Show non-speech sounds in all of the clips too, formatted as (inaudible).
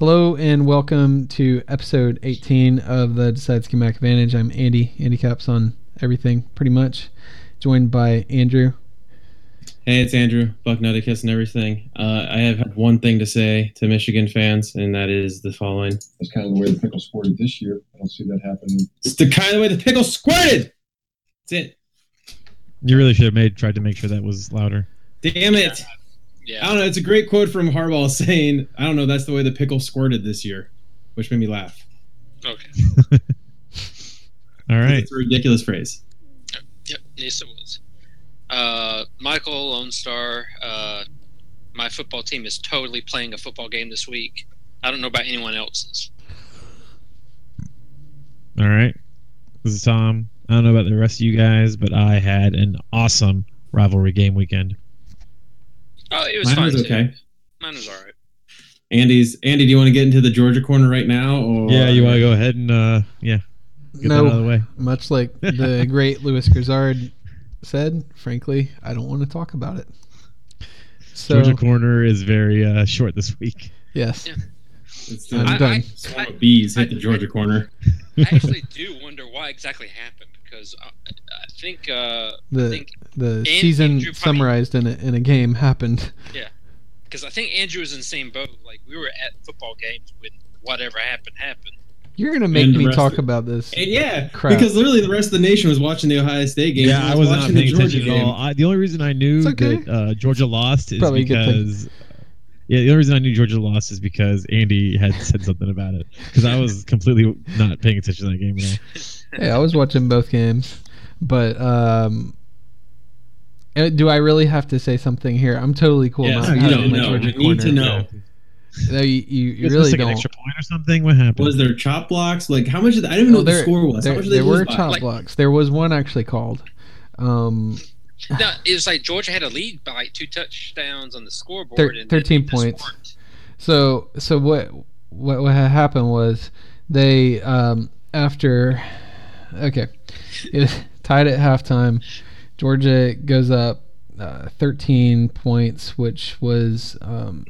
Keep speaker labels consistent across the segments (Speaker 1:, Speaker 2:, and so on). Speaker 1: Hello and welcome to episode 18 of the Decide Schematic Advantage. I'm Andy, Andy Caps on everything pretty much, joined by Andrew.
Speaker 2: Hey, it's Andrew Bucknut, a kiss and everything. Uh, I have had one thing to say to Michigan fans, and that is the following:
Speaker 3: That's kind of the way the pickle squirted this year. I don't see that happening.
Speaker 2: It's the kind of way the pickle squirted. That's it.
Speaker 4: You really should have made tried to make sure that was louder.
Speaker 2: Damn it! I
Speaker 5: Yeah.
Speaker 2: don't know. It's a great quote from Harbaugh saying, "I don't know. That's the way the pickle squirted this year," which made me laugh.
Speaker 5: Okay.
Speaker 4: All right.
Speaker 2: It's a ridiculous phrase.
Speaker 5: Yep. Yes, it was. Uh, Michael Lone Star. Uh, my football team is totally playing a football game this week. I don't know about anyone else's.
Speaker 4: All right. This is Tom. I don't know about the rest of you guys, but I had an awesome rivalry game weekend.
Speaker 5: Oh, it was
Speaker 2: Mine
Speaker 5: fine.
Speaker 2: was
Speaker 5: too.
Speaker 2: okay.
Speaker 5: Mine
Speaker 2: (laughs)
Speaker 5: was all right.
Speaker 2: Andy's Andy. Do you want to get into the Georgia corner right now? Or
Speaker 4: yeah, you want to go ahead and uh yeah, get that out of
Speaker 1: no,
Speaker 4: the way.
Speaker 1: much
Speaker 4: (laughs)
Speaker 1: like the great Louis Grizzard said, frankly, I don't want to talk about it. So,
Speaker 4: Georgia corner is very uh short this week.
Speaker 1: yes,
Speaker 5: Yeah.
Speaker 2: It's
Speaker 1: I'm
Speaker 2: the
Speaker 5: I,
Speaker 1: done.
Speaker 5: I,
Speaker 2: swarm of bees hit the Georgia corner.
Speaker 5: I actually do wonder why exactly happened because I, I think uh, I
Speaker 1: the
Speaker 5: think
Speaker 1: the
Speaker 5: and
Speaker 1: season
Speaker 5: Andrew probably-
Speaker 1: summarized in a, in a game happened. (laughs)
Speaker 5: because I think Andrew was in the same boat. Like we were at football games when whatever
Speaker 2: (sighs)
Speaker 5: happened happened.
Speaker 1: You're gonna make
Speaker 2: And the
Speaker 1: me
Speaker 2: rest
Speaker 1: talk
Speaker 2: of-
Speaker 1: about this.
Speaker 2: And yeah,
Speaker 1: Crap.
Speaker 2: because literally the rest of the nation was watching the Ohio State game.
Speaker 4: Yeah, I was not
Speaker 2: watching the
Speaker 4: paying
Speaker 2: Georgia
Speaker 4: attention
Speaker 2: game.
Speaker 4: at all. I, the only reason I knew
Speaker 1: It's okay.
Speaker 4: that uh, Georgia lost is
Speaker 1: Probably a good thing.
Speaker 4: because yeah, the only reason I knew Georgia lost is because Andy had said something about it because I was completely not paying attention to that game at all.
Speaker 1: Hey, I was watching both games, but um, uh, do I really have to say something here? I'm totally cool.
Speaker 2: Yeah,
Speaker 1: not
Speaker 2: no, you
Speaker 1: having
Speaker 2: don't
Speaker 1: my
Speaker 2: know.
Speaker 1: Georgia
Speaker 2: We need to
Speaker 1: corner.
Speaker 2: know.
Speaker 1: No, you, you, you
Speaker 4: guys
Speaker 1: really
Speaker 4: missed, like,
Speaker 1: don't.
Speaker 4: An extra point or something? What happened?
Speaker 2: Was there chop blocks? Like how much? Of the, I don't even
Speaker 1: No,
Speaker 2: know what the
Speaker 1: there-
Speaker 2: score was. How
Speaker 1: There,
Speaker 2: much did
Speaker 1: there
Speaker 2: they
Speaker 1: were
Speaker 2: lose by?
Speaker 1: chop
Speaker 5: Like-
Speaker 1: blocks. There was one actually called. Um,
Speaker 5: No, it was like Georgia had a lead by like two touchdowns on the scoreboard.
Speaker 1: Thir-
Speaker 5: and then
Speaker 1: 13
Speaker 5: they just
Speaker 1: points.
Speaker 5: weren't.
Speaker 1: so so what what what had happened was they um, after okay it tied at halftime. Georgia goes up uh, 13 points, which was um,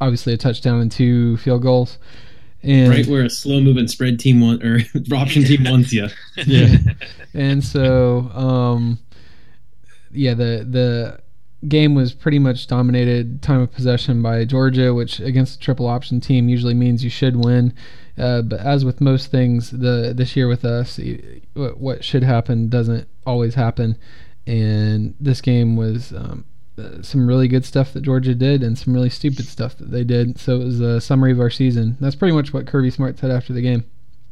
Speaker 1: obviously a touchdown and two field goals. And
Speaker 2: right where a slow moving spread team want or (laughs) option team wants you.
Speaker 4: yeah.
Speaker 1: and so um, yeah the the game was pretty much dominated time of possession by Georgia which against a triple option team usually means you should win uh, but as with most things the this year with us y- what what should happen doesn't always happen and this game was um, uh, some really good stuff that Georgia did and some really stupid stuff that they did so it was a summary of our season that's pretty much what Kirby Smart said after the game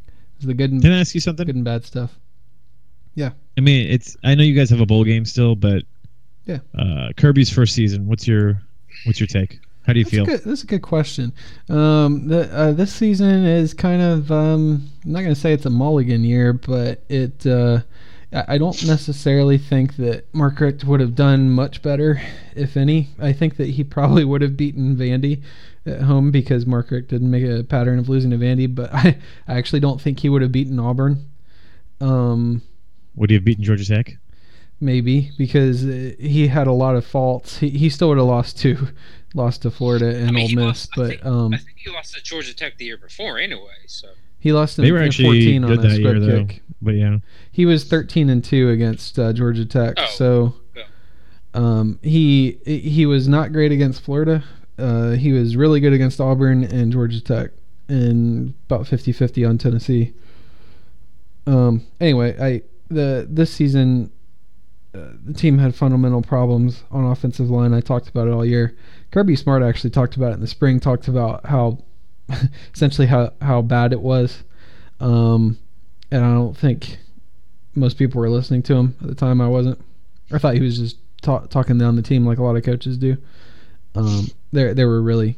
Speaker 1: It was the good and,
Speaker 4: Can I ask you
Speaker 1: good
Speaker 4: something?
Speaker 1: and bad stuff
Speaker 4: I mean, it's. I know you guys have a bowl game still, but
Speaker 1: Yeah.
Speaker 4: Uh, Kirby's first season. What's your What's your take? How do you
Speaker 1: That's
Speaker 4: feel?
Speaker 1: A good, that's a good question. Um, the, uh, this season is kind of um, I'm not going to say it's a mulligan year, but it uh, I I don't necessarily think that Margaret would have done much better, if any. I think that he probably would have beaten Vandy at home because Margaret didn't make a pattern of losing to Vandy, but (laughs) I, I actually don't think he would have beaten Auburn. Um,
Speaker 4: Would you have beaten Georgia Tech?
Speaker 1: maybe because uh, he had a lot of faults. He, he still would have lost two, lost to Florida and
Speaker 5: mean,
Speaker 1: Ole
Speaker 5: he
Speaker 1: Miss,
Speaker 5: lost- I
Speaker 1: but
Speaker 5: think-
Speaker 1: um,
Speaker 5: I think he lost to Georgia Tech the year before anyway. So
Speaker 1: he lost in,
Speaker 4: They were
Speaker 1: in
Speaker 4: actually
Speaker 1: 14 on
Speaker 4: good
Speaker 1: a
Speaker 4: that year,
Speaker 1: squib
Speaker 4: though.
Speaker 1: kick. (laughs)
Speaker 4: But yeah, (laughs)
Speaker 1: He was 13 and two against uh, Georgia Tech,
Speaker 5: Oh,
Speaker 1: so
Speaker 5: yeah.
Speaker 1: um, he he was not great against Florida. Uh, he was really good against Auburn and Georgia Tech, and about 50-50 on Tennessee. Um, anyway, I the this season uh, the team had fundamental problems on offensive line. I talked about it all year. Kirby Smart actually talked about it in the spring. Talked about how (laughs) essentially how how bad it was, um, and I don't think most people were listening to him at the time. I wasn't. I thought he was just ta- talking down the team like a lot of coaches do. Um, there there were really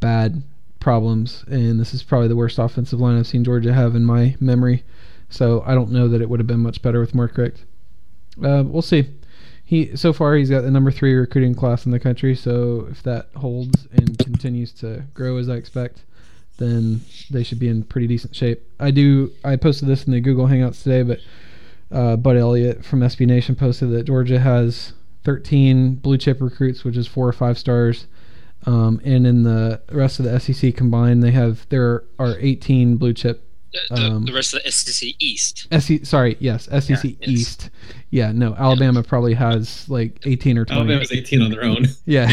Speaker 1: bad problems, and this is probably the worst offensive line I've seen Georgia have in my memory. So I don't know that it would have been much better with Mark Richt. Uh, we'll see. He so far he's got the number three recruiting class in the country. So if that holds and continues to grow as I expect, then they should be in pretty decent shape. I do. I posted this in the Google Hangouts today, but uh, Bud Elliott from SB Nation posted that Georgia has 13 blue chip recruits, which is four or five stars. Um, and in the rest of the SEC combined, they have there are 18 blue chip.
Speaker 5: The, the,
Speaker 1: Um,
Speaker 5: the rest of the SEC East.
Speaker 1: SEC, sorry, yes, SEC
Speaker 5: yes.
Speaker 1: East. Yeah, no, Alabama probably has like 18 or 20.
Speaker 2: Alabama's 18 on their own.
Speaker 1: Yeah. (laughs)
Speaker 5: I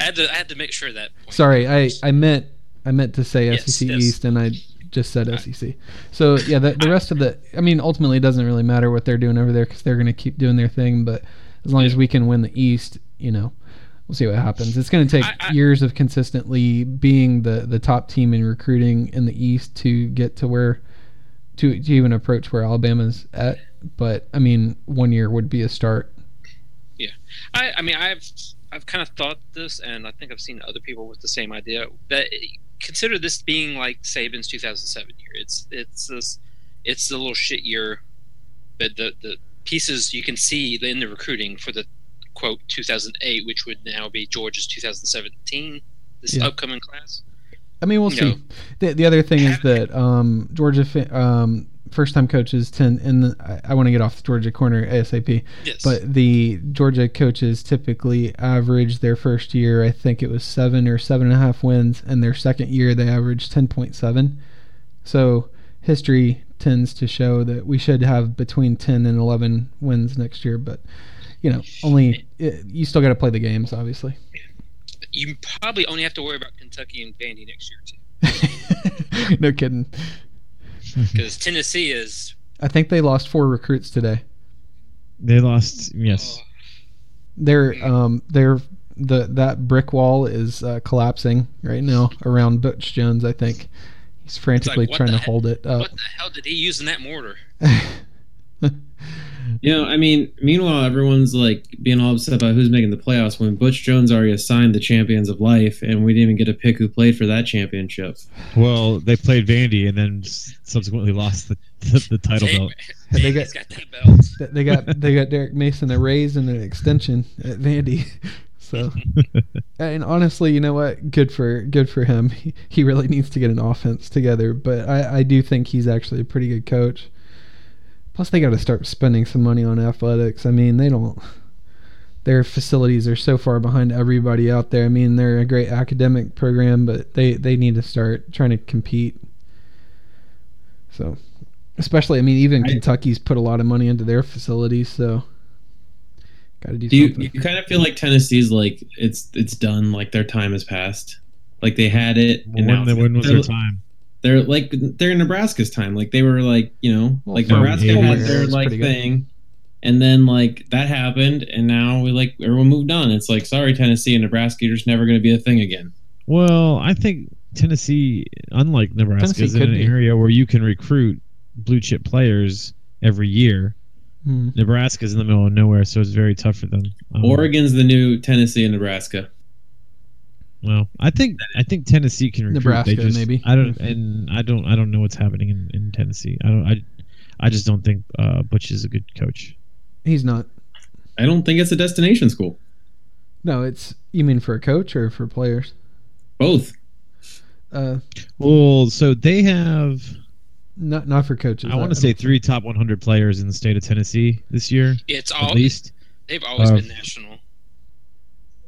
Speaker 5: had to I had to make sure of that. Point.
Speaker 1: Sorry, I, I meant I meant to say
Speaker 5: Yes,
Speaker 1: SEC
Speaker 5: yes.
Speaker 1: East, and I just said SEC. So yeah, the, the rest of the I mean, ultimately, it doesn't really matter what they're doing over there because they're going to keep doing their thing. But as long as we can win the East, you know, we'll see what happens. It's going to take
Speaker 5: I- I-
Speaker 1: years of consistently being the the top team in recruiting in the East to get to where to, to even approach where Alabama's at. But I mean, one year would be a start.
Speaker 5: I, I mean, I've I've kind of thought this, and I think I've seen other people with the same idea. That consider this being like Saban's 2007 year. It's it's this it's the little shit year, but the the pieces you can see in the recruiting for the quote 2008, which would now be Georgia's 2017, this
Speaker 1: Yeah.
Speaker 5: upcoming class.
Speaker 1: I mean, we'll
Speaker 5: you know.
Speaker 1: see. The, the other thing is that um, Georgia fa- um, first time coaches tend, and the- I, I want to get off the Georgia corner ASAP,
Speaker 5: Yes,
Speaker 1: but the Georgia coaches typically average their first year, I think it was seven or seven and a half wins, and their second year they averaged 10.7. So history tends to show that we should have between 10 and 11 wins next year, but. You know, only it, you still got to play the games, obviously. (laughs)
Speaker 5: you probably only have to worry about Kentucky and Vandy next year too,
Speaker 1: no kidding.
Speaker 5: because Tennessee is
Speaker 1: I think they lost four recruits today.
Speaker 4: They lost. Yes.
Speaker 5: oh,
Speaker 1: They're
Speaker 5: Mm.
Speaker 1: um they're the that brick wall is uh, collapsing right now around Butch Jones. I think he's frantically
Speaker 5: what
Speaker 1: trying to
Speaker 5: the
Speaker 1: hold it up.
Speaker 5: what the hell did he use in that mortar?
Speaker 2: You know, I mean, meanwhile, everyone's like being all upset about who's making the playoffs when Butch Jones already assigned the champions of life, and we didn't even get to pick who played for that championship.
Speaker 4: Well, they played Vandy and then s- subsequently lost the, (laughs) the, the title
Speaker 5: Hey,
Speaker 4: belt.
Speaker 1: They
Speaker 5: Hey,
Speaker 1: got-
Speaker 5: he's got that belt.
Speaker 1: Th- (laughs) they got they got Derek Mason a raise and an extension at Vandy. So (laughs) and honestly, you know what? Good for good for him. (laughs) He, he really needs to get an offense together, but I, I do think he's actually a pretty good coach. Plus they got to start spending some money on athletics. I mean, they don't their facilities are so far behind everybody out there. I mean, they're a great academic program, but they they need to start trying to compete. So, especially, I mean, even
Speaker 2: I-
Speaker 1: Kentucky's put a lot of money into their facilities, so got to do,
Speaker 2: Do you,
Speaker 1: something.
Speaker 2: you kind of feel like Tennessee's like it's it's done, like their time has passed, like they had it, and now
Speaker 4: When, the,
Speaker 2: it's-
Speaker 4: when was
Speaker 2: they're,
Speaker 4: their time?
Speaker 2: they're like they're in Nebraska's time, like they were like you know
Speaker 1: Well,
Speaker 2: like
Speaker 1: for
Speaker 2: Nebraska
Speaker 4: me,
Speaker 2: had
Speaker 4: yeah,
Speaker 2: their
Speaker 1: it's
Speaker 2: like
Speaker 1: pretty good.
Speaker 2: thing, and then like that happened, and now we like everyone moved on. It's like sorry Tennessee and Nebraska, you're just never going to be a thing again.
Speaker 4: Well, I think Tennessee, unlike Nebraska,
Speaker 1: Tennessee
Speaker 4: is in
Speaker 1: could
Speaker 4: an
Speaker 1: be.
Speaker 4: area where you can recruit blue chip players every year.
Speaker 1: Hmm.
Speaker 4: Nebraska's in the middle of nowhere, so it's very tough for them. Um,
Speaker 1: Mm-hmm.
Speaker 2: Oregon's the new Tennessee and Nebraska.
Speaker 4: Well, I think I think Tennessee can recruit.
Speaker 1: Nebraska,
Speaker 4: they just,
Speaker 1: maybe.
Speaker 4: I don't, and I don't, I don't know what's happening in, in Tennessee. I don't, I, I just don't think uh, Butch is a good coach.
Speaker 1: He's not.
Speaker 2: I don't think it's a destination school.
Speaker 1: No, it's you mean for a coach or for players?
Speaker 2: Both.
Speaker 1: Uh,
Speaker 4: Well, so they have,
Speaker 1: not not for coaches. Uh,
Speaker 4: I want to say, three top 100 players in the state of Tennessee this year,
Speaker 5: It's
Speaker 4: at
Speaker 5: all
Speaker 4: least
Speaker 5: they've always
Speaker 4: uh,
Speaker 5: been national.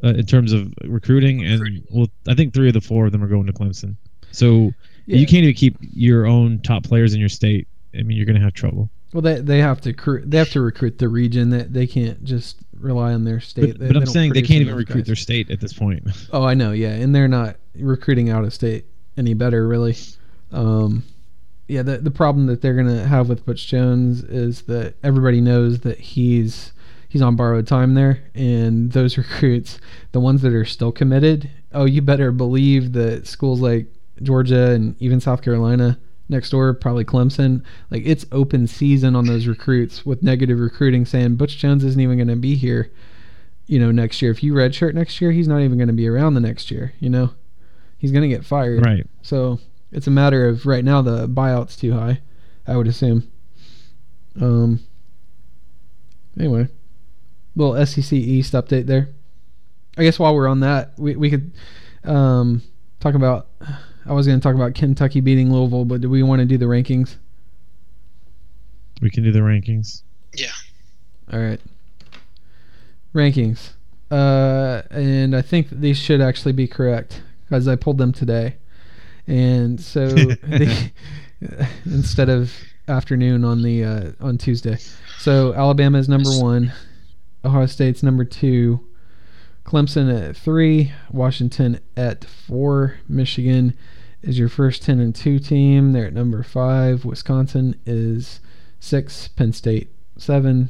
Speaker 4: uh, in terms of recruiting. And
Speaker 5: Recruiting.
Speaker 4: well, I think three of the four of them are going to Clemson. So
Speaker 1: Yeah.
Speaker 4: you can't even keep your own top players in your state. I mean, you're going to have trouble.
Speaker 1: Well, they they have to cru- they have to recruit the region. That they can't just rely on their state.
Speaker 4: But, but I'm saying they can't even recruit their state at this point.
Speaker 1: their. Oh, I know. Yeah, and they're not recruiting out of state any better, really. Um, yeah, the the problem that they're gonna have with Butch Jones is that everybody knows that he's he's on borrowed time there, and those (laughs) recruits, the ones that are still committed, oh, you better believe that schools like Georgia and even South Carolina next door, probably Clemson, like it's open season on those recruits with negative recruiting saying Butch Jones isn't even going to be here, you know, next year. If you redshirt next year, he's not even going to be around the next year, you know. He's going to get fired.
Speaker 4: right.
Speaker 1: So it's a matter of right now the buyout's too high, I would assume. Um. Anyway, little SEC East update there. I guess while we're on that, we we could um, talk about. I was going to talk about Kentucky beating Louisville, but do we want to do the rankings?
Speaker 4: We can do the rankings.
Speaker 1: All right. Rankings. uh, and I think that these should actually be correct because I pulled them today, and so the, (laughs) instead of afternoon on the uh, on Tuesday, so Alabama is number one, Ohio State's number two, Clemson at three, Washington at four, Michigan is your first ten and two team. They're at number five. Wisconsin is six, Penn State seven,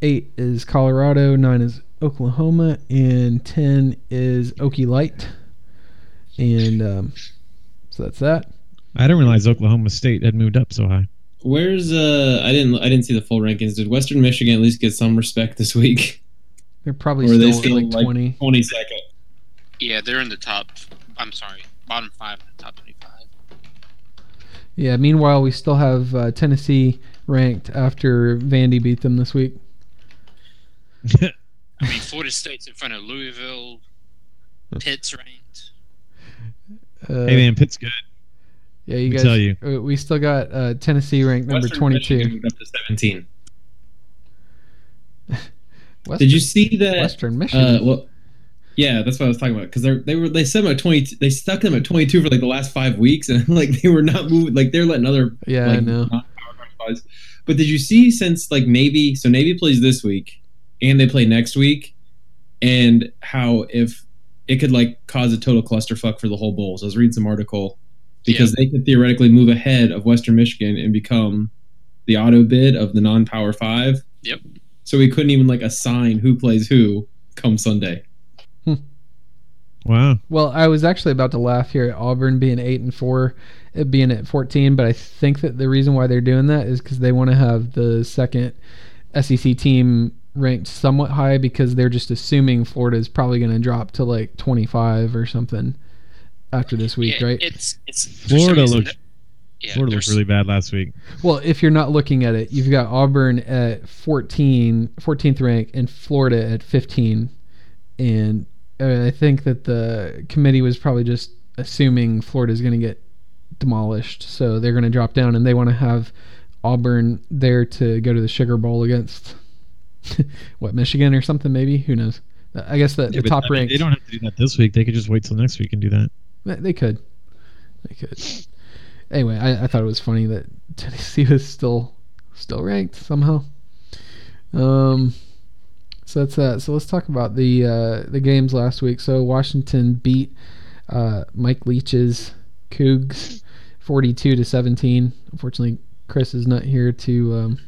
Speaker 1: eight is Colorado, nine is Oklahoma, and ten is Okie Light. And um, so that's that.
Speaker 4: I didn't realize Oklahoma State had moved up so high.
Speaker 2: Where's uh? I didn't I didn't see the full rankings. Did Western Michigan at least get some respect this week? (laughs)
Speaker 1: They're probably
Speaker 2: Or are
Speaker 1: still,
Speaker 2: they
Speaker 1: at,
Speaker 2: still
Speaker 1: like,
Speaker 2: like-
Speaker 1: twenty.
Speaker 2: Twenty second.
Speaker 5: Yeah, they're in the top. I'm sorry, bottom five in the top twenty-five.
Speaker 1: Yeah. Meanwhile, we still have uh, Tennessee ranked after Vandy beat them this week.
Speaker 5: I mean, Florida State's in front of Louisville. Pitt's ranked.
Speaker 1: Uh,
Speaker 4: hey man, Pitt's good.
Speaker 1: yeah, you
Speaker 4: me
Speaker 1: guys.
Speaker 4: tell you.
Speaker 1: uh, We still got uh, Tennessee ranked number
Speaker 2: Western Michigan
Speaker 1: twenty-two.
Speaker 2: moved up to seventeen.
Speaker 1: West-
Speaker 2: Did you see that?
Speaker 1: Western Michigan?
Speaker 2: Uh, well, yeah, that's what I was talking about because they they were they set them at twenty they stuck them at twenty two for like the last five weeks and (laughs) like they were not moving like they're letting other
Speaker 1: yeah,
Speaker 2: like
Speaker 1: I know.
Speaker 2: non-power conference guys. But did you see since like Navy? So Navy plays this week, and they play next week, and how if it could like cause a total clusterfuck for the whole bowl. So I was reading some article because they could theoretically move ahead of Western Michigan and become the auto bid of the non-power five.
Speaker 5: Yep.
Speaker 2: So we couldn't even like assign who plays who come Sunday.
Speaker 4: Wow.
Speaker 1: Well, I was actually about to laugh here at Auburn being eight and four, it being at fourteen. But I think that the reason why they're doing that is because they want to have the second SEC team ranked somewhat high because they're just assuming Florida is probably going to drop to like twenty five or something after this week,
Speaker 5: yeah,
Speaker 1: right?
Speaker 5: It's it's for some
Speaker 4: Florida
Speaker 5: reason
Speaker 4: looked
Speaker 5: that- yeah,
Speaker 4: Florida looked
Speaker 5: there's-
Speaker 4: really bad last week.
Speaker 1: well, if you're not looking at it, you've got Auburn at 14, 14th rank, and Florida at fifteen, and uh, I think that the committee was probably just assuming Florida's going to get demolished, so they're going to drop down, and they want to have Auburn there to go to the Sugar Bowl against (laughs) what Michigan or something, maybe who knows. I guess that
Speaker 4: Yeah,
Speaker 1: the
Speaker 4: but,
Speaker 1: top
Speaker 4: I mean,
Speaker 1: ranked
Speaker 4: They don't have to do that this week. They could just wait till next week and do that.
Speaker 1: they they could. They could. Anyway, I, I thought it was funny that (laughs) Tennessee was still still ranked somehow. Um so that's that. So let's talk about the uh, the games last week. So Washington beat uh, Mike Leach's Cougs 42 to 17. Unfortunately, Chris is not here to um,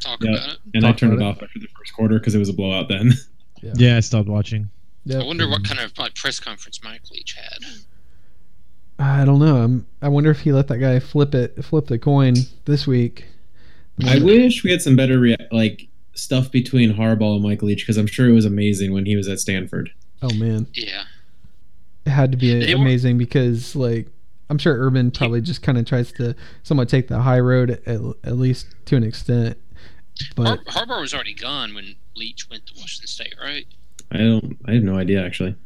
Speaker 5: Talk
Speaker 2: Yeah.
Speaker 5: about it.
Speaker 2: And I
Speaker 1: Talk
Speaker 2: turned it
Speaker 1: about
Speaker 2: off after the first quarter because it was a blowout then. (laughs)
Speaker 1: Yeah.
Speaker 4: Yeah, I stopped watching.
Speaker 5: I wonder what kind of like, press conference Mike Leach had.
Speaker 1: I don't know. I'm, I wonder if he let that guy flip it flip the coin this week.
Speaker 2: I wish we had some better rea- like stuff between Harbaugh and Mike Leach because I'm sure it was amazing when he was at Stanford.
Speaker 1: Oh man.
Speaker 5: Yeah.
Speaker 1: it had to be
Speaker 5: They were-
Speaker 1: amazing because like I'm sure Urban probably just kind of tries to somewhat take the high road at, at least to an extent.
Speaker 5: Har-
Speaker 1: But
Speaker 5: Harbaugh was already gone when Leach went to Washington State, right?
Speaker 2: I don't. I have no idea actually.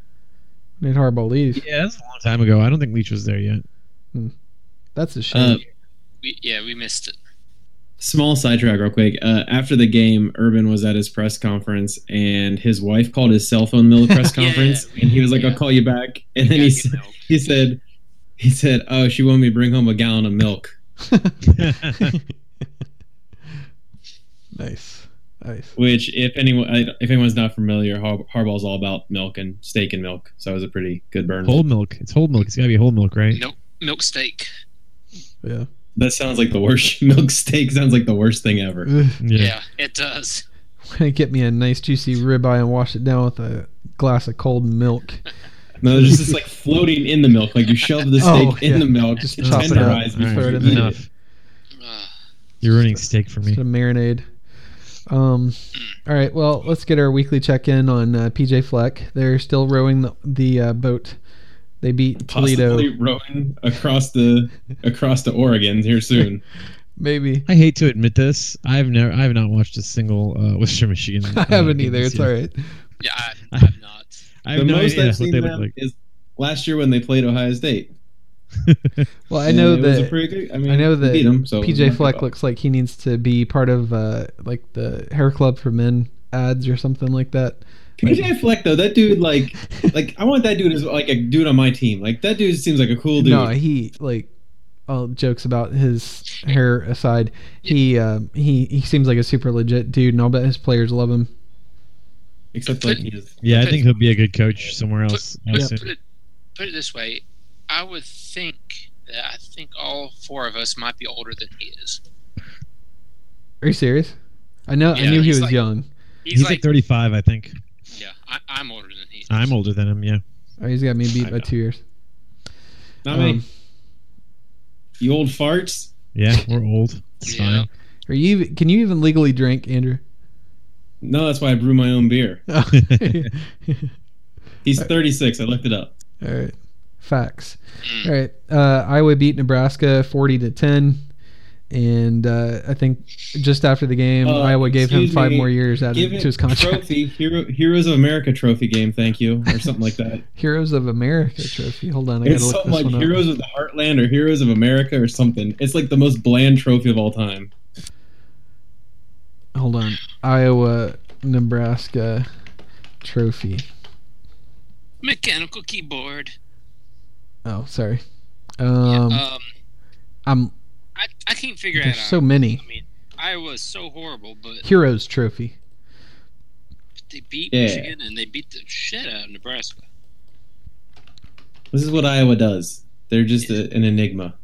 Speaker 1: did Harbaugh leave?
Speaker 4: Yeah, that's a long time ago. I don't think Leach was there yet. (laughs)
Speaker 1: That's a shame.
Speaker 2: Uh,
Speaker 5: We, yeah, we missed it.
Speaker 2: Small sidetrack, real quick. Uh, after the game, Urban was at his press conference, and his wife called his cell phone in the
Speaker 5: (laughs)
Speaker 2: middle of the press
Speaker 5: Yeah,
Speaker 2: conference,
Speaker 5: we-
Speaker 2: and he was like,
Speaker 5: yeah.
Speaker 2: "I'll call you back." (laughs) And then
Speaker 5: Yeah,
Speaker 2: he
Speaker 5: you
Speaker 2: said,
Speaker 5: know.
Speaker 2: he said, he said, "Oh, she wanted me to bring home a gallon of milk,"
Speaker 1: nice, nice.
Speaker 2: which, if anyone, I- if anyone's not familiar, Har- Harbaugh's all about milk and steak and milk, so it was a pretty good burn.
Speaker 4: whole milk. It's whole milk. It's gotta be whole milk, right?
Speaker 5: Milk, milk steak.
Speaker 1: Yeah. (laughs)
Speaker 2: That sounds like the worst. (laughs) milk steak sounds like the worst thing ever.
Speaker 1: Ugh,
Speaker 5: Yeah. it does.
Speaker 1: get me a nice juicy ribeye and wash it down with a glass of cold milk.
Speaker 2: No, there's just like floating in the milk. Like you shove the steak
Speaker 1: Oh,
Speaker 2: in
Speaker 1: yeah.
Speaker 2: the milk,
Speaker 1: Just
Speaker 4: Oh,
Speaker 1: chop it up,
Speaker 2: tenderize
Speaker 1: and
Speaker 2: before
Speaker 1: throw it
Speaker 2: you
Speaker 1: in
Speaker 2: eat
Speaker 1: there.
Speaker 2: it.
Speaker 4: enough.
Speaker 5: Uh,
Speaker 4: You're ruining steak
Speaker 1: (laughs)
Speaker 4: for me.
Speaker 1: Instead of marinade. Um, all right, well, let's get our weekly check in on uh, PJ Fleck. They're still rowing the, the uh, boat. They beat Toledo.
Speaker 2: Possibly rowing across the across the Oregon here soon.
Speaker 1: Maybe. (laughs)
Speaker 4: I hate to admit this. I've never, I have not watched a single uh, Western Michigan.
Speaker 1: I
Speaker 4: uh,
Speaker 1: haven't
Speaker 4: game
Speaker 1: either.
Speaker 4: this
Speaker 1: It's
Speaker 4: year.
Speaker 1: all right.
Speaker 5: yeah, I, I'm not.
Speaker 4: I
Speaker 2: The
Speaker 4: have no
Speaker 2: most
Speaker 4: idea
Speaker 2: I've
Speaker 4: what
Speaker 2: seen
Speaker 4: they
Speaker 2: them
Speaker 4: look like.
Speaker 2: is last year when they played Ohio State.
Speaker 1: Well, I know
Speaker 2: And it was a
Speaker 1: that
Speaker 2: pretty good- I, mean,
Speaker 1: I know
Speaker 2: we
Speaker 1: that
Speaker 2: beat 'em, so it was
Speaker 1: PJ
Speaker 2: not
Speaker 1: Fleck
Speaker 2: bad.
Speaker 1: looks like he needs to be part of uh, like the hair club for men ads or something like that.
Speaker 2: PJ Fleck though, that
Speaker 1: (laughs)
Speaker 2: dude like like I want that dude as like a dude on my team. Like that dude seems like a cool dude.
Speaker 1: No, he like all jokes about his hair aside, he uh, he he seems like a super legit dude, and I'll bet his players love him.
Speaker 2: Except like he is.
Speaker 4: (laughs) Yeah, I think he'll be a good coach somewhere else.
Speaker 5: But
Speaker 4: soon.
Speaker 5: put, it, put it this way, I would think that I think all four of us might be older than he is.
Speaker 1: Are you serious? I know I
Speaker 5: Yeah,
Speaker 1: knew he
Speaker 5: he's
Speaker 1: was
Speaker 5: like-
Speaker 1: young.
Speaker 5: He's,
Speaker 4: He's, like
Speaker 5: like,
Speaker 4: 35, I think.
Speaker 5: yeah, I, I'm older than he is.
Speaker 4: I'm older than him. Yeah.
Speaker 1: Oh, he's got me beat
Speaker 4: I
Speaker 1: by
Speaker 4: know.
Speaker 1: two years.
Speaker 2: Not
Speaker 1: (laughs)
Speaker 2: me.
Speaker 1: Um,
Speaker 2: You old farts.
Speaker 4: Yeah, we're old. It's
Speaker 5: Yeah.
Speaker 4: fine.
Speaker 1: Are you? even- Can you even legally drink, Andrew? (laughs)
Speaker 2: No, that's why I brew my own beer.
Speaker 1: Oh.
Speaker 2: He's 36. I looked it up.
Speaker 1: All right. Facts.
Speaker 5: Mm.
Speaker 1: All right. Uh, Iowa beat Nebraska 40 to 10. And uh, I think just after the game,
Speaker 2: Uh,
Speaker 1: Iowa gave him
Speaker 2: excuse
Speaker 1: five
Speaker 2: me.
Speaker 1: more years added
Speaker 2: Give
Speaker 1: to
Speaker 2: it
Speaker 1: his contract.
Speaker 2: trophy Hero, Heroes of America trophy game. Thank you, or something
Speaker 1: (laughs)
Speaker 2: like that.
Speaker 1: (laughs) Heroes of America trophy. Hold on. I got to
Speaker 2: It's
Speaker 1: look
Speaker 2: something
Speaker 1: this
Speaker 2: like
Speaker 1: one up.
Speaker 2: Heroes of the Heartland or Heroes of America or something. It's like the most bland trophy of all time.
Speaker 1: Hold on. Iowa, Nebraska trophy.
Speaker 5: Mechanical keyboard.
Speaker 1: Oh, sorry. Um,
Speaker 5: yeah, um,
Speaker 1: I'm
Speaker 5: I, I can't figure out.
Speaker 1: there's so many
Speaker 5: I mean, Iowa is so horrible, but
Speaker 1: heroes trophy.
Speaker 5: they beat
Speaker 2: Yeah.
Speaker 5: Michigan and they beat the shit out of Nebraska.
Speaker 2: This is what Iowa does. They're just a, an enigma.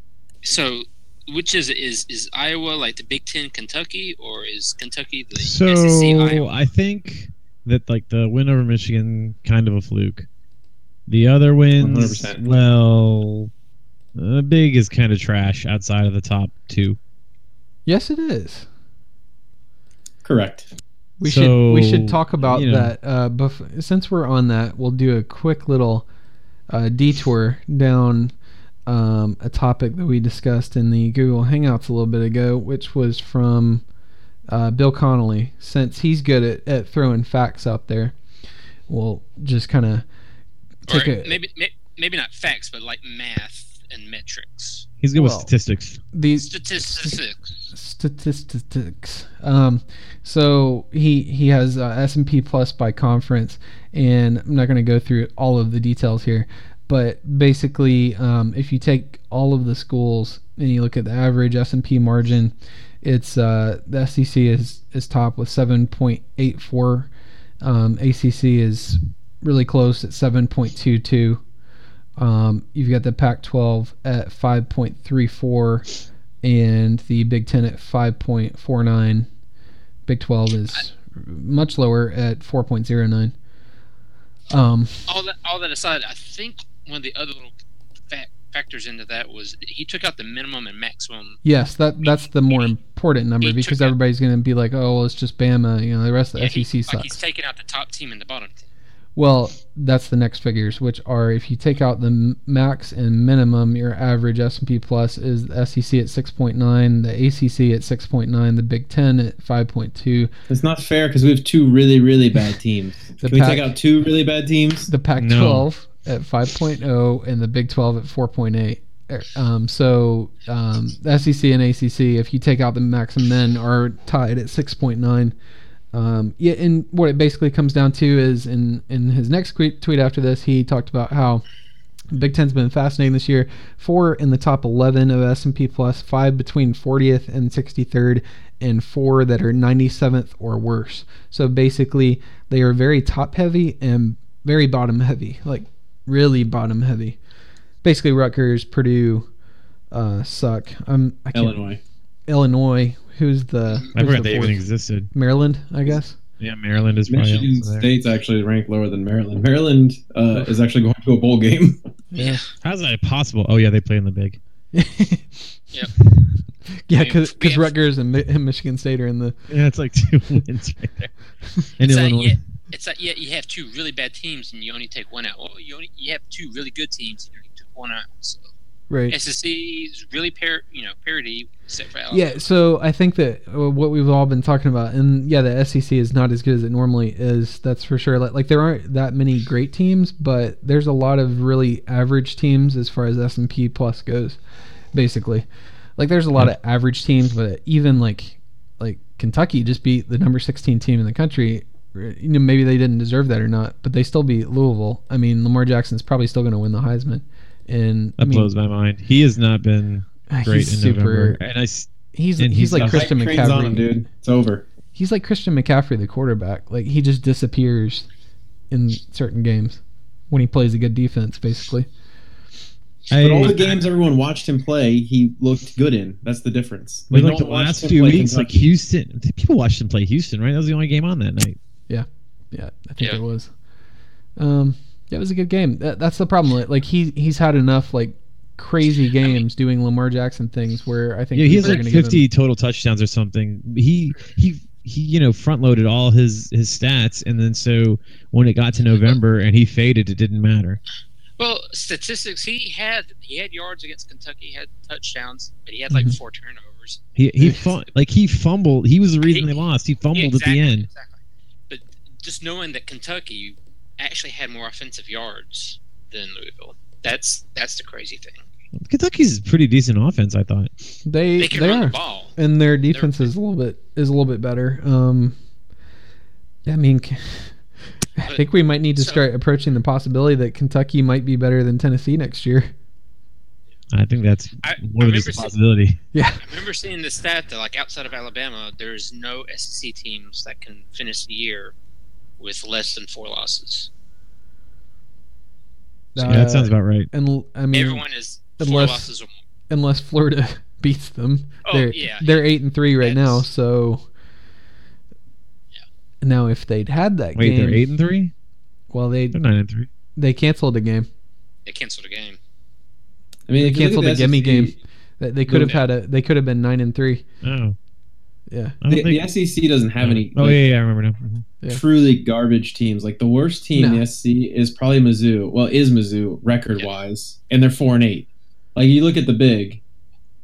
Speaker 5: So, which is it? is is Iowa like the Big Ten Kentucky, or is Kentucky the SEC
Speaker 4: So
Speaker 5: Iowa?
Speaker 4: I think that like the win over Michigan kind of a fluke. The other wins,
Speaker 2: 100%.
Speaker 4: well, uh, big is kind of trash outside of the top two.
Speaker 1: Yes, it is.
Speaker 2: Correct.
Speaker 1: We should we should
Speaker 4: So,
Speaker 1: talk about
Speaker 4: you know.
Speaker 1: that. Uh, bef- since we're on that, we'll do a quick little uh, detour down um, a topic that we discussed in the Google Hangouts a little bit ago, which was from uh, Bill Connolly. Since he's good at, at throwing facts out there, we'll just kind of
Speaker 5: or
Speaker 1: take a,
Speaker 5: maybe may, maybe not facts, but like math and metrics,
Speaker 4: He's good
Speaker 1: Well,
Speaker 4: with statistics.
Speaker 1: these
Speaker 5: statistics.
Speaker 1: statistics. Um, so he he has uh, S and P plus by conference, and I'm not going to go through all of the details here, but basically, um, if you take all of the schools and you look at the average S and P margin, it's uh, the SEC is is top with 7.84. Um, ACC is really close at 7.22. Um, you've got the Pac-12 at 5.34 and the Big Ten at 5.49. Big 12 is much lower at 4.09. Um,
Speaker 5: All that all that aside, I think one of the other little fac factors into that was he took out the minimum and maximum.
Speaker 1: yes, that that's the more important number
Speaker 5: He
Speaker 1: because
Speaker 5: took out-
Speaker 1: everybody's going to be like, oh, well, it's just Bama. You know, the rest of the
Speaker 5: Yeah, he-
Speaker 1: SEC sucks.
Speaker 5: like he's taking out the top team and the bottom team.
Speaker 1: Well, that's the next figures, which are if you take out the m- max and minimum, your average S and P plus is the SEC at six point nine, the ACC at six point nine, the Big Ten at five point two,
Speaker 2: It's not fair because we have two really,
Speaker 1: (laughs)
Speaker 2: really bad teams.
Speaker 1: The
Speaker 2: Can we
Speaker 1: pack-
Speaker 2: take out two really bad teams?
Speaker 1: the Pac twelve at 5.0, and the Big Twelve at four point eight. Um, so um, the SEC and ACC, if you take out the max and min, are tied at six point nine. Um, yeah, and what it basically comes down to is in in his next que- tweet after this, he talked about how Big Ten's been fascinating this year. Four in the top eleven of S and P plus, five between fortieth and sixty third, and four that are ninety seventh or worse. So basically, they are very top heavy and very bottom heavy, like really bottom heavy. Basically, Rutgers, Purdue, uh, suck. I'm I can't,
Speaker 2: Illinois.
Speaker 1: Illinois. Who's the?
Speaker 4: I
Speaker 1: who's
Speaker 4: forgot
Speaker 1: the
Speaker 4: they
Speaker 1: fourth?
Speaker 4: even existed.
Speaker 1: Maryland, I guess.
Speaker 4: Yeah, Maryland is probably
Speaker 2: Michigan
Speaker 4: also there.
Speaker 2: State's actually ranked lower than Maryland. Maryland uh, is actually going to a bowl game.
Speaker 1: Yeah.
Speaker 4: How's that possible? Oh yeah, they play in the big.
Speaker 1: (laughs) yeah,
Speaker 5: I mean,
Speaker 1: because
Speaker 5: we have-
Speaker 1: Rutgers and, Mi- and Michigan State are in the.
Speaker 4: Yeah, it's like (laughs) two wins right there. And
Speaker 5: It's
Speaker 4: Illinois.
Speaker 5: Like, yeah, it's like yeah, you have two really bad teams and you only take one out. Well, you only you have two really good teams and you only took one out. So
Speaker 1: Right.
Speaker 5: SEC is really par you know parity except for Alabama.
Speaker 1: Yeah, so I think that uh, what we've all been talking about, and yeah, the SEC is not as good as it normally is. That's for sure. Like, like there aren't that many great teams, but there's a lot of really average teams as far as S and P plus goes. Basically, like there's a lot of average teams, but even like like Kentucky just beat the number 16 team in the country you know, maybe they didn't deserve that or not, but they still beat Louisville. I mean, Lamar Jackson's probably still going to win the Heisman. And
Speaker 4: That
Speaker 1: I mean,
Speaker 4: blows my mind. He has not been
Speaker 1: ah,
Speaker 4: great
Speaker 1: he's
Speaker 4: in
Speaker 1: super.
Speaker 4: November, and I s-
Speaker 1: He's
Speaker 4: and
Speaker 1: he's,
Speaker 4: he's
Speaker 1: like
Speaker 4: got-
Speaker 1: Christian
Speaker 2: Hype train's
Speaker 1: McCaffrey,
Speaker 2: on him, dude. It's over.
Speaker 1: He's like Christian McCaffrey, the quarterback. Like he just disappears in certain games when he plays a good defense, basically.
Speaker 4: I,
Speaker 2: But all the games everyone watched him play, he looked good in. That's the difference.
Speaker 4: I mean,
Speaker 2: Like,
Speaker 4: like
Speaker 2: no
Speaker 4: the
Speaker 2: one watched
Speaker 4: last
Speaker 2: him
Speaker 4: few
Speaker 2: play
Speaker 4: weeks, like
Speaker 2: Kentucky.
Speaker 4: Houston, people watched him play Houston, right? That was the only game on that night.
Speaker 1: Yeah, I think
Speaker 5: Yeah.
Speaker 1: it was. Um, yeah, it was a good game. That, that's the problem. Like- Like he he's had enough like crazy games doing Lamar Jackson things where I think
Speaker 4: yeah, he
Speaker 1: people
Speaker 4: has
Speaker 1: are
Speaker 4: like
Speaker 1: gonna give him-
Speaker 4: 50 total touchdowns or something. He he he, you know, front loaded all his his stats, and then so when it got to November and he faded, it didn't matter.
Speaker 5: Well, statistics. He had he had yards against Kentucky. He had touchdowns, but he had like
Speaker 1: Mhm.
Speaker 5: four turnovers.
Speaker 4: He he fun, like he fumbled. He was the reason they lost. He fumbled
Speaker 5: Yeah,
Speaker 4: at the end.
Speaker 5: Exactly. But just knowing that Kentucky actually had more offensive yards than Louisville. That's that's the crazy thing.
Speaker 4: Kentucky's a pretty decent offense, I thought.
Speaker 1: They
Speaker 5: They
Speaker 1: they,
Speaker 5: can run
Speaker 1: are,
Speaker 5: the ball.
Speaker 1: and their defense is a little bit is a little bit better. Um, I mean, (laughs) c- I
Speaker 5: But-
Speaker 1: think we might need to
Speaker 5: so-
Speaker 1: start approaching the possibility that Kentucky might be better than Tennessee next year. (laughs)
Speaker 4: I think that's
Speaker 5: I-
Speaker 4: more
Speaker 5: I
Speaker 4: than just a
Speaker 5: remember seeing-
Speaker 4: possibility.
Speaker 1: Yeah,
Speaker 5: I remember seeing the stat that like outside of Alabama, there's no SEC teams that can finish the year with less than four losses.
Speaker 4: yeah,
Speaker 1: Uh,
Speaker 4: that sounds about right.
Speaker 1: And l- I mean,
Speaker 5: Everyone is four
Speaker 1: unless-
Speaker 5: losses or more.
Speaker 1: unless Florida (laughs) beats them,
Speaker 5: Oh
Speaker 1: they're
Speaker 5: yeah,
Speaker 1: they're eight and three right now.
Speaker 5: That's-
Speaker 1: So now, if they'd had that
Speaker 4: Wait,
Speaker 1: game,
Speaker 4: they're eight and three.
Speaker 1: well, they
Speaker 4: They're nine and three.
Speaker 1: they canceled the game.
Speaker 5: they canceled a game.
Speaker 2: I mean,
Speaker 1: They
Speaker 2: if you
Speaker 1: canceled
Speaker 2: look at E
Speaker 1: the gimme
Speaker 2: SEC
Speaker 1: game. They, they could have had a they could have been nine and three.
Speaker 4: Oh,
Speaker 1: Yeah,
Speaker 4: I don't
Speaker 2: The,
Speaker 4: think.
Speaker 2: the SEC doesn't have any
Speaker 4: oh
Speaker 2: like,
Speaker 4: yeah, yeah, I remember now. Mhm.
Speaker 1: yeah.
Speaker 2: truly garbage teams. Like the worst team
Speaker 1: No.
Speaker 2: in the SEC is probably Mizzou. Well, is Mizzou record wise, and they're four and eight. Like you look at the big.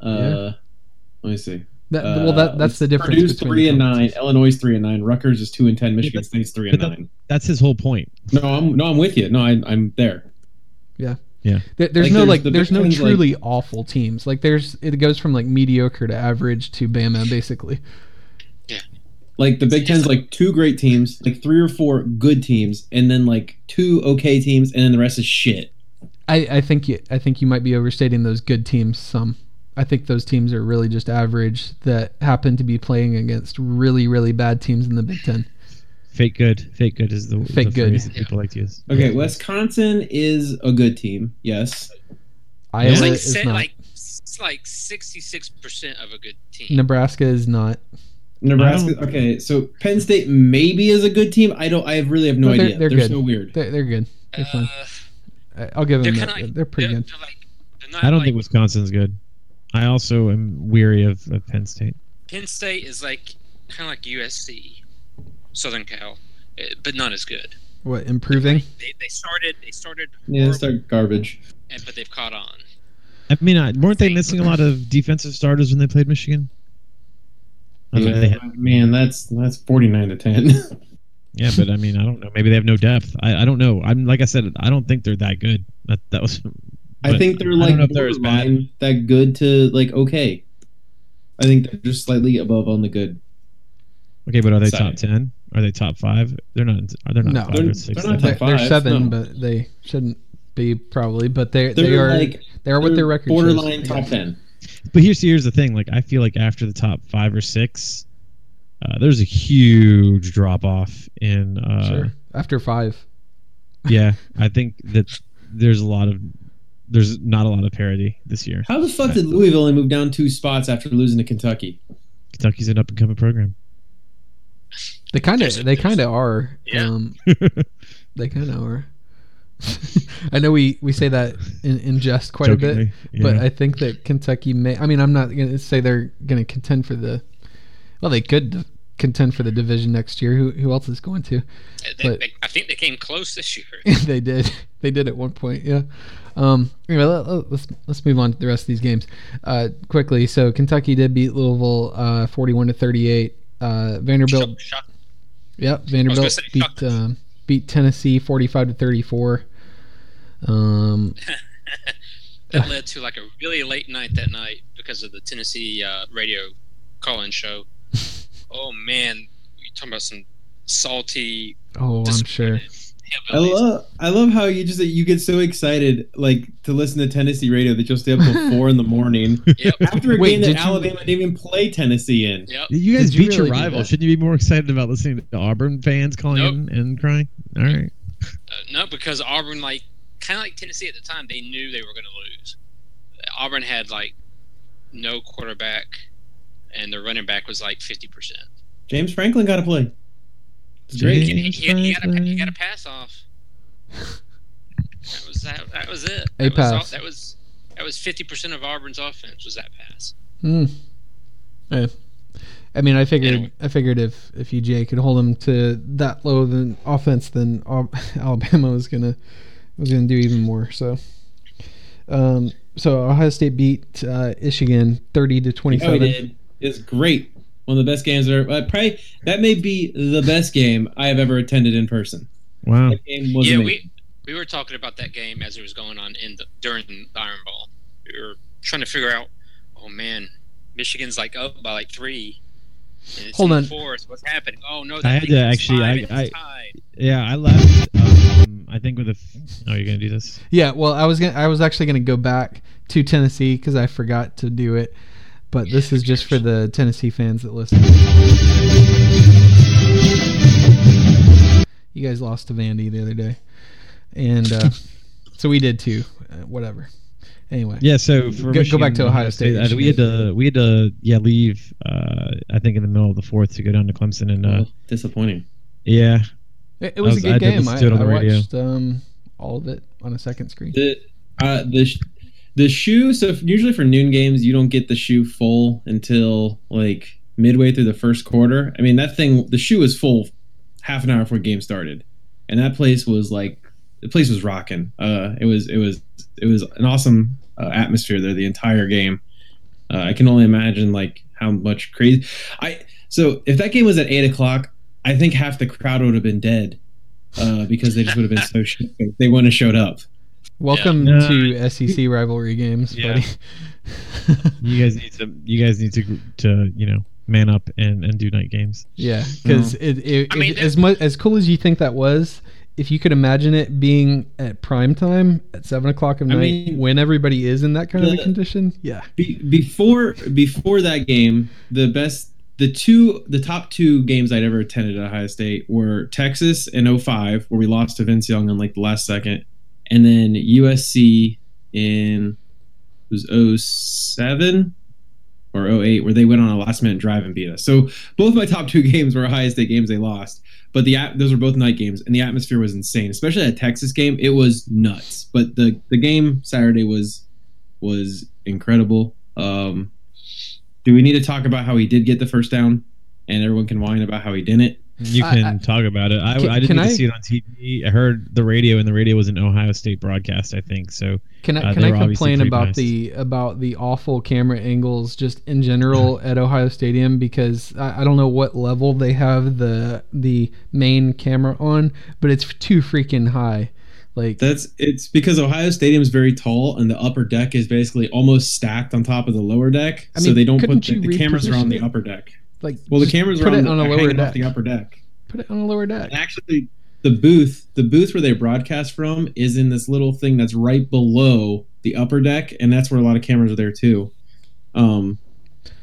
Speaker 2: Uh,
Speaker 1: Yeah.
Speaker 2: Let me see.
Speaker 1: that, well
Speaker 2: Uh,
Speaker 1: that that's the difference.
Speaker 2: Purdue's
Speaker 1: between
Speaker 2: three
Speaker 1: the
Speaker 2: and nine.
Speaker 1: conferences.
Speaker 2: Illinois three and nine. Rutgers is two and ten. Michigan
Speaker 4: but-
Speaker 2: State's three and
Speaker 4: but the-
Speaker 2: nine.
Speaker 4: That's his whole point.
Speaker 2: No, I'm no, I'm with you. No, I, I'm there.
Speaker 1: There, there's
Speaker 2: Like,
Speaker 1: no
Speaker 2: there's
Speaker 1: like
Speaker 2: the
Speaker 1: there's
Speaker 2: big
Speaker 1: no
Speaker 2: ones, like-
Speaker 1: truly awful teams. Like there's it goes from like mediocre to average to Bama basically.
Speaker 2: Like the Big Ten's like two great teams, like three or four good teams, and then like two okay teams, and then the rest is shit.
Speaker 1: I, I think you I think you might be overstating those good teams some. I think those teams are really just average that happen to be playing against really really bad teams in the Big Ten.
Speaker 4: Fake good, fake good is the
Speaker 1: Fake
Speaker 4: the
Speaker 1: good.
Speaker 4: phrase that people like to use.
Speaker 2: Okay, Wisconsin is a good team. Yes,
Speaker 1: Iowa
Speaker 5: It's like
Speaker 1: is
Speaker 5: se-
Speaker 1: not.
Speaker 5: like it's like sixty six percent of a good team.
Speaker 1: Nebraska is not.
Speaker 4: I
Speaker 2: Nebraska.
Speaker 4: don't-
Speaker 2: Okay, so Penn State maybe is a good team. I don't. I really have no
Speaker 1: No, they're-
Speaker 2: idea.
Speaker 1: they're
Speaker 2: They're,
Speaker 1: good.
Speaker 2: so weird.
Speaker 1: They're, they're good. They're
Speaker 5: Uh,
Speaker 1: fine. I- I'll give
Speaker 5: they're
Speaker 1: them
Speaker 5: kind
Speaker 1: that.
Speaker 5: of like
Speaker 1: they're pretty
Speaker 5: they're,
Speaker 1: good.
Speaker 5: They're like, they're not
Speaker 4: I don't
Speaker 5: like,
Speaker 4: think Wisconsin's good. I also am weary of, of Penn State.
Speaker 5: Penn State is like kind of like USC, Southern Cal, uh, but not as good.
Speaker 1: What improving?
Speaker 5: They, they started they started
Speaker 2: Yeah,
Speaker 5: horrible,
Speaker 2: it's like garbage.
Speaker 5: and- but they've caught on.
Speaker 4: I mean, I, weren't they missing a lot of defensive starters when they played Michigan? I mean, they
Speaker 2: Yeah,
Speaker 4: had-
Speaker 2: man, that's that's forty nine to ten. (laughs)
Speaker 4: yeah, but I mean, I don't know. Maybe they have no depth. I, I don't know. I'm like I said, I don't think they're that good. That, that was.
Speaker 2: I
Speaker 4: but
Speaker 2: think they're
Speaker 4: I
Speaker 2: like
Speaker 4: don't know if they're as bad.
Speaker 2: borderline that good to like okay. I think they're just slightly above on the good.
Speaker 4: Okay, but are they
Speaker 2: Sorry.
Speaker 4: top ten? Are they top five? They're not. Are they not?
Speaker 1: No.
Speaker 4: 5
Speaker 2: They're-
Speaker 4: or six.
Speaker 2: they're not
Speaker 1: They're,
Speaker 2: top
Speaker 1: they're
Speaker 2: five,
Speaker 1: seven,
Speaker 2: no.
Speaker 1: but they shouldn't be probably. But they
Speaker 2: They're
Speaker 1: they are
Speaker 2: like
Speaker 1: they are what
Speaker 2: they're
Speaker 1: their record shows,
Speaker 2: borderline
Speaker 1: I
Speaker 2: top
Speaker 1: guess.
Speaker 2: ten.
Speaker 4: But here's here's the thing. Like I feel like after the top five or six, uh, there's a huge drop off in. Uh,
Speaker 1: Sure. After five,
Speaker 4: (laughs) Yeah, I think that there's a lot of there's not a lot of parity this year.
Speaker 2: How the fuck did Louisville only move down two spots after losing to Kentucky?
Speaker 4: Kentucky's an up and
Speaker 1: (laughs)
Speaker 4: coming program.
Speaker 1: they kind
Speaker 5: There's
Speaker 1: of
Speaker 5: a-
Speaker 1: they kind of are.
Speaker 5: Yeah.
Speaker 1: Um, they kind of are. (laughs) I know we we say that in, in jest quite a bit,
Speaker 4: Jokingly, yeah.
Speaker 1: but uh, I think that Kentucky may. I mean, I'm not going to say they're going to contend for the. Well, they could d- contend for the division next year. Who who else is going to? (laughs)
Speaker 5: Eh, They,
Speaker 1: But-
Speaker 5: they, I think they came close this year.
Speaker 1: they did. They did at one point. Yeah. Um, anyway, let, let- let's let's move on to the rest of these games uh, quickly. So Kentucky did beat Louisville uh, 41 to 38. Uh, Vanderbilt.
Speaker 5: Shock- shock-
Speaker 1: Yep. Vanderbilt
Speaker 5: say
Speaker 1: beat
Speaker 5: shocked.
Speaker 1: um, beat Tennessee 45 to 34. Um,
Speaker 5: that led to like a really late night that night because of the
Speaker 1: (laughs)
Speaker 5: Tennessee uh, radio call-in show. oh man, you talking about some salty.
Speaker 1: Oh, I'm sure.
Speaker 2: I love I love how you just you get so excited like to listen to Tennessee radio that you'll stay up till four in the morning
Speaker 5: Yep.
Speaker 2: after a
Speaker 1: Wait,
Speaker 2: game that
Speaker 1: did you-
Speaker 2: Alabama didn't even play Tennessee in.
Speaker 5: Yep.
Speaker 4: You guys
Speaker 1: Did you
Speaker 4: beat your
Speaker 1: really do
Speaker 4: rival.
Speaker 1: that?
Speaker 4: Shouldn't you be more excited about listening to Auburn fans calling
Speaker 5: Nope.
Speaker 4: in and crying? All right.
Speaker 5: Uh, no, because Auburn, like kind of like Tennessee at the time, they knew they were going to lose. Auburn had like no quarterback, and their running back was like fifty percent.
Speaker 2: James Franklin got to play. It's great.
Speaker 4: James-
Speaker 5: He, he, he, had a,
Speaker 4: Franklin.
Speaker 5: he had a pass off. That was that, that was it.
Speaker 1: A
Speaker 5: that was all-
Speaker 1: pass.
Speaker 5: that was that was fifty percent of Auburn's offense was that pass.
Speaker 1: Hmm. Yeah. I mean, I figured
Speaker 5: Anyway.
Speaker 1: I figured if if UGA could hold them to that low of an offense, then Al- (laughs) Alabama was gonna was gonna do even more. So, um, so Ohio State beat uh, Michigan thirty to twenty
Speaker 2: Oh, he
Speaker 1: seven.
Speaker 2: did. It's great. One of the best games I've ever. Uh, probably that may be the best game I have ever attended in person.
Speaker 4: Wow.
Speaker 2: That game was
Speaker 5: yeah,
Speaker 2: amazing.
Speaker 5: we we were talking about that game as it was going on in the, during the Iron Bowl. We were trying to figure out. Oh man, Michigan's like up by like three. And it's
Speaker 1: Hold
Speaker 5: in
Speaker 1: on.
Speaker 5: the fourth. What's happening? Oh no!
Speaker 4: I had to actually- I- I-
Speaker 5: I,
Speaker 4: Yeah, I left. Um, I think with a. F- oh, you're gonna do this?
Speaker 1: Yeah, well, I was gonna, I was actually gonna go back to Tennessee because I forgot to do it, but this is just for the Tennessee fans that listen. You guys lost to Vandy the other day, and
Speaker 4: (laughs)
Speaker 1: uh, so we did too. Uh, whatever. Anyway,
Speaker 4: Yeah. So for
Speaker 1: Go- go back to
Speaker 4: and
Speaker 1: Ohio State,
Speaker 4: uh, we had to we had to yeah leave. Uh, I think in the middle of the fourth to go down to Clemson and uh,
Speaker 2: Oh, disappointing.
Speaker 4: yeah.
Speaker 1: it, it was,
Speaker 4: I was-
Speaker 1: a good
Speaker 4: I did
Speaker 1: game.
Speaker 4: listen
Speaker 1: I,
Speaker 4: to it on
Speaker 1: I
Speaker 4: the radio.
Speaker 1: watched um, all of it on a second screen.
Speaker 2: The uh, the sh- the shoe. So f- usually for noon games, you don't get the shoe full until like midway through the first quarter. I mean that thing. The shoe was full half an hour before game started, and that place was like the place was rocking. Uh, it was it was it was an awesome uh, atmosphere there the entire game. Uh, I can only imagine like how much crazy. I so if that game was at eight o'clock, I think half the crowd would have been dead uh, because they just would have been so (laughs) shook. They wouldn't have showed up.
Speaker 1: Welcome
Speaker 4: Yeah.
Speaker 1: to SEC rivalry games,
Speaker 4: Yeah.
Speaker 1: buddy. (laughs)
Speaker 4: You guys need to you guys need to gr- to you know man up and and do night games.
Speaker 1: Yeah, because
Speaker 2: Mm-hmm.
Speaker 1: it, it,
Speaker 5: I mean,
Speaker 1: it-
Speaker 5: that-
Speaker 1: as much as cool as you think that was, if you could imagine it being at prime time at seven o'clock of
Speaker 2: I
Speaker 1: night
Speaker 2: mean-
Speaker 1: when everybody is in that kind of a
Speaker 2: The-
Speaker 1: condition, yeah,
Speaker 2: Be- before before that game, the best the two the top two games I'd ever attended at Ohio State were Texas in 05 where we lost to Vince Young in like the last second and then USC in it was 07 or 08 where they went on a last minute drive and beat us. So both my top two (laughs) games were Ohio State games they lost, but the at- those were both night games and the atmosphere was insane, especially that Texas game. It was nuts, but the the game Saturday was was incredible. Um, do we need to talk about how he did get the first down, and everyone can whine about how he didn't?
Speaker 4: You
Speaker 1: I-
Speaker 4: can
Speaker 1: I-
Speaker 4: talk about it. I,
Speaker 1: Can-
Speaker 4: I didn't
Speaker 1: can
Speaker 4: get
Speaker 1: I-
Speaker 4: to see it on TV. I heard the radio, and the radio was an Ohio State broadcast, I think. So
Speaker 1: Can I
Speaker 4: Uh,
Speaker 1: can
Speaker 4: they
Speaker 1: I
Speaker 4: were obviously
Speaker 1: complain about
Speaker 4: pre-priced.
Speaker 1: the about the awful camera angles just in
Speaker 2: (laughs)
Speaker 1: general at Ohio Stadium because I, I don't know what level they have the the main camera on, but it's too freaking high. Like
Speaker 2: That's it's because Ohio Stadium is very tall, and the upper deck is basically almost stacked on top of the lower deck,
Speaker 1: I
Speaker 2: so
Speaker 1: mean,
Speaker 2: they don't
Speaker 1: couldn't
Speaker 2: put the,
Speaker 1: you
Speaker 2: the cameras are on the
Speaker 1: reposition it?
Speaker 2: upper deck.
Speaker 1: like
Speaker 2: Well, the
Speaker 1: just
Speaker 2: cameras
Speaker 1: put
Speaker 2: are on,
Speaker 1: it
Speaker 2: the,
Speaker 1: on
Speaker 2: are
Speaker 1: a lower
Speaker 2: hanging
Speaker 1: deck.
Speaker 2: off the upper deck.
Speaker 1: Put it on a lower deck.
Speaker 2: And actually, the booth, the booth where they broadcast from, is in this little thing that's right below the upper deck, and that's where a lot of cameras are there too. Um,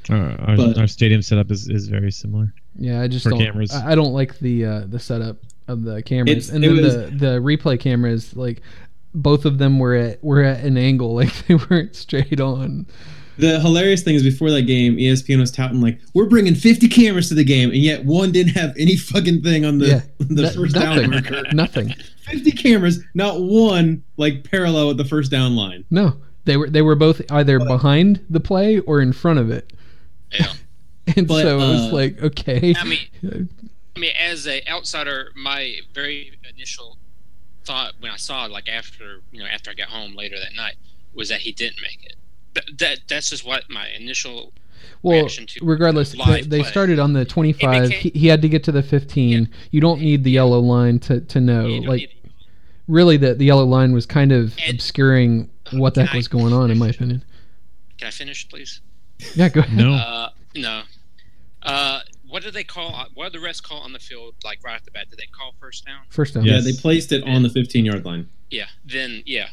Speaker 1: Uh,
Speaker 4: our our,
Speaker 2: But-
Speaker 4: our stadium setup is, is very similar.
Speaker 1: Yeah, I just
Speaker 4: for
Speaker 1: don't.
Speaker 4: cameras.
Speaker 1: I I don't like the uh, the setup of the cameras,
Speaker 2: It's-
Speaker 1: and
Speaker 2: it
Speaker 1: then
Speaker 2: was-
Speaker 1: the the replay cameras. Like both of them were at were at an angle, (laughs) like they weren't straight on.
Speaker 2: The hilarious thing is before that game, E ESPN was touting like we're bringing 50 cameras to the game, and yet one didn't have any fucking thing on the
Speaker 1: Yeah,
Speaker 2: (laughs) the
Speaker 1: no-
Speaker 2: first down
Speaker 1: nothing,
Speaker 2: marker.
Speaker 1: nothing.
Speaker 2: 50 cameras, not one like parallel with the first down line.
Speaker 1: No, they were they were both either behind the play or in front of it.
Speaker 5: Yeah.
Speaker 1: (laughs) and
Speaker 2: But,
Speaker 1: so it was
Speaker 2: uh,
Speaker 1: like okay.
Speaker 5: I mean, I mean, as a outsider, my very initial thought when I saw it, like after you know after I got home later that night, was that he didn't make it. That, that that's just what my initial
Speaker 1: (laughs) well,
Speaker 5: reaction to
Speaker 1: regardless, they,
Speaker 5: live
Speaker 1: they
Speaker 5: play.
Speaker 1: started on the twenty-five.
Speaker 5: became-
Speaker 1: He, he had to get to the fifteen. You don't need the yellow line to to
Speaker 4: Oh,
Speaker 1: know.
Speaker 5: you know,
Speaker 1: like
Speaker 5: it-
Speaker 1: really, the the yellow line was kind of
Speaker 5: And-
Speaker 1: obscuring
Speaker 2: Oh,
Speaker 1: what the heck
Speaker 5: Can I-
Speaker 1: was going on, in my opinion.
Speaker 5: Can I finish, please?
Speaker 4: Hmm.
Speaker 1: Yeah, go ahead.
Speaker 4: No,
Speaker 5: Uh, no. Uh, what do they call? What do the refs call on the field? Like right off the bat, do they call first down?
Speaker 1: First down.
Speaker 4: Yes.
Speaker 2: Yeah, they placed it on the 15 yard line.
Speaker 5: Yeah. Then yeah,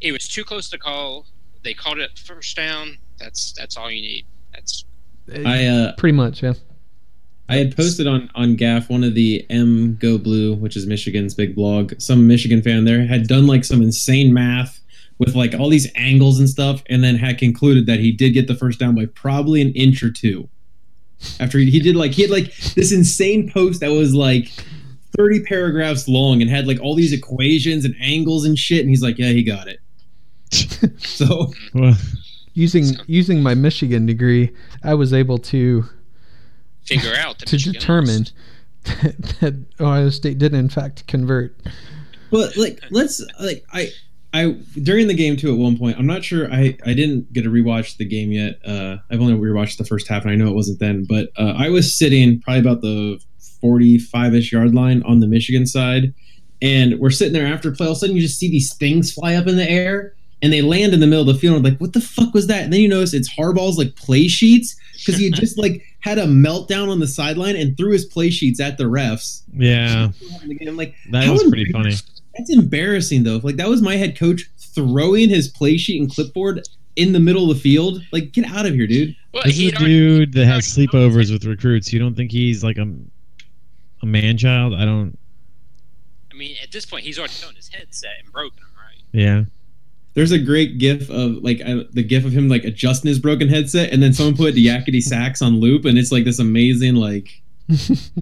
Speaker 5: it was too close to call. They called it first down. That's that's all you need. That's
Speaker 1: Uh,
Speaker 2: I uh,
Speaker 1: Pretty much, yeah.
Speaker 2: I had posted on on Gaff one of the M Go Blue, which is Michigan's big blog. Some Michigan fan there had done like some insane math with like all these angles and stuff, and then had concluded that he did get the first down by probably an inch or two. After he, he did like he had like this insane post that was like thirty paragraphs long and had like all these equations and angles and shit, and he's like, yeah, he got it. so
Speaker 4: (laughs) Well,
Speaker 1: Using
Speaker 5: So-
Speaker 1: using my Michigan degree, I was able to
Speaker 5: figure out that
Speaker 1: to
Speaker 5: Michigan
Speaker 1: determine
Speaker 5: lost.
Speaker 1: that, (laughs) that Ohio State did in fact convert.
Speaker 2: But like, let's like I I during the game too. At one point, I'm not sure. I I didn't get to rewatch the game yet. Uh, I've only rewatched the first half, and I know it wasn't then. But uh, I was sitting probably about the 45 ish yard line on the Michigan side, and we're sitting there after play. All of a sudden, you just see these things fly up in the air. And they land in the middle of the field. And I'm like, what the fuck was that? And then you notice it's Harbaugh's like play sheets because he had just like had a meltdown on the sideline and threw his play sheets at the refs.
Speaker 4: yeah,
Speaker 2: I'm like,
Speaker 4: that
Speaker 2: How
Speaker 4: was pretty funny.
Speaker 2: that's embarrassing though. Like that was my head coach throwing his play sheet and clipboard in the middle of the field. Like get out of here, dude.
Speaker 5: Well,
Speaker 4: This
Speaker 5: he
Speaker 4: is a dude that has sleepovers with recruits. You don't think he's like a a man child? I don't.
Speaker 5: I mean, at this point, he's already thrown his headset and broken him, right?
Speaker 4: Yeah.
Speaker 2: There's a great gif of like I, the gif of him like adjusting his broken headset, and then someone put yakety sax on loop, and it's like this amazing like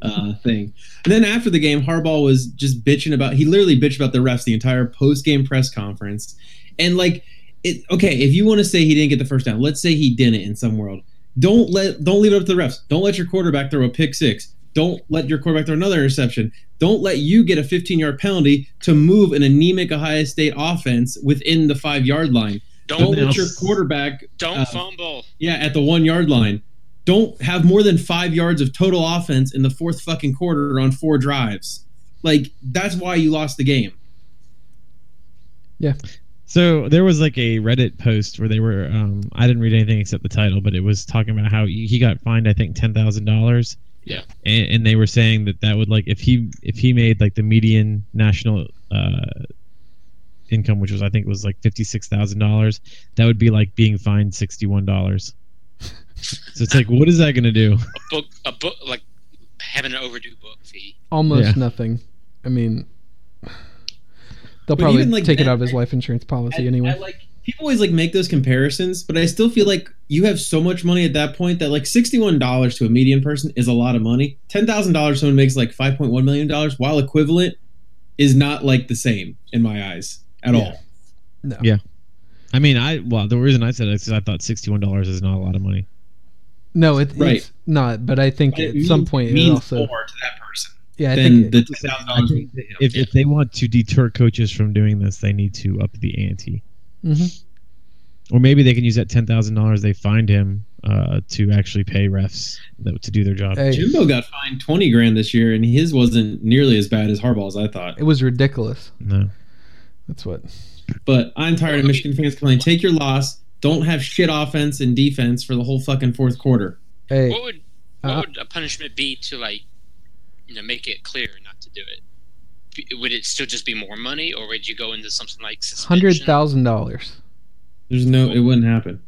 Speaker 2: uh, thing. And then after the game, Harbaugh was just bitching about. He literally bitched about the refs the entire post game press conference, and like it. Okay, if you want to say he didn't get the first down, let's say he didn't in some world. Don't let don't leave it up to the refs. Don't let your quarterback throw a pick six. Don't let your quarterback throw another interception. Don't let you get a 15 yard penalty to move an anemic Ohio State offense within the five yard line. Don't
Speaker 5: Don't
Speaker 4: Something
Speaker 2: let
Speaker 4: else.
Speaker 2: your quarterback
Speaker 5: don't
Speaker 4: um,
Speaker 2: uh,
Speaker 5: fumble.
Speaker 2: yeah, at the one yard line. Don't have more than five yards of total offense in the fourth fucking quarter on four drives. Like that's why you lost the game.
Speaker 4: So there was like a Reddit post where they were. Um, I didn't read anything except the title, but it was talking about how he he got fined. I think ten thousand dollars.
Speaker 5: Yeah.
Speaker 4: And, and they were saying that that would like if he if he made like the median national uh, income, which was I think was like fifty six thousand dollars, that would be like being fined sixty one dollars. so it's like, what is that going to do?
Speaker 5: A book, a book, like having an overdue book fee.
Speaker 1: Almost
Speaker 4: Yeah.
Speaker 1: nothing. I mean, they'll
Speaker 2: But
Speaker 1: probably
Speaker 2: even, like,
Speaker 1: take it
Speaker 2: that-
Speaker 1: out of his life insurance policy
Speaker 2: I-
Speaker 1: anyway.
Speaker 2: I like people always like make those comparisons, but I still feel like you have so much money at that point that like sixty-one dollars to a median person is a lot of money. Ten thousand dollars someone makes like five point one million dollars, while equivalent, is not like the same in my eyes at
Speaker 1: Yeah.
Speaker 2: all.
Speaker 1: no.
Speaker 4: yeah. I mean, I well, the reason I said it is 'cause I thought sixty one dollars is not a lot of money.
Speaker 1: No, it,
Speaker 2: Right.
Speaker 1: it's not. But I think
Speaker 2: But
Speaker 1: at
Speaker 2: it
Speaker 1: some
Speaker 2: mean-
Speaker 1: point it
Speaker 2: means
Speaker 1: also.
Speaker 2: more to that person
Speaker 1: Yeah, I think
Speaker 2: than
Speaker 1: it-
Speaker 2: the ten thousand dollars.
Speaker 4: If, if they want to deter coaches from doing this, they need to up the ante.
Speaker 1: mhm.
Speaker 4: or maybe they can use that ten thousand dollars they find him uh, to actually pay refs that, to do their job.
Speaker 1: Hey,
Speaker 2: Jimbo got fined twenty grand this year, and his wasn't nearly as bad as Harbaugh's. I thought.
Speaker 1: it was ridiculous.
Speaker 4: No,
Speaker 1: That's what.
Speaker 2: But I'm tired of Michigan fans complaining. Take your loss. Don't have shit offense and defense for the whole fucking fourth quarter.
Speaker 1: Hey,
Speaker 5: What would what
Speaker 1: Uh,
Speaker 5: would a punishment be to like, you know, make it clear not to do it? B- Would it still just be more money, or would you go into something like
Speaker 1: hundred
Speaker 5: suspension?
Speaker 1: thousand dollars.
Speaker 2: There's no, it wouldn't happen.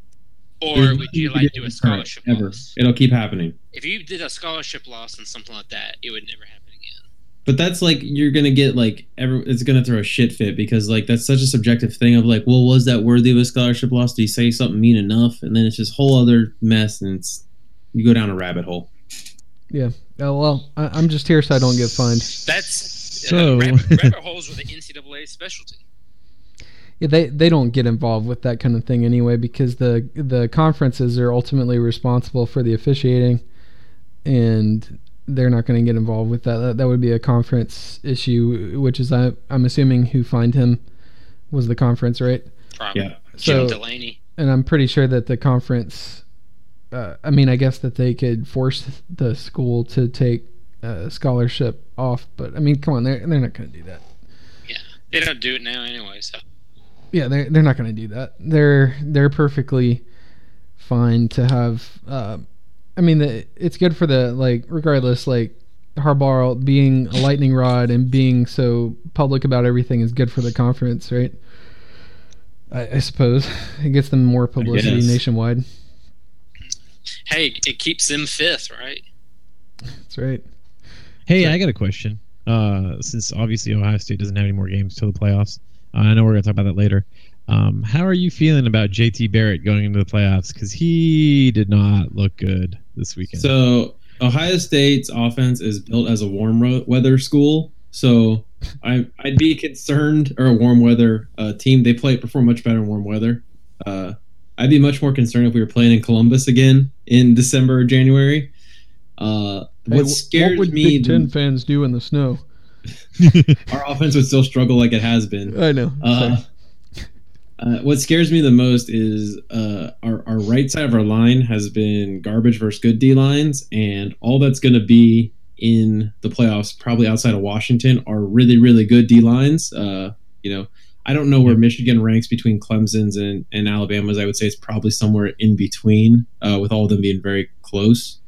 Speaker 5: or
Speaker 2: There's
Speaker 5: would you
Speaker 2: nothing
Speaker 5: like
Speaker 2: can
Speaker 5: do
Speaker 2: deter
Speaker 5: a
Speaker 2: it,
Speaker 5: scholarship
Speaker 2: ever?
Speaker 5: loss?
Speaker 2: It'll keep happening.
Speaker 5: If you did a scholarship loss and something like that, it would never happen again.
Speaker 2: But that's like you're gonna get like every. It's gonna throw a shit fit because like that's such a subjective thing of like, well, was that worthy of a scholarship loss? Did he say something mean enough? And then it's just whole other mess, and it's you go down a rabbit hole.
Speaker 1: Oh, well, I, I'm just here so I don't get fined.
Speaker 5: That's
Speaker 4: so.
Speaker 1: (laughs)
Speaker 5: uh, rabbit, rabbit holes were the NCAA specialty.
Speaker 1: Yeah, they they don't get involved with that kind of thing anyway because the the conferences are ultimately responsible for the officiating, and they're not going to get involved with that. that. That would be a conference issue, which is I I'm assuming who fined him was the conference, right?
Speaker 5: Probably.
Speaker 2: Yeah.
Speaker 1: So-
Speaker 5: Jim Delaney.
Speaker 1: and I'm pretty sure that the conference. Uh, I mean, I guess that they could force the school to take uh, scholarship off, but I mean, come on, they're they're not going to do that.
Speaker 5: They don't do it now anyway, so
Speaker 1: Yeah, they're they're not going to do that. They're they're perfectly fine to have uh, I mean, the, it's good for the like. Regardless, like Harbaugh being a lightning rod and being so public about everything is good for the conference, right? I, I suppose it gets them more publicity
Speaker 2: guess.
Speaker 1: nationwide.
Speaker 5: Hey, it keeps them fifth, right?
Speaker 1: That's right.
Speaker 4: (laughs) Hey, I got a question. Uh, since obviously Ohio State doesn't have any more games till the playoffs, uh, I know we're gonna talk about that later. Um, how are you feeling about JT Barrett going into the playoffs? Because he did not look good this (laughs) weekend.
Speaker 2: So Ohio State's offense is built as a warm ro- weather school. So I, I'd be concerned, or a warm weather uh, team. They play perform much better in warm weather. Uh, I'd be much more concerned if we were playing in Columbus again in December or January. Uh,
Speaker 1: Hey,
Speaker 2: what
Speaker 1: wh-
Speaker 2: scares
Speaker 1: what would
Speaker 2: me,
Speaker 1: Big Ten fans do in the snow?
Speaker 2: (laughs) our offense would still struggle like it has been.
Speaker 1: I know.
Speaker 2: (laughs) Uh, uh, what scares me the most is uh, our, our right side of our line has been garbage versus good D lines, and all that's going to be in the playoffs, probably outside of Washington, are really, really good D lines. Uh, you know, I don't know where Michigan ranks between Clemson's and, and Alabama's. I would say it's probably somewhere in between, uh, with all of them being very close.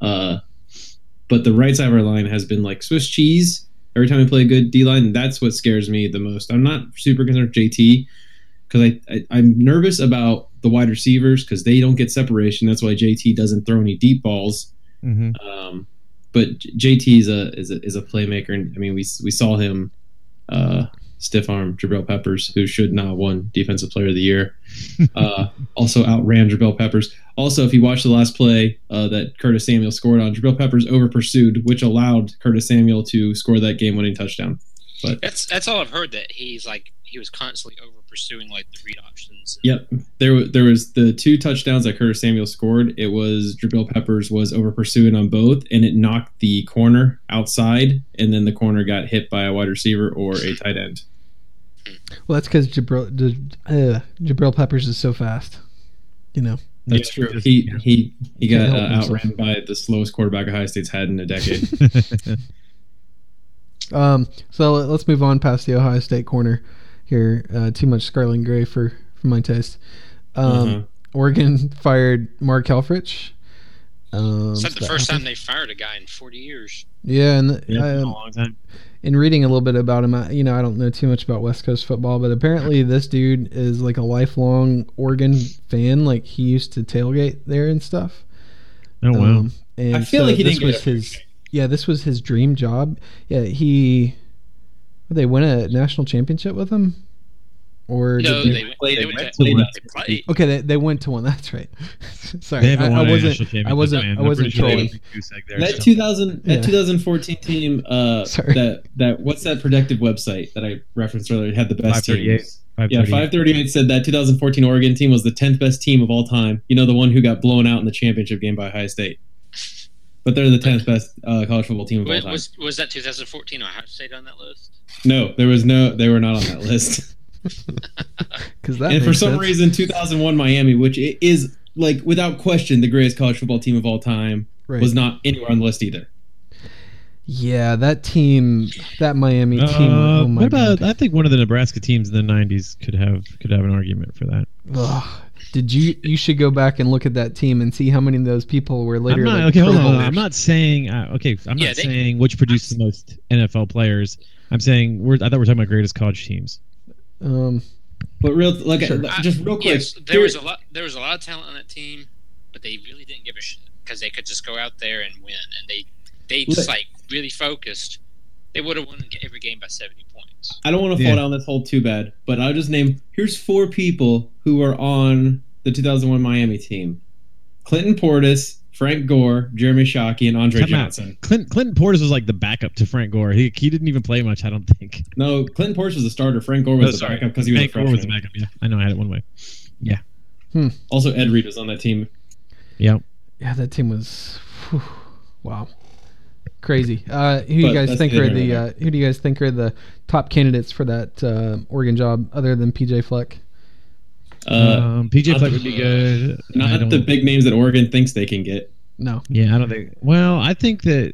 Speaker 2: Uh, but the right side of our line has been like Swiss cheese every time we play a good D line, that's what scares me the most. I'm not super concerned with JT because I, I I'm nervous about the wide receivers because they don't get separation. That's why JT doesn't throw any deep balls.
Speaker 1: Mm-hmm.
Speaker 2: (laughs)
Speaker 4: Mhm.
Speaker 2: Um, but J- JT is a is a is a playmaker, and I mean we we saw him uh, stiff arm Jabril Peppers, who should not have won Defensive Player of the Year. Uh, also outran Jabril Peppers. Also, if you watch the last play uh, that Curtis Samuel scored on, Jabril Peppers over pursued, which allowed Curtis Samuel to score that game winning touchdown.
Speaker 5: That's that's all I've heard. That he's like he was constantly over pursuing like the read options.
Speaker 2: Yep, there wa- there was the two touchdowns that Curtis Samuel scored. It was Jabril Peppers was over pursuing on both, and it knocked the corner outside, and then the corner got hit by a wide receiver or a tight end.
Speaker 1: Well, that's because Jabril, J- uh, Jabril Peppers is so fast. You know.
Speaker 2: That's
Speaker 4: Yeah.
Speaker 2: true. He he he
Speaker 1: Can't
Speaker 2: got
Speaker 1: help
Speaker 2: uh,
Speaker 1: himself.
Speaker 2: outran by the slowest quarterback Ohio State's had in a (laughs) decade.
Speaker 1: Um, so let- let's move on past the Ohio State corner here. Uh, too much scarlet and gray for, for my taste. Um,
Speaker 2: Uh-huh.
Speaker 1: Oregon (laughs) fired Mark Helfrich. Um,
Speaker 5: It's not the
Speaker 1: so-
Speaker 5: first time they fired a guy in 40 years.
Speaker 1: Yeah, and um,
Speaker 4: long time.
Speaker 1: in reading a little bit about him, I, you know, I don't know too much about West Coast football, but apparently this dude is like a lifelong Oregon fan. Like he used to tailgate there and stuff.
Speaker 4: Oh wow.
Speaker 1: Um, and
Speaker 2: I feel
Speaker 1: so
Speaker 2: like he
Speaker 1: this
Speaker 2: didn't get
Speaker 1: was
Speaker 2: it.
Speaker 1: his. Yeah, this was his dream job. Yeah, he. They win a national championship with him, or
Speaker 5: No,
Speaker 1: did
Speaker 5: they, went-
Speaker 2: played
Speaker 5: they
Speaker 2: it
Speaker 5: went
Speaker 2: right
Speaker 5: to-
Speaker 2: to left.
Speaker 5: they played-
Speaker 1: okay, they, they went to one. (laughs) That's right. Sorry,
Speaker 4: They haven't
Speaker 1: I,
Speaker 4: won
Speaker 1: I
Speaker 4: a
Speaker 1: wasn't.
Speaker 4: national championship.
Speaker 1: wasn't-
Speaker 4: man.
Speaker 1: I
Speaker 4: I'm
Speaker 1: wasn't
Speaker 4: pretty sure they
Speaker 1: trolling.
Speaker 4: have a goose egg there
Speaker 2: That
Speaker 4: still.
Speaker 2: 2000 that
Speaker 1: Yeah.
Speaker 2: 2014 team uh
Speaker 1: Sorry.
Speaker 2: that that what's that predictive website that I referenced earlier had the best
Speaker 4: 538.
Speaker 2: teams. Yeah,
Speaker 4: 538.
Speaker 2: 538 said that 2014 Oregon team was the 10th best team of all time. You know, the one who got blown out in the championship game by Ohio State. But they're the 10th best uh, college football team of all
Speaker 5: Was,
Speaker 2: time.
Speaker 5: was was that 2014 Ohio State on that list?
Speaker 2: no, there was no, they were not on that list.
Speaker 1: Because (laughs) that
Speaker 2: and for
Speaker 1: makes
Speaker 2: some
Speaker 1: sense.
Speaker 2: reason, 2001 Miami, which i- is like without question the greatest college football team of all time,
Speaker 1: right.
Speaker 2: was not anywhere on the list either.
Speaker 1: yeah, that team, that Miami
Speaker 4: Uh,
Speaker 1: team. Oh my
Speaker 4: what about?
Speaker 1: god!
Speaker 4: I think one of the Nebraska teams in the '90s could have could have an argument for that.
Speaker 1: Ugh. Did you? You should go back and look at that team and see how many of those people were later.
Speaker 4: I'm not,
Speaker 1: like,
Speaker 4: okay,
Speaker 1: Pro
Speaker 4: hold on. I'm
Speaker 1: Bowlers.
Speaker 4: not saying. Uh, okay, I'm
Speaker 5: Yeah,
Speaker 4: not
Speaker 5: they-
Speaker 4: saying which produced the most NFL players. I'm saying we're. I thought we were talking about greatest college teams.
Speaker 1: Um,
Speaker 2: But real, like,
Speaker 1: Sure.
Speaker 2: like, just real quick,
Speaker 5: Yes, there was a lot. There was a lot of talent on that team, but they really didn't give a shit because they could just go out there and win, and they they just like really focused. They would have won every game by 70 points.
Speaker 2: I don't want to
Speaker 4: Yeah.
Speaker 2: fall down this hole too bad, but I'll just name here's four people who were on the 2001 Miami team: Clinton Portis, Frank Gore, Jeremy Shockey, and Andre
Speaker 4: Time out.
Speaker 2: Johnson.
Speaker 4: Clint, Clinton Portis was like the backup to Frank Gore. He, he didn't even play much. I don't think.
Speaker 2: No, Clinton Portis was a starter. Frank Gore was
Speaker 4: No,
Speaker 2: the
Speaker 4: Oh, sorry.
Speaker 2: backup because he was
Speaker 4: Frank
Speaker 2: a
Speaker 4: Gore
Speaker 2: freshman.
Speaker 4: was the backup. Yeah, I know. I had it one way.
Speaker 2: also, Ed Reed was on that team.
Speaker 4: Yeah.
Speaker 1: yeah, that team was. whew, wow. Crazy. Uh, who do
Speaker 2: But
Speaker 1: you guys
Speaker 2: that's
Speaker 1: think
Speaker 2: neither
Speaker 1: are
Speaker 2: here
Speaker 1: the
Speaker 2: nor
Speaker 1: uh, Who do you guys think are the top candidates for that uh, Oregon job other than PJ Fleck?
Speaker 2: Uh,
Speaker 4: um, PJ
Speaker 2: not
Speaker 4: Fleck
Speaker 2: the-
Speaker 4: would be good. I
Speaker 2: not
Speaker 4: don't-
Speaker 2: the big names that Oregon thinks they can get.
Speaker 1: No.
Speaker 4: Yeah, I don't think. Well, I think that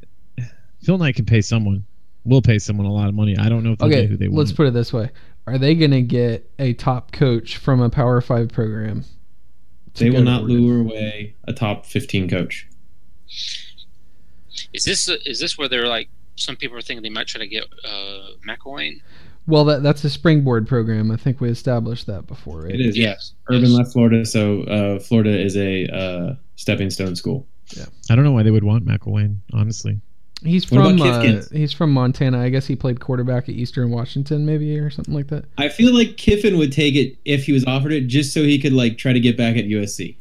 Speaker 4: Phil Knight can pay someone. We'll pay someone a lot of money. I don't know if they'll get
Speaker 1: Okay.
Speaker 4: who they want.
Speaker 1: Let's put it this way: Are they going to get a top coach from a Power Five program? to
Speaker 2: They
Speaker 1: go
Speaker 2: will
Speaker 1: to
Speaker 2: not
Speaker 1: Oregon?
Speaker 2: lure away a top 15 coach.
Speaker 5: Is this is this where they're like some people are thinking they might try to get uh, McElwain?
Speaker 1: Well, that that's a springboard program. I think we established that before, right?
Speaker 2: It is, yes. Urban left Florida, so uh, Florida is a uh, stepping stone school.
Speaker 4: I don't know why they would want McElwain, honestly.
Speaker 1: He's
Speaker 2: What
Speaker 1: from
Speaker 2: about
Speaker 1: uh,
Speaker 2: Kifkins?
Speaker 1: he's from Montana. I guess he played quarterback at Eastern Washington, maybe or something like that.
Speaker 2: I feel like Kiffin would take it if he was offered it, just so he could like try to get back at USC.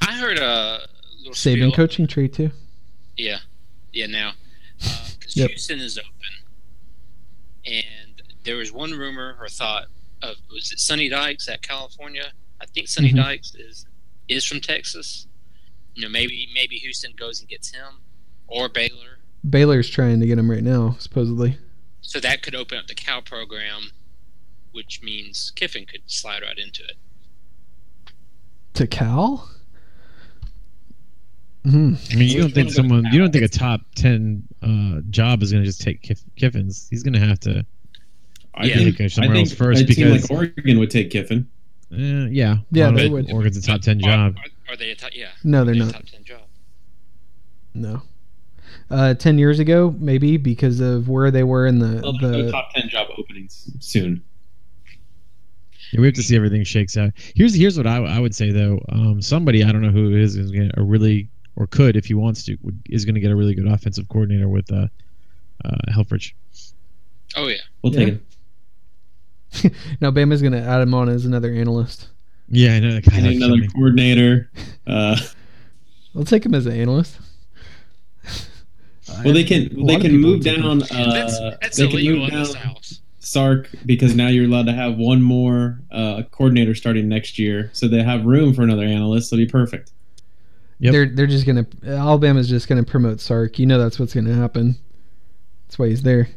Speaker 5: I heard uh, a little
Speaker 1: Saving
Speaker 5: spiel-
Speaker 1: coaching tree too.
Speaker 5: Yeah, yeah. Now, because
Speaker 1: Yep.
Speaker 5: Houston is open, and there was one rumor or thought of was it Sonny Dykes at California? I think Sonny
Speaker 1: Mhm.
Speaker 5: Dykes is is from Texas. You know, maybe maybe Houston goes and gets him, or Baylor.
Speaker 1: Baylor's trying to get him right now, supposedly.
Speaker 5: So that could open up the Cal program, which means Kiffin could slide right into it.
Speaker 1: To Cal. Hmm.
Speaker 4: I mean, you
Speaker 5: Which
Speaker 4: don't think
Speaker 5: one?
Speaker 4: someone, you don't think a top ten uh, job is going to just take Kiff- Kiffin's. He's going to have to
Speaker 2: I
Speaker 5: Yeah.
Speaker 4: get a
Speaker 2: think,
Speaker 4: coach
Speaker 2: I
Speaker 4: somewhere
Speaker 2: think
Speaker 4: else first
Speaker 2: a team
Speaker 4: because,
Speaker 2: like Oregon would take Kiffin.
Speaker 4: eh, yeah,
Speaker 1: Yeah,
Speaker 4: I don't
Speaker 1: they
Speaker 4: know.
Speaker 1: would.
Speaker 4: Oregon's a top ten job.
Speaker 5: Are, are, are they a top? Yeah,
Speaker 1: No, they're
Speaker 5: they're a
Speaker 1: not.
Speaker 5: top ten job.
Speaker 1: No. Uh, ten years ago, maybe because of where they were in the
Speaker 2: Well, there's no
Speaker 1: the
Speaker 2: top ten job openings soon.
Speaker 4: Yeah, we have to see everything shakes out. Here's here's what I, I would say though. Um, somebody I don't know who it is is going to a really or could if he wants to would, is going to get a really good offensive coordinator with uh, uh, Helfrich.
Speaker 5: Oh yeah,
Speaker 2: We'll
Speaker 1: Yeah.
Speaker 2: take him.
Speaker 1: now Bama's gonna add him on as another analyst.
Speaker 4: Yeah, I know. That guy,
Speaker 2: I need another coordinator. Uh,
Speaker 1: I'll take him as an analyst.
Speaker 2: well, they can
Speaker 1: lot
Speaker 2: they
Speaker 1: of
Speaker 2: can
Speaker 1: people
Speaker 2: move
Speaker 1: would take
Speaker 2: down.
Speaker 5: that's
Speaker 2: Uh,
Speaker 5: that's
Speaker 2: they can
Speaker 5: illegal
Speaker 2: move
Speaker 5: in the
Speaker 2: down
Speaker 5: South.
Speaker 2: Sark because now you're allowed to have one more uh, coordinator starting next year, so they have room for another analyst. It'll be perfect.
Speaker 4: Yep.
Speaker 1: They're they're just gonna Alabama's just gonna promote Sark. You know that's what's gonna happen. That's why he's there.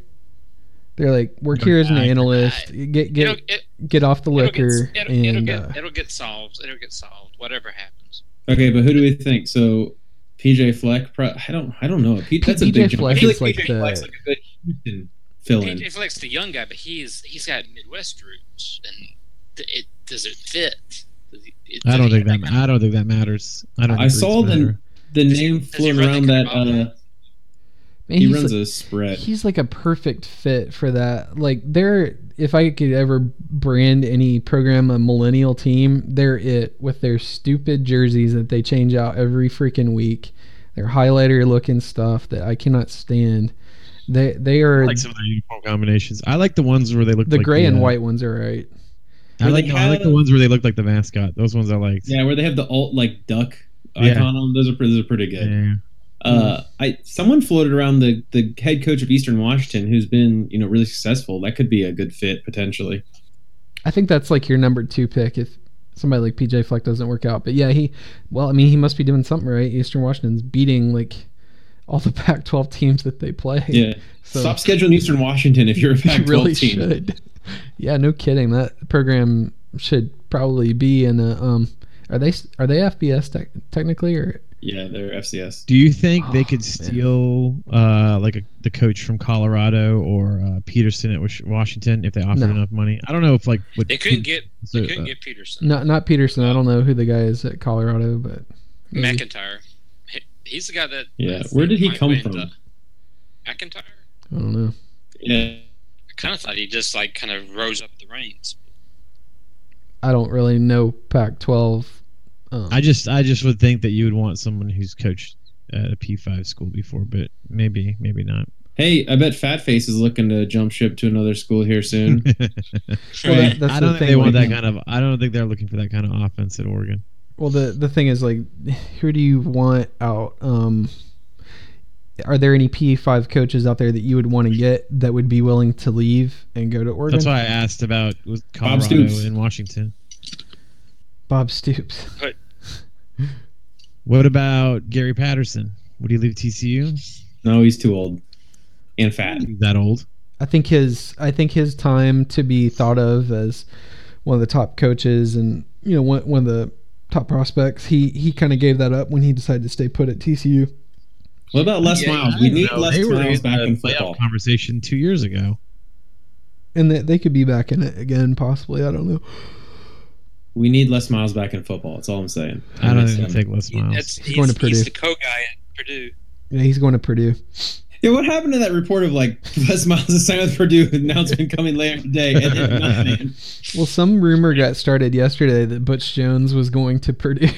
Speaker 1: They're like, work
Speaker 4: You're
Speaker 1: here as an
Speaker 4: right.
Speaker 1: analyst. Get
Speaker 5: You know,
Speaker 1: get
Speaker 5: it,
Speaker 1: get off the liquor
Speaker 5: It'll get, it'll, it'll
Speaker 1: and
Speaker 5: get,
Speaker 1: uh,
Speaker 5: it'll get solved. It'll get solved. Whatever happens.
Speaker 2: Okay, but who do we think? So PJ Fleck, pro- I don't, I don't know. P- that's a
Speaker 1: PJ
Speaker 2: big jump.
Speaker 1: Fleck
Speaker 2: I feel
Speaker 1: is like the-
Speaker 2: Fleck's like a good Houston fill-in.
Speaker 5: PJ Fleck's the young guy, but he's he's got Midwest roots, and th- it does it fit. Does he- it-
Speaker 4: I don't
Speaker 5: does he
Speaker 4: think that.
Speaker 5: have
Speaker 4: I don't think that matters. I don't.
Speaker 2: I
Speaker 4: think roots
Speaker 2: saw the-
Speaker 4: matter.
Speaker 2: The
Speaker 5: Does he-
Speaker 2: name
Speaker 5: does he
Speaker 2: floating
Speaker 5: run
Speaker 2: around
Speaker 5: like
Speaker 2: that
Speaker 5: an
Speaker 2: uh,
Speaker 1: man,
Speaker 2: he
Speaker 1: he's
Speaker 2: runs
Speaker 1: like,
Speaker 2: a spread.
Speaker 1: he's like a perfect fit for that. Like they're if I could ever brand any program a millennial team, they're it with their stupid jerseys that they change out every freaking week. Their highlighter looking stuff that I cannot stand. They they are
Speaker 4: I like some of their uniform combinations. I like the ones where they look
Speaker 1: the
Speaker 4: like
Speaker 1: gray and
Speaker 4: uh,
Speaker 1: white ones are right.
Speaker 4: I
Speaker 2: Where
Speaker 4: like.
Speaker 2: they
Speaker 4: no, I like the
Speaker 2: have-
Speaker 4: ones where they look like the mascot. Those ones I liked.
Speaker 2: Yeah, where they have the alt like duck
Speaker 4: Yeah.
Speaker 2: icon on. Those are pre- those are pretty good.
Speaker 4: Yeah.
Speaker 2: Uh, I someone floated around the the head coach of Eastern Washington, who's been you know really successful. That could be a good fit potentially.
Speaker 1: I think that's like your number two pick if somebody like PJ Fleck doesn't work out. But yeah, he well, I mean he must be doing something right. Eastern Washington's beating like all the (laughs) Pac-12 teams that they play.
Speaker 2: Yeah,
Speaker 1: So- (laughs)
Speaker 2: stop scheduling Eastern Washington if you're a
Speaker 1: You
Speaker 2: Pac-12
Speaker 1: really
Speaker 2: team.
Speaker 1: should. (laughs) Yeah, no kidding. That program should probably be in a. Um, are they are they FBS tec- technically or
Speaker 2: Yeah, they're FCS.
Speaker 4: Do you think
Speaker 1: Oh,
Speaker 4: they could
Speaker 1: man.
Speaker 4: steal uh, like a, the coach from Colorado or uh, Peterson at Wash- Washington if they offered
Speaker 1: No.
Speaker 4: enough money? I don't know if like what
Speaker 5: They couldn't get
Speaker 4: so,
Speaker 5: they couldn't
Speaker 4: uh,
Speaker 5: get Peterson
Speaker 1: not? Not Peterson. I don't know who the guy is at Colorado, but maybe.
Speaker 5: McIntyre. He- He's the guy that.
Speaker 2: Yeah,
Speaker 5: that's
Speaker 2: where did he
Speaker 5: Mike
Speaker 2: come
Speaker 5: Wayne,
Speaker 2: from?
Speaker 5: uh, McIntyre.
Speaker 1: I don't know.
Speaker 2: Yeah,
Speaker 5: I kind of thought he just like kind of rose up the ranks.
Speaker 1: I don't really know Pac-12. Um,
Speaker 4: I just I just would think that you would want someone who's coached at a P five school before, but maybe maybe not.
Speaker 2: Hey, I bet Fatface is looking to jump ship to another school here
Speaker 4: (laughs)
Speaker 2: soon.
Speaker 1: well, that- that's the
Speaker 4: I don't think
Speaker 1: thing,
Speaker 4: they want
Speaker 1: like-
Speaker 4: that kind of. I don't think they're looking for that kind of offense at Oregon.
Speaker 1: Well, the the thing is, like, who do you want out? Um, are there any P five coaches out there that you would want to get that would be willing to leave and go to Oregon?
Speaker 4: That's why I asked about was Colorado
Speaker 2: Stoops.
Speaker 4: and Washington.
Speaker 1: Bob Stoops.
Speaker 4: What about Gary Patterson? Would he leave TCU?
Speaker 2: no, he's too old and fat.
Speaker 4: He's that old.
Speaker 1: I think his I think his time to be thought of as one of the top coaches and you know one, one of the top prospects. He he kind of gave that up when he decided to stay put at TCU.
Speaker 2: What about Les
Speaker 5: Yeah,
Speaker 2: Miles? We need
Speaker 4: No,
Speaker 2: Les
Speaker 4: they were
Speaker 2: Miles back
Speaker 4: the
Speaker 2: in
Speaker 4: playoff
Speaker 2: football.
Speaker 4: Conversation two years ago.
Speaker 1: And that they could be back in it again, possibly. I don't know.
Speaker 2: We need Les Miles back in football. That's all I'm saying.
Speaker 4: I don't
Speaker 2: Makes
Speaker 4: even
Speaker 2: sense.
Speaker 4: think Les
Speaker 5: He- that's,
Speaker 4: Miles.
Speaker 5: he's,
Speaker 1: He's going to Purdue.
Speaker 5: he's the co guy at Purdue.
Speaker 1: Yeah, he's going to Purdue.
Speaker 2: Yeah, what happened to that report of like (laughs) Les Miles is signed with Purdue announcement coming later today? And
Speaker 4: (laughs)
Speaker 2: then nothing.
Speaker 1: Well, some rumor got started yesterday that Butch Jones was going to Purdue.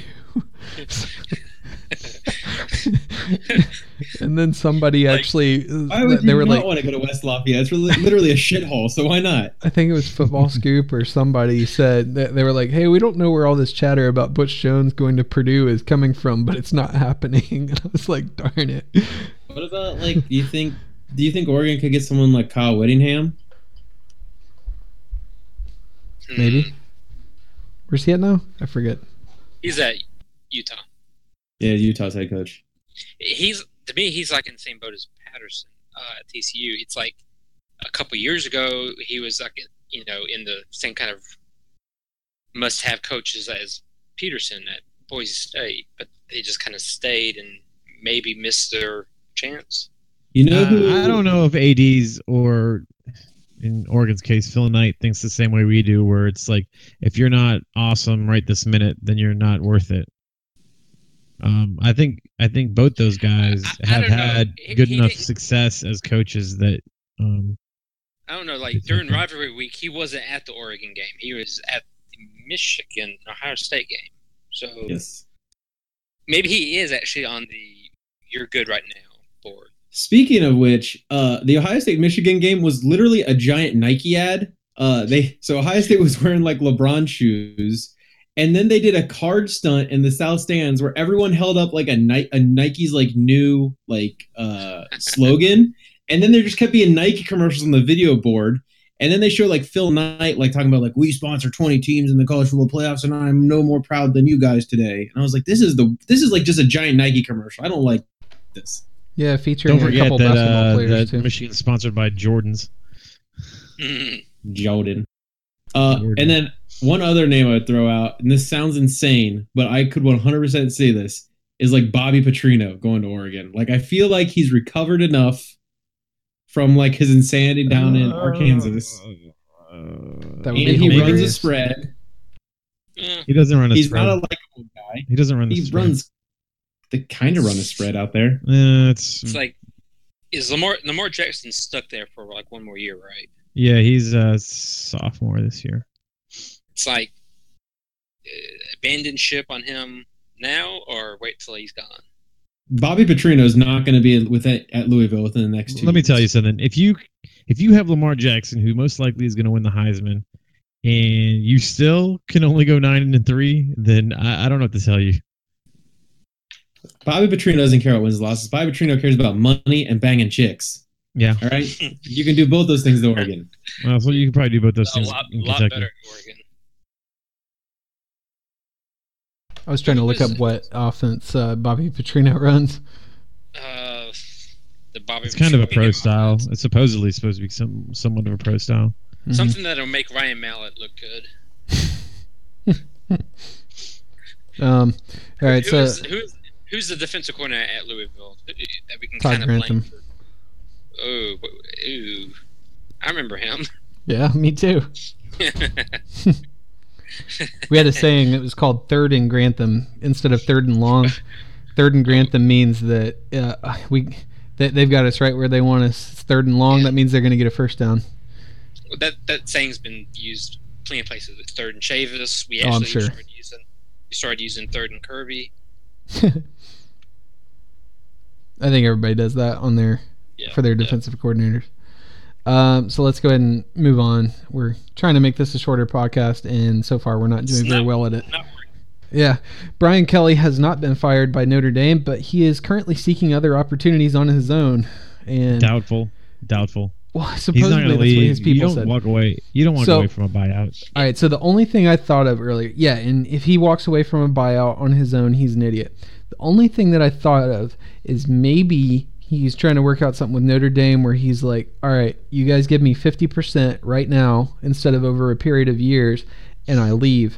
Speaker 1: and then somebody
Speaker 5: Like,
Speaker 1: actually uh,
Speaker 2: Why would
Speaker 1: they
Speaker 2: you
Speaker 1: were
Speaker 2: not
Speaker 1: like
Speaker 2: want to go to West Lafayette? It's really, literally a shithole. So why not?
Speaker 1: I think it was
Speaker 2: (laughs)
Speaker 1: Football Scoop or somebody said that they were like, "Hey, we don't know where all this chatter about Butch Jones going to Purdue is coming from, but it's not (laughs) happening." And I was like, "Darn it."
Speaker 2: What about like? Do you think? Do you think Oregon could get someone like Kyle Whittingham?
Speaker 5: Hmm.
Speaker 2: Mm.
Speaker 1: Maybe. Where's he at now? I forget.
Speaker 5: He's at Utah.
Speaker 2: Yeah, Utah's head coach.
Speaker 5: he's to me he's like in the same boat as Patterson uh, at TCU. It's like a couple years ago he was like in- you know in the same kind of must-have coaches as Peterson at Boise State, but they just kind of stayed and maybe missed their chance.
Speaker 2: You know who?
Speaker 4: Uh, I don't know if ads or in Oregon's case, Phil Knight thinks the same way we do, where it's like if you're not awesome right this minute, then you're not worth it. Um, I think I think both those guys
Speaker 5: I- I
Speaker 4: have
Speaker 5: don't know.
Speaker 4: had
Speaker 5: He-
Speaker 4: good
Speaker 5: he
Speaker 4: enough
Speaker 5: didn't-
Speaker 4: success as coaches that um,
Speaker 5: I don't know. Like during rivalry week, he wasn't at the Oregon game. He was at the Michigan Ohio State game. So
Speaker 2: Yes.
Speaker 5: maybe he is actually on the "you're good right now" board. (laughs)
Speaker 2: Speaking of which, uh, the Ohio State Michigan game was literally a giant Nike ad. Uh, they so Ohio State was (laughs) wearing like LeBron shoes, and then they did a card stunt in the south stands where everyone held up like a, Ni- a Nike's like new like uh, slogan, and then there just kept being Nike commercials on the video board. And then they show like Phil Knight like talking about like we sponsor 20 teams in the college football playoffs, and I'm no more proud than you guys today. And I was like, this is the this is like just a giant Nike commercial. I don't like this.
Speaker 1: Yeah, featuring
Speaker 4: don't
Speaker 1: a
Speaker 4: forget
Speaker 1: couple
Speaker 4: that,
Speaker 1: basketball
Speaker 4: uh,
Speaker 1: players
Speaker 4: that
Speaker 1: too.
Speaker 4: Michigan's sponsored by Jordans.
Speaker 2: Jordan. Uh,
Speaker 4: Jordan.
Speaker 2: and then one other name I would throw out, and this sounds insane, but I could 100% see this, is like Bobby Petrino going to Oregon. Like, I feel like he's recovered enough from like his insanity down
Speaker 4: Uh,
Speaker 2: in Arkansas.
Speaker 1: That
Speaker 2: And
Speaker 1: would
Speaker 4: he,
Speaker 1: be
Speaker 2: he runs a
Speaker 1: hilarious.
Speaker 2: spread.
Speaker 5: Yeah.
Speaker 4: doesn't run a
Speaker 2: He's
Speaker 4: spread.
Speaker 2: not a likable guy.
Speaker 4: he doesn't run. the
Speaker 2: He
Speaker 4: spread.
Speaker 2: runs, they kind of run a spread out there.
Speaker 4: Eh, it's,
Speaker 5: It's like is Lamar Lamar Jackson stuck there for like one more year, right?
Speaker 4: yeah, he's a sophomore this year.
Speaker 5: It's like uh, abandon ship on him now, or wait till he's gone.
Speaker 2: Bobby Petrino is not going to be with at, at Louisville within the next two.
Speaker 4: Let me
Speaker 2: years.
Speaker 4: tell you something. If you if you have Lamar Jackson, who most likely is going to win the Heisman, and you still can only go nine and three, then I, I don't know what to tell you.
Speaker 2: Bobby Petrino doesn't care about wins and losses. Bobby Petrino cares about money and banging chicks.
Speaker 4: Yeah,
Speaker 2: All right, you can do both those things to
Speaker 1: (laughs)
Speaker 2: Oregon.
Speaker 4: well, so you can probably do both those
Speaker 5: a
Speaker 4: things
Speaker 5: lot,
Speaker 4: in
Speaker 5: lot
Speaker 4: Kentucky.
Speaker 5: better at Oregon.
Speaker 1: I was trying to look up what offense uh, Bobby Petrino (laughs) runs.
Speaker 5: Uh, the Bobby
Speaker 4: It's kind of a pro
Speaker 5: Petrino
Speaker 4: style.
Speaker 5: offense.
Speaker 4: It's supposedly supposed to be some somewhat of a pro style.
Speaker 1: Mhm.
Speaker 4: Mm-hmm.
Speaker 5: Something that'll make Ryan Mallett look good.
Speaker 1: Um, all right,
Speaker 5: Who
Speaker 1: so
Speaker 5: is- who is- who's the defensive coordinator at Louisville that that we can
Speaker 1: Todd
Speaker 5: kind of blame?
Speaker 1: Grantham.
Speaker 5: For? Oh, but- ooh, I remember him.
Speaker 1: yeah, (laughs) me too.
Speaker 5: (laughs)
Speaker 1: We had a saying that was called third and Grantham instead of third and
Speaker 5: (laughs)
Speaker 1: long. Third and Grantham means that uh, we they, they've got us right where they want us. It's third and long. That means they're going to get a first down.
Speaker 5: Well, that that saying's been used plenty of places. It's third and Chavis. We
Speaker 1: Oh, I'm
Speaker 5: actually
Speaker 1: sure.
Speaker 5: started using we started using third and Kirby.
Speaker 1: (laughs) I think everybody does that on their
Speaker 5: Yeah,
Speaker 1: for their
Speaker 5: yeah.
Speaker 1: defensive coordinators. Um, so let's go ahead and move on. We're trying to make this a shorter podcast, and so far we're not doing
Speaker 5: It's
Speaker 1: very
Speaker 5: not-
Speaker 1: well at it.
Speaker 5: not
Speaker 1: Yeah. Brian Kelly has not been fired by Notre Dame, but he is currently seeking other opportunities on his own. And
Speaker 4: Doubtful, doubtful.
Speaker 1: (laughs) well,
Speaker 4: He's
Speaker 1: supposedly
Speaker 4: not going
Speaker 1: that's
Speaker 4: to
Speaker 1: what his
Speaker 4: leave. You
Speaker 1: people
Speaker 4: don't
Speaker 1: said.
Speaker 4: walk away. You don't walk
Speaker 1: So-
Speaker 4: away from a buyout. (laughs)
Speaker 1: All right, so the only thing I thought of earlier, yeah, and if he walks away from a buyout on his own, he's an idiot. The only thing that I thought of is maybe he's trying to work out something with Notre Dame where he's like, all right, you guys give me 50% right now instead of over a period of years, and I leave.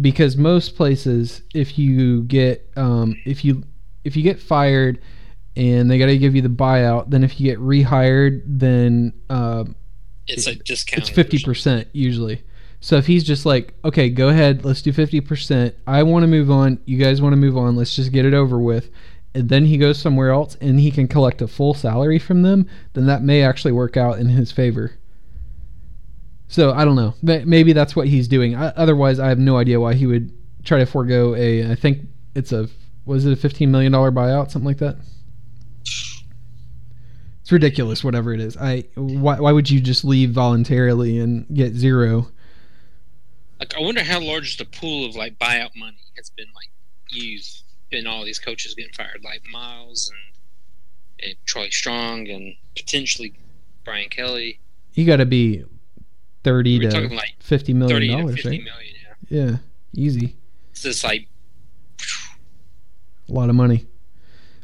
Speaker 1: Because most places, if you get um, if you if you get fired and they got to give you the buyout, then if you get rehired, then um,
Speaker 5: It's a discount.
Speaker 1: it's fifty percent usually. So if he's just like, okay, go ahead, let's do 50%. I want to move on. You guys want to move on. Let's just get it over with. And then he goes somewhere else and he can collect a full salary from them, then that may actually work out in his favor. So I don't know. May- Maybe that's what he's doing. I, otherwise, I have no idea why he would try to forego a. I think it's a was it a fifteen million dollar buyout, something like that. It's ridiculous. Whatever it is, I why, why would you just leave voluntarily and get zero?
Speaker 5: Like, I wonder how large the pool of like buyout money has been like used in all these coaches getting fired, like Miles and, and Troy Strong and potentially Brian Kelly.
Speaker 1: You got to be thirty
Speaker 5: We're
Speaker 1: to
Speaker 5: talking like
Speaker 1: fifty million
Speaker 5: thirty to
Speaker 1: dollars,
Speaker 5: fifty
Speaker 1: right?
Speaker 5: million. Yeah,
Speaker 1: Yeah, easy,
Speaker 5: it's just like
Speaker 1: a lot of money.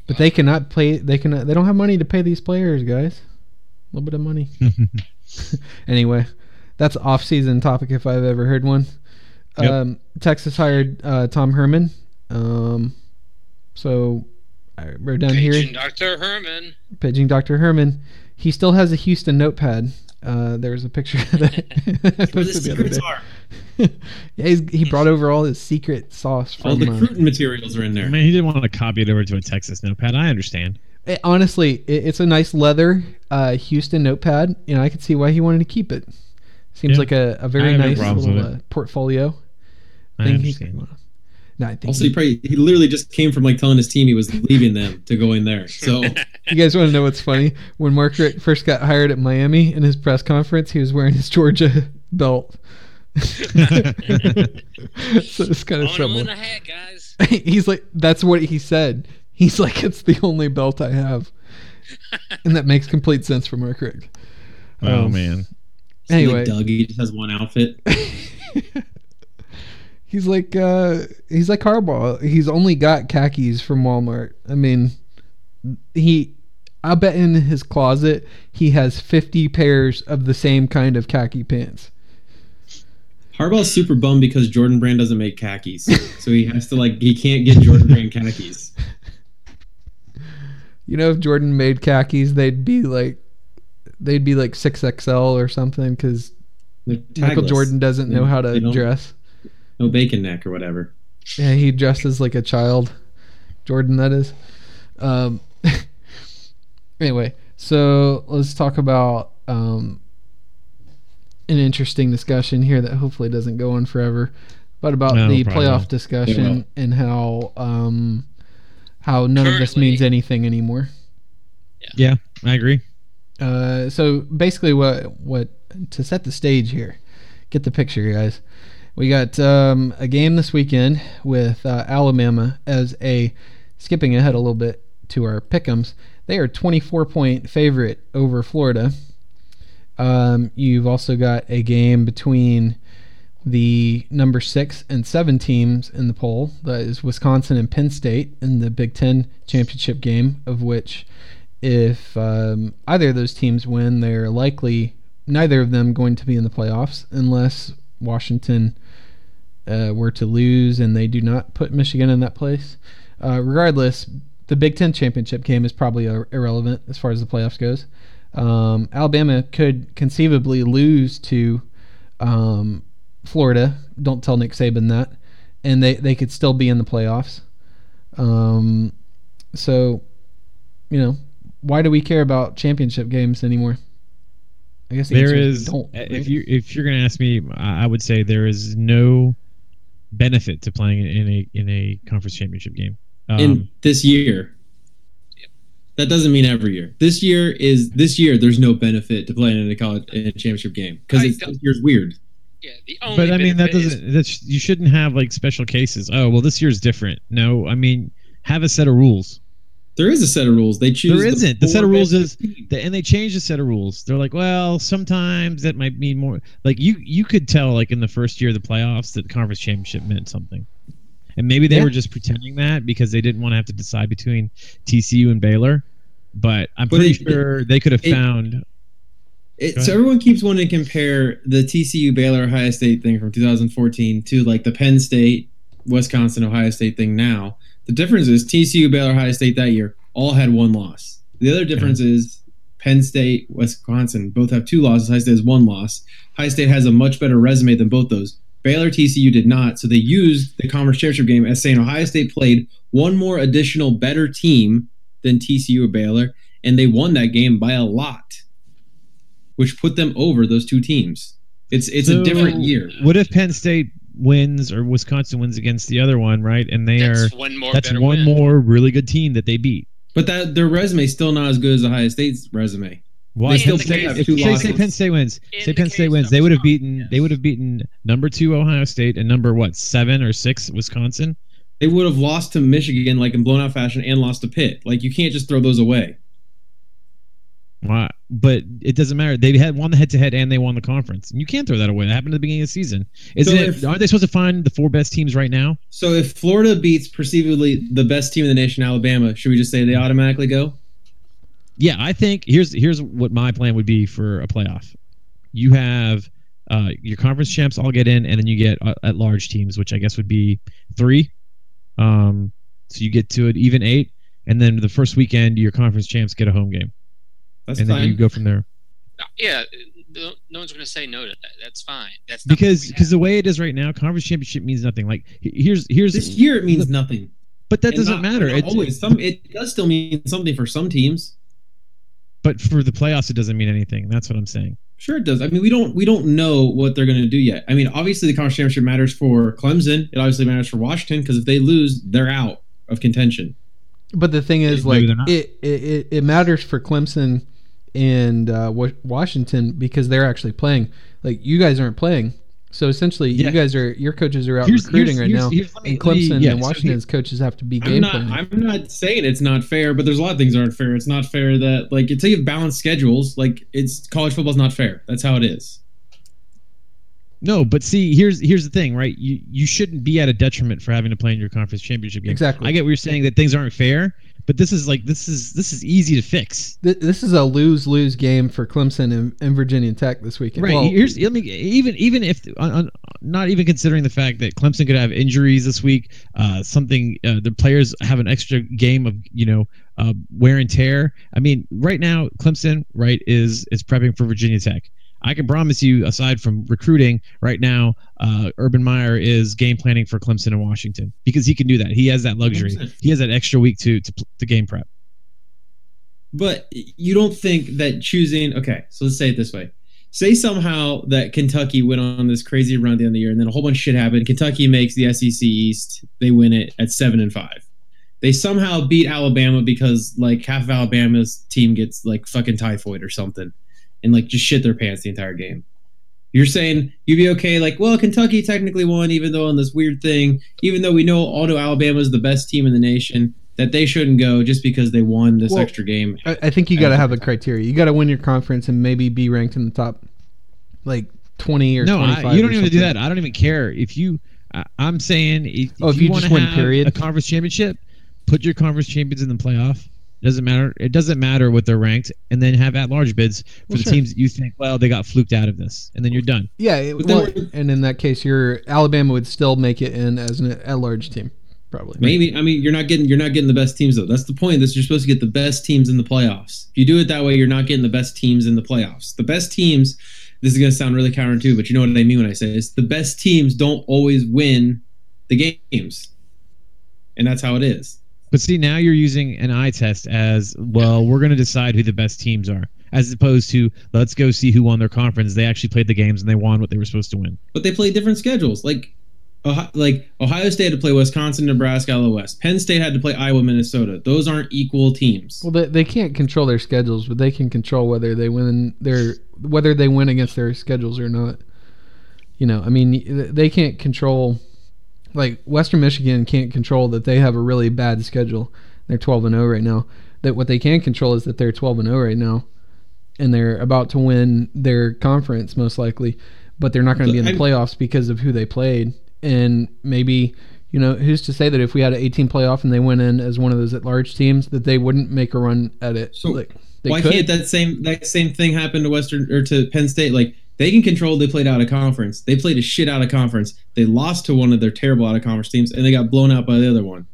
Speaker 1: But they cannot play. They cannot. They don't have money to pay these players, guys. A little bit of money. anyway, that's off-season topic if I've ever heard one.
Speaker 4: Yep.
Speaker 1: Um, Texas hired uh, Tom Herman. Um, so I wrote down
Speaker 5: Agent
Speaker 1: here
Speaker 5: Dr. Herman.
Speaker 1: paging Dr. Herman. He still has a Houston notepad. Uh, there was a picture of
Speaker 5: (laughs)
Speaker 1: that (laughs) I
Speaker 2: Where the
Speaker 1: posted the other
Speaker 2: secrets
Speaker 1: day.
Speaker 2: are.
Speaker 1: (laughs) yeah, he's, he brought over all his secret sauce from.
Speaker 2: All the
Speaker 1: uh,
Speaker 2: cruton materials are in
Speaker 4: I
Speaker 2: there.
Speaker 4: mean, he didn't want to copy it over to a Texas notepad. I understand.
Speaker 1: it- Eh, honestly, it, it's a nice leather uh, Houston notepad, and I could see why he wanted to keep it. Seems
Speaker 4: Yeah.
Speaker 1: like a, a
Speaker 4: I
Speaker 1: very
Speaker 4: have no
Speaker 1: nice
Speaker 4: problems
Speaker 1: little
Speaker 4: with
Speaker 1: uh, portfolio.
Speaker 4: I
Speaker 1: thing he uh,
Speaker 4: understand.
Speaker 1: could- No, I think
Speaker 2: Also,
Speaker 1: he-
Speaker 2: he probably he literally just came from like telling his team he was leaving them to go in there. So (laughs)
Speaker 1: You guys want to know what's funny? When Mark Richt first got hired at Miami in his press conference, he was wearing his Georgia (laughs) belt. (laughs)
Speaker 4: (laughs)
Speaker 1: so it's kind of
Speaker 5: Own him in
Speaker 1: similar.
Speaker 5: the hat, guys.
Speaker 1: (laughs) He's like, that's what he said. He's like, it's the only belt I have. And that makes complete sense for Mark Richt.
Speaker 4: oh
Speaker 1: Um,
Speaker 4: man,
Speaker 1: (laughs) Anyway.
Speaker 2: like Doug, he just has one outfit.
Speaker 1: He's like, uh, he's like Harbaugh. He's only got khakis from Walmart. I mean, he, I bet in his closet he has 50 pairs of the same kind of khaki pants.
Speaker 2: Harbaugh's super bummed because Jordan Brand doesn't make khakis, so he has to like he can't get Jordan Brand khakis.
Speaker 1: You know, if Jordan made khakis, they'd be like, they'd be like six XL or something because
Speaker 2: They're
Speaker 1: Michael
Speaker 2: tagless.
Speaker 1: Jordan doesn't know
Speaker 2: They-
Speaker 1: how to
Speaker 2: they don't-
Speaker 1: dress.
Speaker 2: no bacon neck or whatever.
Speaker 1: Yeah, he dresses like a child. Jordan, that is. Um, (laughs) anyway, so let's talk about um, an interesting discussion here that hopefully doesn't go on forever, but about
Speaker 4: No,
Speaker 1: the
Speaker 4: probably
Speaker 1: playoff
Speaker 4: won't.
Speaker 1: discussion
Speaker 2: won't.
Speaker 1: and how um, how none of this
Speaker 5: Currently-
Speaker 1: means anything anymore.
Speaker 4: I agree.
Speaker 1: Uh, so basically, what what to set the stage here, get the picture, guys. We got um, a game this weekend with uh, Alabama as a skipping ahead a little bit to our pickums. They are 24 point favorite over Florida. Um, you've also got a game between the number six and seven teams in the poll. That is Wisconsin and Penn State in the Big Ten championship game, of which if um, either of those teams win, they're likely neither of them going to be in the playoffs unless Washington uh, were to lose and they do not put Michigan in that place. Uh, regardless, the Big Ten championship game is probably ir- irrelevant as far as the playoffs goes. Um, Alabama could conceivably lose to um, Florida. Don't tell Nick Saban that, and they they could still be in the playoffs. Um, so, you know, why do we care about championship games anymore? I guess the
Speaker 4: There
Speaker 1: answer
Speaker 4: is
Speaker 1: don't, right?
Speaker 4: if you if you're gonna ask me, I I would say there is no benefit to playing in a in a conference championship game. Um,
Speaker 2: and this year, that doesn't mean every year. This year is this year. There's no benefit to playing in a college in a championship game because
Speaker 5: I
Speaker 2: it's
Speaker 5: don't-
Speaker 2: this year's weird.
Speaker 5: Yeah, the only.
Speaker 4: but I mean that
Speaker 5: benefit is-
Speaker 4: doesn't that's you shouldn't have like special cases. Oh well, this year's different. No, I mean have a set of rules.
Speaker 2: There is a set of rules. They choose.
Speaker 4: There isn't. The set of
Speaker 2: four
Speaker 4: rules
Speaker 2: best-
Speaker 4: The- and they changed the set of rules. They're like, well, sometimes that might mean more. Like you, you could tell like in the first year of the playoffs that conference championship meant something, and maybe they
Speaker 1: Yeah.
Speaker 4: were just pretending that because they didn't want to have to decide between TCU and Baylor. But I'm
Speaker 2: But
Speaker 4: pretty
Speaker 2: it-
Speaker 4: sure they could have
Speaker 2: it-
Speaker 4: found.
Speaker 2: It,
Speaker 4: Go
Speaker 2: so
Speaker 4: ahead.
Speaker 2: everyone keeps wanting to compare the TCU Baylor Ohio State thing from 2014 to like the Penn State Wisconsin Ohio State thing now. The difference is TCU Baylor Ohio State that year all had one loss. The other difference is Penn State, Wisconsin both have two losses. High State has one loss. High State has a much better resume than both those. Baylor, TCU did not, so they used the conference championship game as saying Ohio State played one more additional better team than TCU or Baylor, and they won that game by a lot, which put them over those two teams. It's it's
Speaker 4: So-
Speaker 2: a different year.
Speaker 4: What if Penn State wins or Wisconsin wins against the other one, right? And they are
Speaker 5: That's one more.
Speaker 4: that's
Speaker 5: better
Speaker 4: one
Speaker 5: win.
Speaker 4: more really good team that they beat.
Speaker 2: But that their resume is still not as good as Ohio State's resume.
Speaker 4: Why Penn
Speaker 5: They still
Speaker 4: State,
Speaker 5: have
Speaker 4: if
Speaker 2: two
Speaker 4: say- say,
Speaker 2: losses.
Speaker 4: Penn State wins,
Speaker 5: In
Speaker 4: say
Speaker 5: the
Speaker 4: Penn State
Speaker 5: case
Speaker 4: wins,
Speaker 5: of
Speaker 4: they would have
Speaker 5: Wisconsin,
Speaker 4: beaten
Speaker 5: yes.
Speaker 4: they would have beaten number two Ohio State and number what seven or six Wisconsin.
Speaker 2: They would have lost to Michigan like in blown out fashion and lost to Pitt. Like you can't just throw those away.
Speaker 4: Why? But it doesn't matter. They had won the head to head and they won the conference. And you can't throw that away. That happened at the beginning of the season. Isn't
Speaker 2: So
Speaker 4: it?
Speaker 2: if-
Speaker 4: aren't they supposed to find the four best teams right now?
Speaker 2: So if Florida beats perceivably the best team in the nation, Alabama, should we just say they automatically go?
Speaker 4: Yeah, I think here's here's what my plan would be for a playoff. You have uh, your conference champs all get in, and then you get uh, at large teams, which I guess would be three. Um, so you get to an even eight, and then the first weekend your conference champs get a home game,
Speaker 2: That's
Speaker 4: and then you
Speaker 2: fine.
Speaker 4: go from there.
Speaker 5: Yeah, no, no one's going to say no to that. That's fine. That's not what
Speaker 4: Because
Speaker 5: we
Speaker 4: because
Speaker 5: have.
Speaker 4: the way it is right now, conference championship means nothing. Like he- here's
Speaker 2: This
Speaker 4: here's,
Speaker 2: year it means nothing.
Speaker 4: but that
Speaker 2: And
Speaker 4: doesn't
Speaker 2: not-
Speaker 4: matter.
Speaker 2: not
Speaker 4: It,
Speaker 2: always some it does still mean something for some teams.
Speaker 4: but for the playoffs, it doesn't mean anything. That's what I'm saying.
Speaker 2: Sure it does. I mean, we don't we don't know what they're going to do yet. I mean, obviously the conference championship matters for Clemson. It obviously matters for Washington because if they lose, they're out of contention.
Speaker 1: But the thing is,
Speaker 4: Maybe
Speaker 1: like,
Speaker 4: they're not.
Speaker 1: it, it, it, it matters for Clemson and uh, Wa- Washington because they're actually playing. Like, you guys aren't playing. So essentially,
Speaker 4: Yeah.
Speaker 1: you guys are your coaches are out recruiting right now,
Speaker 4: let me-
Speaker 1: and
Speaker 4: let me-
Speaker 1: Clemson
Speaker 4: yeah,
Speaker 1: and
Speaker 4: so
Speaker 1: Washington's coaches have to be
Speaker 2: I'm
Speaker 1: game
Speaker 2: not.
Speaker 1: planning.
Speaker 2: I'm not saying it's not fair, but there's a lot of things that aren't fair. It's not fair that like until you have balanced schedules, like it's college football's not fair. That's how it is.
Speaker 4: No, but see, here's here's the thing, right? You you shouldn't be at a detriment for having to play in your conference championship game.
Speaker 1: Exactly.
Speaker 4: I get what you're saying that things aren't fair, but this is like this is this is easy to fix.
Speaker 1: Th- this is a lose lose game for Clemson and, and Virginia Tech this weekend.
Speaker 4: Right.
Speaker 1: Well,
Speaker 4: here's let me even even if on, on, not even considering the fact that Clemson could have injuries this week, uh, something uh, the players have an extra game of you know uh, wear and tear. I mean, right now Clemson right is is prepping for Virginia Tech. I can promise you, aside from recruiting, right now uh, Urban Meyer is game planning for Clemson and Washington because he can do that. He has that luxury.
Speaker 2: 100%.
Speaker 4: He has that extra week to to, pl- to game prep.
Speaker 2: But you don't think that choosing okay, so let's say it this way. Say somehow that Kentucky went on this crazy run at the end of the year and then a whole bunch of shit happened. Kentucky makes the SEC East, they win it at seven and five. They somehow beat Alabama because like half of Alabama's team gets like fucking typhoid or something and like just shit their pants the entire game. You're saying you'd be okay, like, well, Kentucky technically won, even though on this weird thing, even though we know although Alabama's the best team in the nation, that they shouldn't go just because they won this
Speaker 1: Well,
Speaker 2: extra game
Speaker 1: I, I think you got to have a criteria. You got to win your conference and maybe be ranked in the top, like twenty or
Speaker 4: no, I,
Speaker 1: 25
Speaker 4: you don't
Speaker 1: or
Speaker 4: even do
Speaker 1: something.
Speaker 4: that. I don't even care if you. I, I'm saying if,
Speaker 1: Oh, if you
Speaker 4: wanna
Speaker 1: just win,
Speaker 4: have
Speaker 1: period.
Speaker 4: a conference championship, put your conference champions in the playoff. Doesn't matter. It doesn't matter what they're ranked, and then have at large bids for
Speaker 1: Well,
Speaker 4: the
Speaker 1: sure.
Speaker 4: teams that you think well they got fluked out of this, and then you're done.
Speaker 1: Yeah, it,
Speaker 2: But then
Speaker 1: well,
Speaker 2: we're-
Speaker 1: and in that case, your Alabama would still make it in as an at-large team, probably.
Speaker 2: Maybe I mean you're not getting you're not getting the best teams though. That's the point. This you're supposed to get the best teams in the playoffs. If you do it that way, you're not getting the best teams in the playoffs. The best teams. This is going to sound really counterintuitive, but you know what I mean when I say this. The best teams don't always win the games, and that's how it is.
Speaker 4: But see, now you're using an eye test as well. We're going to decide who the best teams are, as opposed to let's go see who won their conference. They actually played the games and they won what they were supposed to win.
Speaker 2: but they play different schedules. Like, Ohio, like Ohio State had to play Wisconsin, Nebraska, out of the West. Penn State had to play Iowa, Minnesota. Those aren't equal teams.
Speaker 1: Well, they, they can't control their schedules, but they can control whether they win their whether they win against their schedules or not. You know, I mean, they can't control like Western Michigan can't control that they have a really bad schedule. They're 12 and 0 right now. That what they can control is that they're 12 and 0 right now and they're about to win their conference most likely, but they're not going to be in the
Speaker 2: I'm-
Speaker 1: playoffs because of who they played and maybe you know, who's to say that if we had an 18 playoff and they went in as one of those at-large teams, that they wouldn't make a run at it?
Speaker 2: So,
Speaker 1: like, they
Speaker 2: Why
Speaker 1: could.
Speaker 2: can't that same that same thing happen to Western or to Penn State? Like they can control. They played out of conference. They played a shit out of conference. They lost to one of their terrible out of conference teams, and they got blown out by the other one.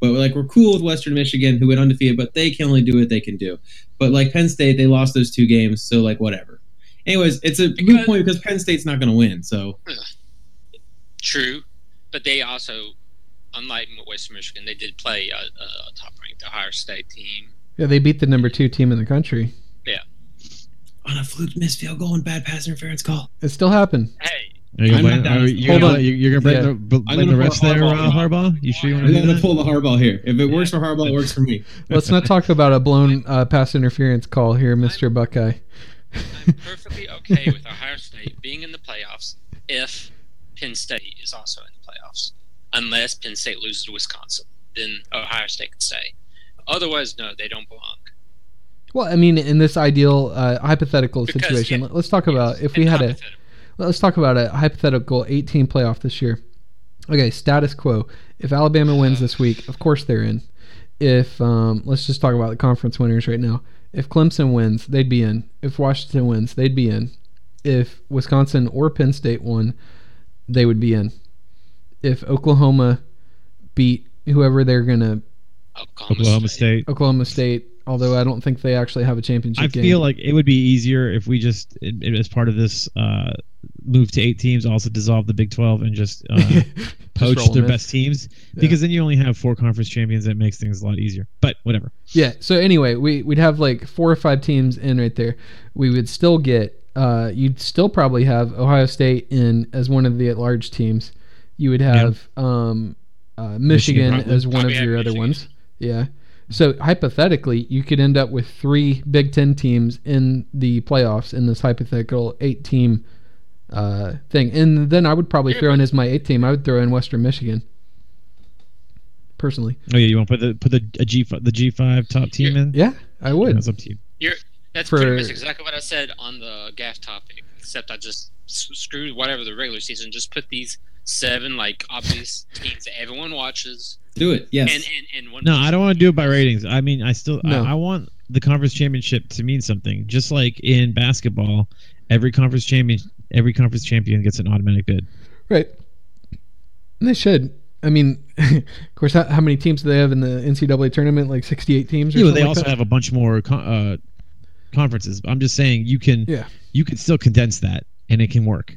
Speaker 2: But like we're cool with Western Michigan, who went undefeated, but they can only do what they can do. But like Penn State, they lost those two games, so like whatever. Anyways, it's a
Speaker 5: Because-
Speaker 2: good point because Penn State's not going to win. So
Speaker 5: True, but they also, unlike Western Michigan, they did play a, a top-ranked Ohio State team.
Speaker 1: Yeah, they beat the number two team in the country.
Speaker 2: on a fluke missed field goal and bad pass interference call.
Speaker 1: It still happened.
Speaker 5: Hey,
Speaker 4: Are you
Speaker 2: I'm
Speaker 4: gonna blame,
Speaker 2: not down
Speaker 4: are
Speaker 2: with
Speaker 4: you
Speaker 2: that.
Speaker 4: gonna
Speaker 1: Hold
Speaker 4: blame- you're gonna blame,
Speaker 1: Yeah.
Speaker 4: the, bl-
Speaker 2: I'm
Speaker 4: blame the
Speaker 2: gonna
Speaker 4: refs
Speaker 2: pull
Speaker 4: there, uh,
Speaker 2: Harbaugh.
Speaker 4: Harbaugh? You sure you want
Speaker 2: I'm
Speaker 4: to do
Speaker 2: going to
Speaker 4: that?
Speaker 2: pull the Harbaugh here. If it works for Harbaugh, it works for me.
Speaker 1: Let's not talk about a blown uh, pass interference call here, Mister Buckeye.
Speaker 5: I'm perfectly okay with Ohio State being in the playoffs if Penn State is also in the playoffs, unless Penn State loses to Wisconsin, then Ohio State can stay. Otherwise, no, they don't belong.
Speaker 1: Well, I mean, in this ideal uh, hypothetical
Speaker 5: Because,
Speaker 1: situation,
Speaker 5: yeah,
Speaker 1: let's talk about if
Speaker 5: It's
Speaker 1: we had a
Speaker 5: hypothetical.
Speaker 1: let's talk about a hypothetical 18 playoff this year. Okay, status quo. If Alabama wins this week, of course they're in. If um, let's just talk about the conference winners right now. If Clemson wins, they'd be in. If Washington wins, they'd be in. If Wisconsin or Penn State won, they would be in. If Oklahoma beat whoever they're gonna
Speaker 5: Oklahoma,
Speaker 4: Oklahoma State.
Speaker 1: Oklahoma State, although I don't think they actually have a championship
Speaker 4: I
Speaker 1: game. (laughs)
Speaker 4: feel like it would be easier if we just, i- i- as part of this uh, move to eight teams, also dissolve the Big 12 and just
Speaker 1: (laughs)
Speaker 4: uh, poach
Speaker 1: roll
Speaker 4: their
Speaker 1: 'em in.
Speaker 4: best teams because then you only have four conference champions. That makes things a lot easier. But whatever.
Speaker 1: Yeah. So anyway, we we'd have like four or five teams in right there. We would still get. Uh, you'd still probably have Ohio State in as one of the large teams. You would have um, uh, Michigan,
Speaker 4: Michigan
Speaker 1: as one of
Speaker 5: Probably have
Speaker 1: your other
Speaker 5: Michigan.
Speaker 1: ones. Yeah. So hypothetically, you could end up with three Big Ten teams in the playoffs in this hypothetical eight-team uh, thing, and then I would probably
Speaker 5: Yeah,
Speaker 1: throw in as my eight team. I would throw in Western Michigan. Personally,
Speaker 4: Oh yeah, you want to put the put the a G fi- the G five top team in?
Speaker 1: yeah, I would.
Speaker 4: That's up to you.
Speaker 5: That's
Speaker 1: for-
Speaker 5: pretty much exactly what I said on the GAF topic, except I just s- screwed whatever the regular season, just put these seven like obvious teams that everyone watches,
Speaker 2: Do it. Yes.
Speaker 5: and and, and one.
Speaker 4: No, I don't want to do it by ratings. I mean, I still
Speaker 1: No.
Speaker 4: I, I want the conference championship to mean something. Just like in basketball, every conference champion every conference champion gets an automatic bid.
Speaker 1: Right. And they should. I mean, (laughs) of course, how, how many teams do they have in the NCAA tournament? Like 68 teams or
Speaker 4: Yeah, but
Speaker 1: something
Speaker 4: they
Speaker 1: like
Speaker 4: also
Speaker 1: that?
Speaker 4: have a bunch more con- uh, conferences. I'm just saying you can
Speaker 1: Yeah.
Speaker 4: you can still condense that and it can work.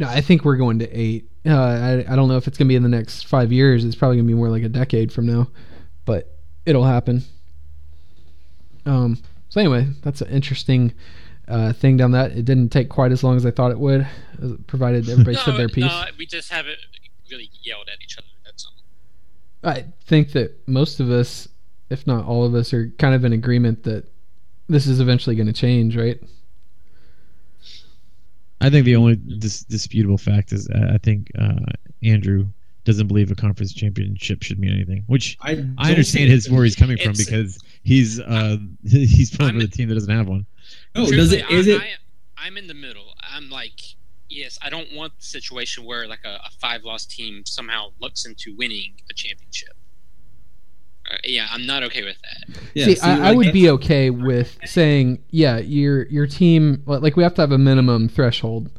Speaker 1: No, I think we're going to eight. Uh, I, I don't know if it's going to be in the next five years. It's probably going to be more like a decade from now, but it'll happen. Um, so, anyway, that's an interesting uh, thing down that. It didn't take quite as long as I thought it would, uh, provided everybody said their piece.
Speaker 5: No, we just haven't really yelled at each other. That's all.
Speaker 1: I think that most of us, if not all of us, are kind of in agreement that this is eventually going to change, right?
Speaker 4: I think the only dis- disputable fact is uh, I think uh, Andrew doesn't believe a conference championship should mean anything, which
Speaker 2: I, don't
Speaker 4: I understand his
Speaker 2: think-
Speaker 4: where he's coming from
Speaker 5: It's-
Speaker 4: because he's uh (laughs) he's playing
Speaker 5: I'm-
Speaker 4: with a team that doesn't have one.
Speaker 2: No, Oh, does it? Is
Speaker 5: I,
Speaker 2: it?
Speaker 5: I, am in the middle. I'm like, yes, I don't want the situation where like a, a five-loss team somehow looks into winning a championship. Uh, yeah, I'm not okay with that.
Speaker 2: Yeah,
Speaker 1: see,
Speaker 2: see,
Speaker 1: I, I
Speaker 2: like,
Speaker 1: would be okay with saying, yeah, your your team, li- like we have to have a minimum threshold.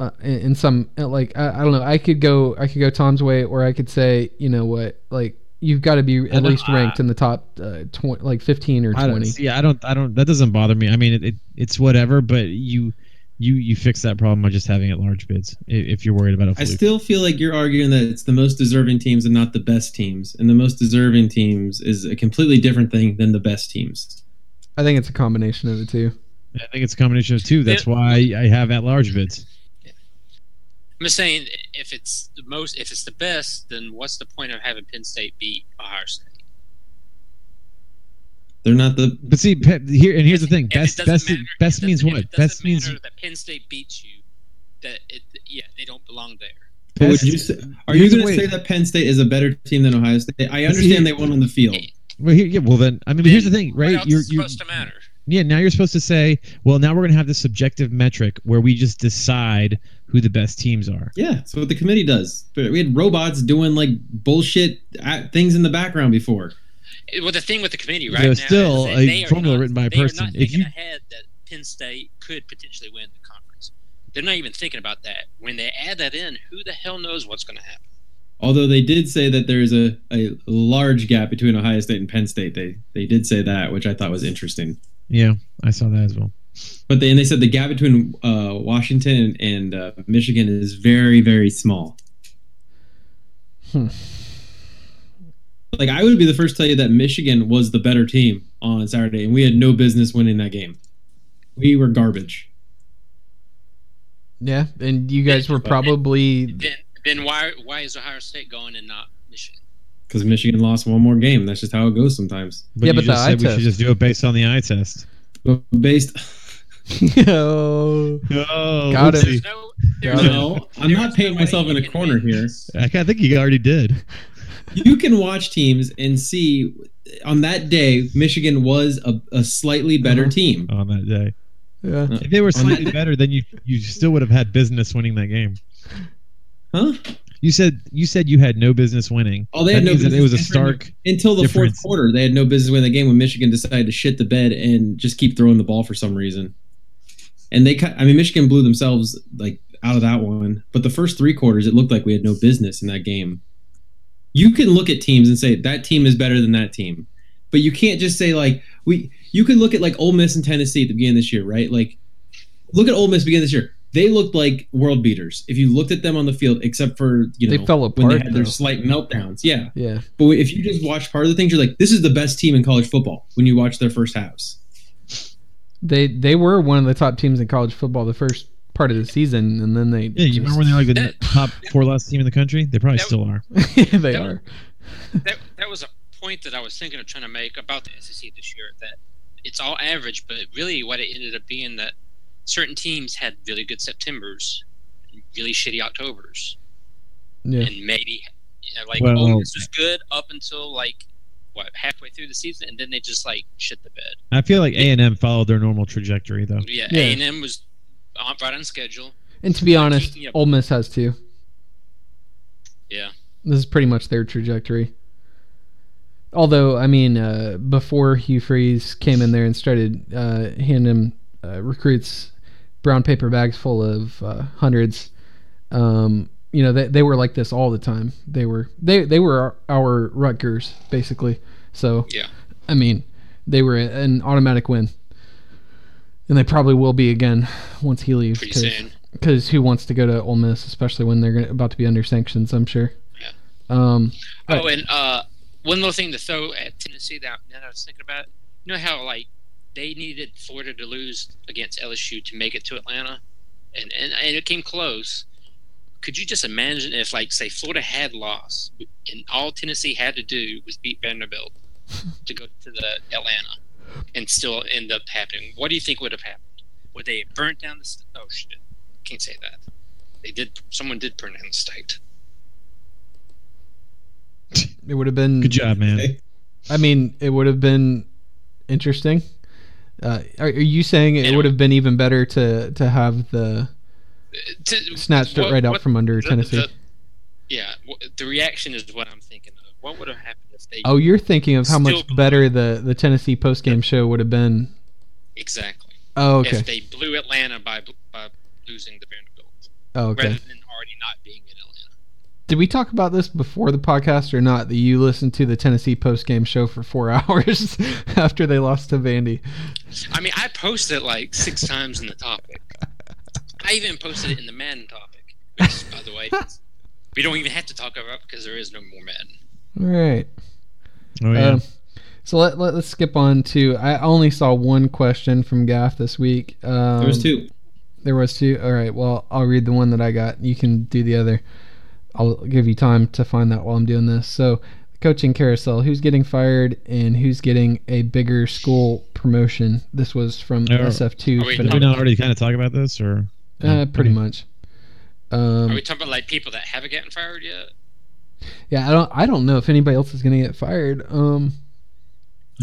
Speaker 1: Uh, in, in some, uh, like I, I don't know, I could go, I could go Tom's way, or I could say, you know what, like you've got to be at
Speaker 4: don't-
Speaker 1: least ranked in the top uh, twenty, like fifteen or
Speaker 4: I don't
Speaker 1: twenty.
Speaker 4: see. I don't. I don't. That doesn't bother me. I mean, it, it, it's whatever. But you, you, you fix that problem by just having it large bids. i- If you're worried about a
Speaker 2: I
Speaker 4: fluke.
Speaker 2: still feel like you're arguing that it's the most deserving teams and not the best teams, and the most deserving teams is a completely different thing than the best teams.
Speaker 1: I think it's a combination of the two.
Speaker 4: I think it's a combination of two. That's why I have at large bids.
Speaker 5: I'm just saying, if it's the most, if it's the best, then what's the point of having Penn State beat Ohio State?
Speaker 2: They're not the.
Speaker 4: But see, pe- here and here's the thing.
Speaker 5: If it
Speaker 4: Best,
Speaker 5: doesn't
Speaker 4: best,
Speaker 5: matter-
Speaker 4: best
Speaker 5: if it
Speaker 4: means
Speaker 5: doesn't-
Speaker 4: what?
Speaker 5: if it doesn't
Speaker 4: Best means
Speaker 5: matter that Penn State beats you. That it, yeah, they don't belong there.
Speaker 2: But would
Speaker 4: best-
Speaker 2: you say, are you
Speaker 4: Here's the
Speaker 2: going to
Speaker 4: way-
Speaker 2: say that Penn State is a better team than Ohio State? I
Speaker 4: Is he-
Speaker 2: understand they won on the field.
Speaker 4: Well, here, yeah, well then, I mean, but here's the
Speaker 5: Then
Speaker 4: thing,
Speaker 5: What
Speaker 4: right?
Speaker 5: else
Speaker 4: You're,
Speaker 5: is
Speaker 4: you're,
Speaker 5: supposed to matter?
Speaker 4: yeah. Now you're supposed to say, well, now we're gonna have this subjective metric where we just decide who the best teams are.
Speaker 2: Yeah, that's what the committee does. But we had robots doing like bullshit uh, things in the background before.
Speaker 5: Well, the thing with the committee right
Speaker 4: There's
Speaker 5: now
Speaker 4: still
Speaker 5: is
Speaker 4: a
Speaker 5: that they are
Speaker 4: formula
Speaker 5: not-
Speaker 4: written by a
Speaker 5: they are
Speaker 4: person.
Speaker 5: not
Speaker 4: If
Speaker 5: thinking
Speaker 4: you-
Speaker 5: ahead that Penn State could potentially win the conference, they're not even thinking about that. When they add that in, who the hell knows what's going to happen?
Speaker 2: Although they did say that there is a, a large gap between Ohio State and Penn State. They they did say that, which I thought was interesting.
Speaker 4: Yeah, I saw that as well.
Speaker 2: But they, and they said the gap between uh, Washington and, and uh, Michigan is very very small.
Speaker 1: Hmm.
Speaker 2: Like I would be the first to tell you that Michigan was the better team on Saturday, and we had no business winning that game. We were garbage.
Speaker 1: Yeah, and you guys were
Speaker 4: Mm-hmm.
Speaker 1: probably (laughs)
Speaker 5: Then then why why is Ohio State going and not Michigan?
Speaker 2: because Michigan lost one more game. That's just how it goes sometimes.
Speaker 4: But
Speaker 1: Yeah,
Speaker 4: you
Speaker 1: but
Speaker 4: just
Speaker 1: the eye
Speaker 4: said we
Speaker 1: test.
Speaker 4: should just do it based on the eye test.
Speaker 2: But
Speaker 4: (laughs)
Speaker 2: based,
Speaker 1: oh,
Speaker 4: Oh,
Speaker 1: Got it.
Speaker 5: There's no, there's (laughs) no,
Speaker 2: no, (laughs) I'm not painting myself in a corner here.
Speaker 4: I ca- I think you already did.
Speaker 2: You can watch teams and see on that day Michigan was a, a slightly better
Speaker 1: Uh-huh.
Speaker 2: team.
Speaker 4: on that day.
Speaker 1: yeah.
Speaker 4: If they were
Speaker 2: that
Speaker 4: slightly
Speaker 2: day-
Speaker 4: better, then you you still would have had business winning that game.
Speaker 2: Huh?
Speaker 4: You said you said you had no business winning.
Speaker 2: Oh, they
Speaker 4: That
Speaker 2: had no
Speaker 4: means that
Speaker 2: business
Speaker 4: it was a
Speaker 2: entering
Speaker 4: stark.
Speaker 2: Until the
Speaker 4: Difference.
Speaker 2: fourth quarter, they had no business winning the game when Michigan decided to shit the bed and just keep throwing the ball for some reason. And they, ki- I mean, Michigan blew themselves like out of that one. But the first three quarters, it looked like we had no business in that game. You can look at teams and say that team is better than that team, but you can't just say like we. You could look at like Ole Miss and Tennessee at the beginning of this year, right? Like, look at Ole Miss beginning of this year. They looked like world beaters if you looked at them on the field, except for you know
Speaker 1: they fell
Speaker 2: when they
Speaker 1: apart.
Speaker 2: had their
Speaker 1: though.
Speaker 2: slight meltdowns. Yeah.
Speaker 1: yeah,
Speaker 2: But if you just watch part of the things, you're like, this is the best team in college football when you watch their first halves.
Speaker 1: they they were one of the top teams in college football the first part of the season, and then they
Speaker 4: Yeah, you remember when they were like the
Speaker 5: That- (laughs)
Speaker 4: top four last team in the country? They probably
Speaker 5: That-
Speaker 4: still are.
Speaker 1: (laughs) when they
Speaker 5: Yeah.
Speaker 1: are.
Speaker 5: (laughs) That, that was a point that I was thinking of trying to make about the SEC this year. That it's all average, but really what it ended up being that certain teams had really good September's, and really shitty Octobers,
Speaker 1: Yeah,
Speaker 5: and maybe you know, like
Speaker 4: Well-
Speaker 5: Ole Miss was good up until like what halfway through the season, and then they just like shit the bed.
Speaker 4: I feel like A and M followed their normal trajectory though.
Speaker 5: Yeah,
Speaker 1: Yeah.
Speaker 5: A and M was on, right on schedule.
Speaker 1: and to be honest,
Speaker 5: Yeah.
Speaker 1: Ole Miss has too.
Speaker 5: Yeah.
Speaker 1: this is pretty much their trajectory. Although, I mean, uh, before Hugh Freeze came in there and started uh, handing him, uh, recruits brown paper bags full of uh, hundreds, um, you know, they, they were like this all the time. They were they they were our, our Rutgers basically. So
Speaker 5: Yeah.
Speaker 1: I mean, they were an automatic win, and they probably will be again once he leaves.
Speaker 5: Pretty
Speaker 1: 'cause-
Speaker 5: soon.
Speaker 1: because who wants to go to Ole Miss, especially when they're gonna, about to be under sanctions? I'm sure.
Speaker 5: Yeah.
Speaker 1: Um.
Speaker 5: Oh, and uh, one little thing to throw at Tennessee that, that I was thinking about. You know how like they needed Florida to lose against LSU to make it to Atlanta, and and, and it came close. Could you just imagine if, like, say Florida had lost, and all Tennessee had to do was beat Vanderbilt to go to the Atlanta, and still end up happening? What do you think would have happened? Would they have burnt down the? St- oh shit, can't say that. They did. Someone did burn down the state.
Speaker 1: It would have been.
Speaker 4: Good job, man.
Speaker 2: Okay.
Speaker 1: I mean, it would have been interesting. Uh, are, are you saying it
Speaker 5: And-
Speaker 1: would have been even better to to have the
Speaker 5: Uh, To-
Speaker 1: snatched
Speaker 5: what-
Speaker 1: it right out
Speaker 5: what-
Speaker 1: from under
Speaker 5: the-
Speaker 1: Tennessee?
Speaker 5: the- yeah, w- the reaction is what I'm thinking of. What would have happened if they
Speaker 1: oh, you're thinking of how much
Speaker 5: Still-
Speaker 1: better the the Tennessee post game show would have been.
Speaker 5: exactly
Speaker 1: Oh, okay.
Speaker 5: if they blew Atlanta by bl- by losing the Vanderbilt
Speaker 1: Oh,
Speaker 5: rather
Speaker 1: okay.
Speaker 5: than already not being in Atlanta?
Speaker 1: Did we talk about this before the podcast or not? That you listened to the Tennessee post game show for four (laughs) hours after they lost to Vandy.
Speaker 5: I mean, I posted it like six times in the topic.
Speaker 1: (laughs)
Speaker 5: I even posted it in the Madden topic, which, by
Speaker 1: (laughs)
Speaker 5: the way, we don't even have to talk about because there is no more Madden.
Speaker 1: All right.
Speaker 4: Oh yeah.
Speaker 1: Um, so let, let, us skip on to. I only saw one question from Gaff this week. Um,
Speaker 2: There was two.
Speaker 1: There was two. All right. Well, I'll read the one that I got. You can do the other. I'll give you time to find that while I'm doing this. So, coaching carousel. Who's getting fired and who's getting a bigger school promotion? This was from
Speaker 4: Oh,
Speaker 5: are we
Speaker 1: SF2.
Speaker 4: Did
Speaker 1: but-
Speaker 4: we not already kind of talk about this or? Oh,
Speaker 1: uh,
Speaker 4: Mm-hmm.
Speaker 1: pretty much.
Speaker 5: Are
Speaker 1: Um,
Speaker 5: we talking about like people that haven't gotten fired yet?
Speaker 1: yeah, I don't. I don't know if anybody else is going to get fired. Um,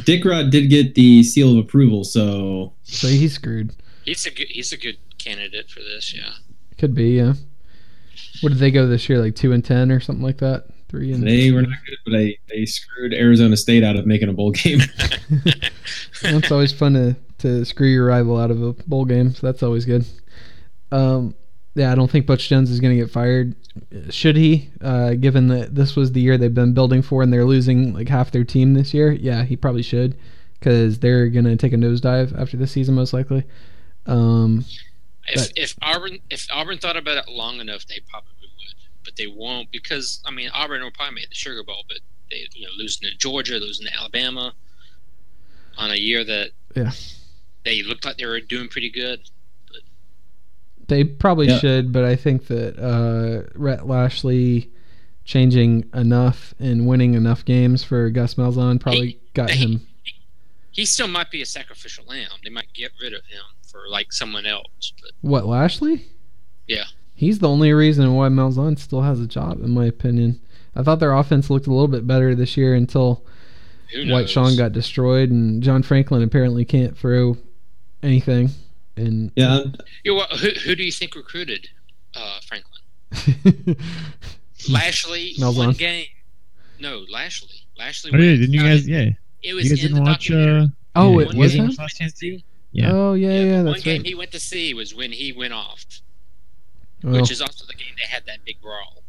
Speaker 2: Dick Rod did get the seal of approval, so
Speaker 1: so he's screwed.
Speaker 5: He's a good, he's a good candidate for this. Yeah,
Speaker 1: Could be. Yeah. What did they go this year? Like two and ten or something like that. Three and (laughs)
Speaker 2: they were not good, but they, they screwed Arizona State out of making a bowl (laughs) game.
Speaker 1: It's always fun to, to screw your rival out of a bowl game, so that's always good. Um, yeah, I don't think Butch Jones is going to get fired. Should he? Uh, given that this was the year they've been building for and they're losing like half their team this year, yeah, he probably should because they're going to take a nosedive after this season most likely. Um,
Speaker 5: If, if Auburn if Auburn thought about it long enough, they probably would, but they won't because I mean Auburn will probably make the Sugar Bowl, but they you know losing to Georgia, losing to Alabama, on a year that
Speaker 1: Yeah.
Speaker 5: they looked like they were doing pretty good.
Speaker 1: They probably
Speaker 2: Yeah.
Speaker 1: should, but I think that uh, Rhett Lashley changing enough and winning enough games for Gus Malzahn probably got
Speaker 5: they-
Speaker 1: him.
Speaker 5: He still might be a sacrificial lamb. They might get rid of him for like someone else, but
Speaker 1: What Lashley?
Speaker 5: Yeah.
Speaker 1: he's the only reason why Malzahn still has a job, in my opinion. I thought their offense looked a little bit better this year until
Speaker 5: who knows?
Speaker 1: White Sean got destroyed and John Franklin apparently can't throw anything. And (laughs)
Speaker 2: Yeah, I'm-
Speaker 5: Yeah, well, who, who do you think recruited uh,
Speaker 1: (laughs)
Speaker 5: Franklin? Lashley.
Speaker 1: Mel's
Speaker 5: one
Speaker 1: on.
Speaker 5: game. No, Lashley. Lashley.
Speaker 4: Oh yeah,
Speaker 5: went-
Speaker 4: didn't you guys? Yeah,
Speaker 5: It
Speaker 4: you
Speaker 5: was
Speaker 4: guys
Speaker 5: in
Speaker 4: didn't
Speaker 5: the
Speaker 4: watch.
Speaker 5: documentary.
Speaker 4: Uh,
Speaker 1: oh,
Speaker 4: yeah,
Speaker 1: it
Speaker 4: you
Speaker 5: One
Speaker 1: was
Speaker 4: guys didn't
Speaker 1: him.
Speaker 4: watch Last Chance U? Yeah.
Speaker 1: Oh yeah, yeah,
Speaker 5: the one
Speaker 1: that's
Speaker 5: game
Speaker 1: right.
Speaker 5: he went to see was when he went off,
Speaker 1: Well.
Speaker 5: which is also the game they had that big brawl.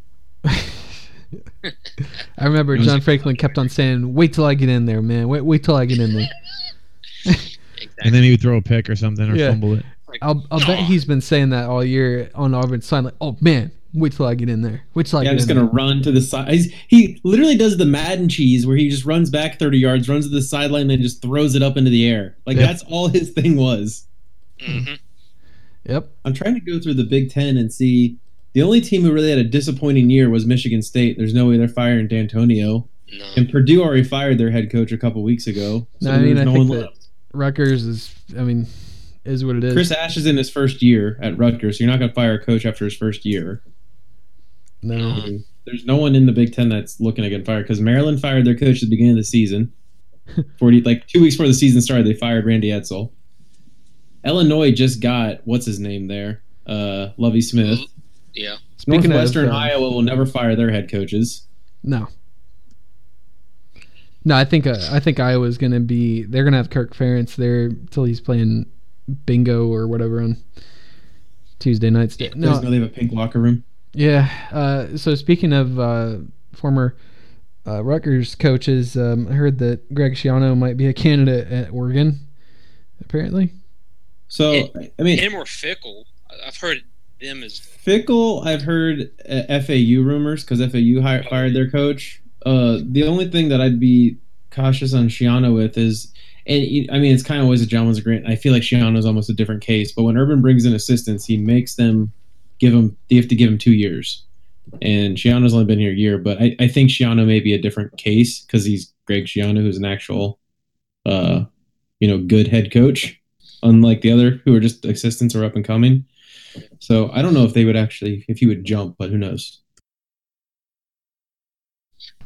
Speaker 1: I remember
Speaker 4: It was
Speaker 1: John
Speaker 4: like-
Speaker 1: Franklin kept on saying, "Wait till I get in there, man. Wait, wait till I get in there."
Speaker 5: Exactly.
Speaker 4: And then he would throw a pick or something or
Speaker 1: Yeah.
Speaker 4: fumble it.
Speaker 5: Like,
Speaker 1: I'll, I'll bet
Speaker 5: "Aw."
Speaker 1: he's been saying that all year on Auburn's side. Like, oh man, wait till I get in there. Wait till I
Speaker 2: yeah,
Speaker 1: get
Speaker 2: I'm just
Speaker 1: in
Speaker 2: gonna run to the side. He's, he literally does the Madden cheese where he just runs back 30 yards, runs to the sideline, then just throws it up into the air. Like
Speaker 1: Yeah.
Speaker 2: that's all his thing was.
Speaker 5: Mhm.
Speaker 1: there. Yep.
Speaker 2: I'm trying to go through the Big Ten and see. The only team who really had a disappointing year was Michigan State. There's no way they're firing D'Antonio,
Speaker 5: No.
Speaker 2: and Purdue already fired their head coach a couple weeks ago. So
Speaker 1: No, I mean,
Speaker 2: there's
Speaker 1: I
Speaker 2: no
Speaker 1: think
Speaker 2: one
Speaker 1: that-
Speaker 2: left.
Speaker 1: Rutgers is, I mean, is what it is.
Speaker 2: Chris Ash is in his first year at Rutgers. So you're not going to fire a coach after his first year.
Speaker 1: no.
Speaker 2: There's no one in the Big Ten that's looking to get fired because Maryland fired their coach at the beginning of
Speaker 1: (laughs)
Speaker 2: the season. Forty like two weeks before the season started, they fired Randy Etzel. Illinois just got what's his name there, uh, Lovey Smith.
Speaker 5: Yeah.
Speaker 1: Speaking of,
Speaker 2: Northwestern
Speaker 1: um,
Speaker 2: Iowa will never fire their head coaches.
Speaker 1: No. No, I think uh, I think Iowa's gonna be. They're gonna have Kirk Ferentz there till he's playing bingo or whatever on Tuesday nights.
Speaker 2: No, they have a pink locker room.
Speaker 1: Yeah. Uh, so speaking of uh, former uh, Rutgers coaches, um, I heard that Greg Schiano might be a candidate at Oregon. Apparently,
Speaker 2: So I mean,
Speaker 5: Him or Fickle? I- I've heard them as
Speaker 2: Fickle, I've heard uh, FAU rumors because FAU hi- fired their coach. Uh, the only thing that I'd be cautious on Shiano with is, and you- I mean, it's kind of always a John Wins Grant. I feel like Shiano's almost a different case, but when Urban brings in assistants, he makes them give him, they have to give him two years. And Shiano's only been here a year, but I, I think Shiano may be a different case because he's Greg Shiano, who's an actual, uh, you know, good head coach, unlike the other who are just assistants or up and coming. So I don't know if they would actually, if he would jump, but who knows?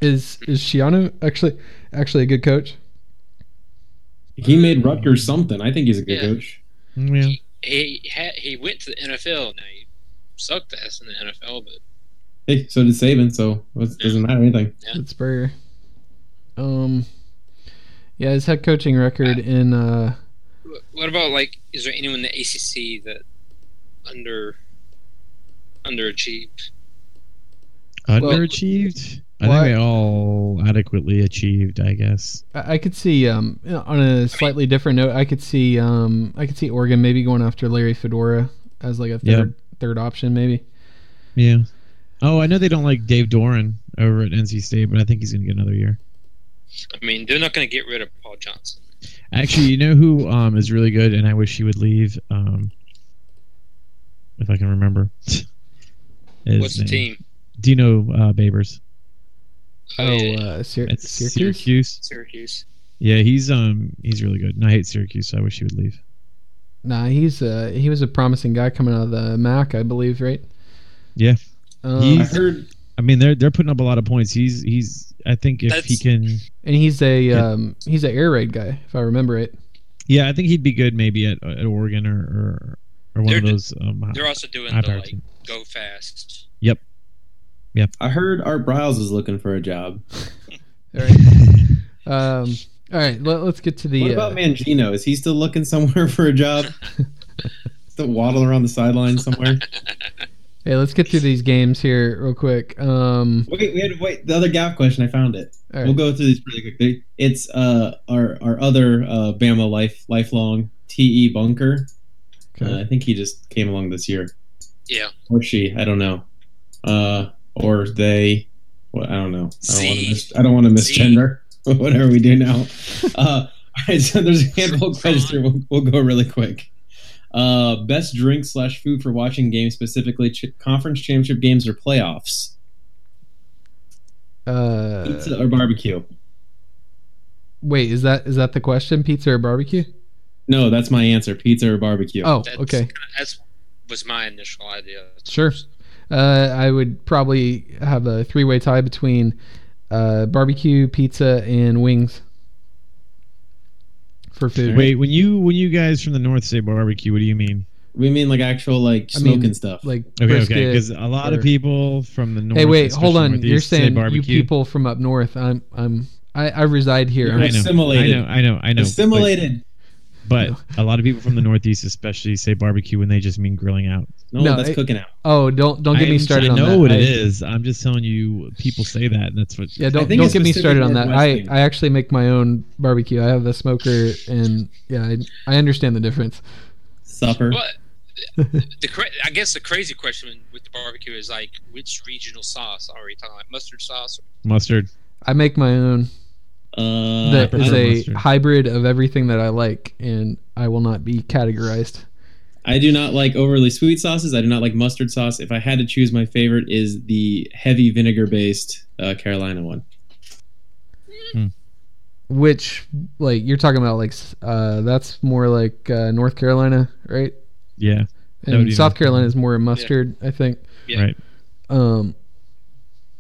Speaker 1: is is Schiano actually actually a good coach? Uh,
Speaker 2: He made Rutgers something. I think he's a good
Speaker 5: Yeah.
Speaker 2: coach.
Speaker 4: Mm, Yeah.
Speaker 5: he had, he went to the NFL. Now he sucked ass in the NFL, but
Speaker 2: Hey, so did Saban. So it doesn't matter anything.
Speaker 1: Pittsburgh. Um, yeah, his head coaching record in uh,
Speaker 5: wh- what about like? Is there anyone in the ACC that under underachieved?
Speaker 4: Underachieved. I
Speaker 1: Well,
Speaker 4: think they all adequately achieved. I guess.
Speaker 1: I I could see um on a slightly different note, I could see um I could see Oregon maybe going after Larry Fedora as like a third
Speaker 4: Yeah.
Speaker 1: third option maybe.
Speaker 4: Yeah. Oh, I know they don't like Dave Doran over at NC State, but I think he's going to get another year.
Speaker 5: I mean, they're not going to get rid of Paul Johnson.
Speaker 4: Actually, you know who um, is really good, and I wish he would leave. Um, if I can remember. (laughs) His
Speaker 5: What's the
Speaker 4: name.
Speaker 5: team?
Speaker 4: Dino uh, Babers.
Speaker 1: Oh,
Speaker 5: yeah,
Speaker 1: uh, Syr-
Speaker 4: That's
Speaker 1: Syracuse.
Speaker 4: Syracuse.
Speaker 5: Syracuse.
Speaker 4: Yeah, he's um he's really good, and I hate Syracuse, so I wish he would leave.
Speaker 1: Nah, he's uh he was a promising guy coming out of the MAC, I believe, right?
Speaker 4: Yeah.
Speaker 1: Um,
Speaker 2: I
Speaker 1: (laughs)
Speaker 4: He's-
Speaker 2: heard
Speaker 4: I mean, they're they're putting up a lot of points. He's he's I think if he
Speaker 5: That's-
Speaker 4: can,
Speaker 1: and he's a
Speaker 4: Yeah.
Speaker 1: um he's an air raid guy, if I remember it.
Speaker 4: yeah, I think he'd be good maybe at, at Oregon or or, or one
Speaker 5: They're
Speaker 4: of
Speaker 5: d-
Speaker 4: those um (laughs)
Speaker 1: Uh,
Speaker 4: high,
Speaker 5: They're also doing
Speaker 4: high
Speaker 5: the
Speaker 4: power
Speaker 5: like
Speaker 4: teams.
Speaker 5: go fast.
Speaker 2: I heard Art Briles is looking for a job.
Speaker 1: All right. um all right, let, us get to the
Speaker 2: What
Speaker 1: uh,
Speaker 2: about Mangino?
Speaker 1: (laughs)
Speaker 2: Is (laughs) he still looking somewhere for a job? still waddling around the sideline somewhere?
Speaker 1: Hey, let's get through these games here real quick. Um,
Speaker 2: Wait, we had to wait. The other gap question, I found it.
Speaker 1: all right.
Speaker 2: We'll go through these pretty quickly. It's uh our our other uh Bama life lifelong TE Bunker. Uh,
Speaker 1: Okay.
Speaker 2: I think he just came along this year.
Speaker 5: Yeah.
Speaker 2: Or she, I don't know. Uh or they well, I don't know. I don't want to
Speaker 5: Z.
Speaker 2: mis- I don't want to
Speaker 5: Z.
Speaker 2: misgender. (laughs) Whatever we
Speaker 5: (laughs)
Speaker 2: do now. Uh (laughs) all right, so there's a handful of questions here. We'll, we'll go really quick. Uh, best drink slash food for watching games, specifically ch- conference championship games or playoffs.
Speaker 1: Uh,
Speaker 2: Pizza or barbecue?
Speaker 1: wait, is that is that the question? Pizza or barbecue?
Speaker 2: No, that's my answer. Pizza or barbecue.
Speaker 1: Oh,
Speaker 5: That's
Speaker 1: okay,
Speaker 5: kinda- that's was my initial idea.
Speaker 1: sure. Uh, I would probably have a three-way tie between uh, barbecue, pizza, and wings for food.
Speaker 4: Wait, when you when you guys from the north say barbecue, what do you mean?
Speaker 2: We mean like actual like
Speaker 1: I mean,
Speaker 2: smoking stuff.
Speaker 1: Like
Speaker 4: Okay,
Speaker 1: brisket.
Speaker 4: okay, because a lot
Speaker 1: or-
Speaker 4: of people from the north.
Speaker 1: hey, wait,
Speaker 4: especially
Speaker 1: hold on.
Speaker 4: northeast,
Speaker 1: You're
Speaker 4: say
Speaker 1: saying you
Speaker 4: barbecue.
Speaker 1: people from up north. I'm I'm I, I reside here.
Speaker 2: You're
Speaker 1: I'm
Speaker 4: I know,
Speaker 2: assimilated.
Speaker 4: I know, I know, I know.
Speaker 2: assimilated.
Speaker 4: But, but a lot of people from the northeast, especially, say barbecue when they just mean grilling out.
Speaker 2: No,
Speaker 1: No,
Speaker 2: that's
Speaker 1: it-
Speaker 2: cooking out.
Speaker 1: Oh, don't don't get
Speaker 4: I
Speaker 1: me
Speaker 4: am-
Speaker 1: started
Speaker 4: I
Speaker 1: on
Speaker 4: know
Speaker 1: that.
Speaker 4: what
Speaker 1: I-
Speaker 4: it is. I'm just telling you, people say that, and that's what.
Speaker 1: Yeah, don't
Speaker 2: think
Speaker 1: don't
Speaker 2: it's
Speaker 1: get me
Speaker 2: Pacific
Speaker 1: started on that.
Speaker 2: Northwest
Speaker 1: I,
Speaker 2: thing.
Speaker 1: I actually make my own barbecue. I have a smoker, and yeah, I, I understand the difference.
Speaker 2: Supper.
Speaker 5: But the cra- I guess the crazy question with the barbecue is like which regional sauce are we talking like mustard sauce?
Speaker 4: Mustard.
Speaker 1: I make my own.
Speaker 2: Uh,
Speaker 1: That
Speaker 4: I
Speaker 1: is
Speaker 4: prefer
Speaker 1: a
Speaker 4: mustard.
Speaker 1: hybrid of everything that I like, and I will not be categorized.
Speaker 2: I do not like overly sweet sauces. I do not like mustard sauce. If I had to choose, my favorite is the heavy vinegar based uh, Carolina one.
Speaker 1: Which, like, you're talking about, like, s- uh, that's more like uh, North Carolina, right?
Speaker 4: Yeah, That would
Speaker 1: And
Speaker 4: be
Speaker 1: South
Speaker 4: North
Speaker 1: Carolina is more mustard, I think.
Speaker 5: Yeah.
Speaker 4: Right.
Speaker 1: Um,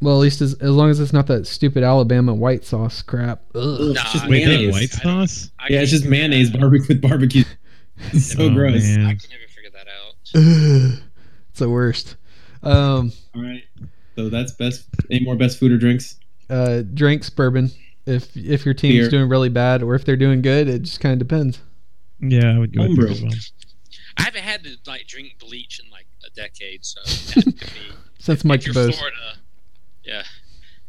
Speaker 1: well, at least as, as long as it's not that stupid Alabama white sauce crap. Ugh.
Speaker 5: Nah,
Speaker 2: just
Speaker 4: wait, that
Speaker 2: mayonnaise.
Speaker 4: white sauce.
Speaker 5: I
Speaker 2: yeah,
Speaker 5: can't
Speaker 2: it's just
Speaker 5: figure
Speaker 2: mayonnaise
Speaker 5: that out.
Speaker 2: barbecue (laughs) with barbecue. It's so
Speaker 4: Oh,
Speaker 2: gross.
Speaker 4: man.
Speaker 5: I can never figure that out.
Speaker 1: Ugh. it's the worst. Um,
Speaker 2: All right. So that's best. Any more best food or drinks?
Speaker 1: uh, drinks bourbon. If if your team's
Speaker 2: Beer.
Speaker 1: doing really bad or if they're doing good, it just kind of depends.
Speaker 4: Yeah, I would go with
Speaker 2: Homebrew.
Speaker 4: that as well.
Speaker 5: I haven't had to like drink bleach in like a decade, so that could be
Speaker 1: Since
Speaker 5: if
Speaker 1: Mike
Speaker 5: you're
Speaker 1: DeBose,
Speaker 5: Florida, yeah.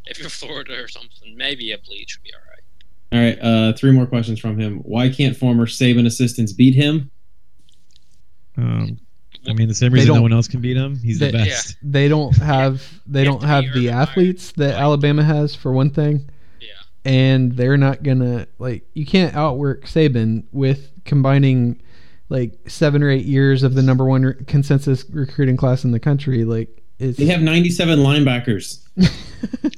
Speaker 5: If you're Florida or something, maybe a bleach would be all right.
Speaker 2: All right. Uh, three more questions from him. Why can't former Saban assistants beat him?
Speaker 4: Um, I mean, the same
Speaker 1: They
Speaker 4: reason no
Speaker 1: don't-
Speaker 4: one else can beat him. He's the
Speaker 1: They-
Speaker 5: yeah.
Speaker 4: best.
Speaker 1: they don't have they
Speaker 5: You have
Speaker 1: don't
Speaker 5: to
Speaker 1: have
Speaker 5: be
Speaker 1: the
Speaker 5: Urban Meyer.
Speaker 1: athletes that
Speaker 5: Like-
Speaker 1: Alabama has for one thing,
Speaker 5: Yeah.
Speaker 1: and they're not gonna like you can't outwork Saban with combining like seven or eight years of the number one re- consensus recruiting class in the country. Like it's
Speaker 2: They have 97 linebackers.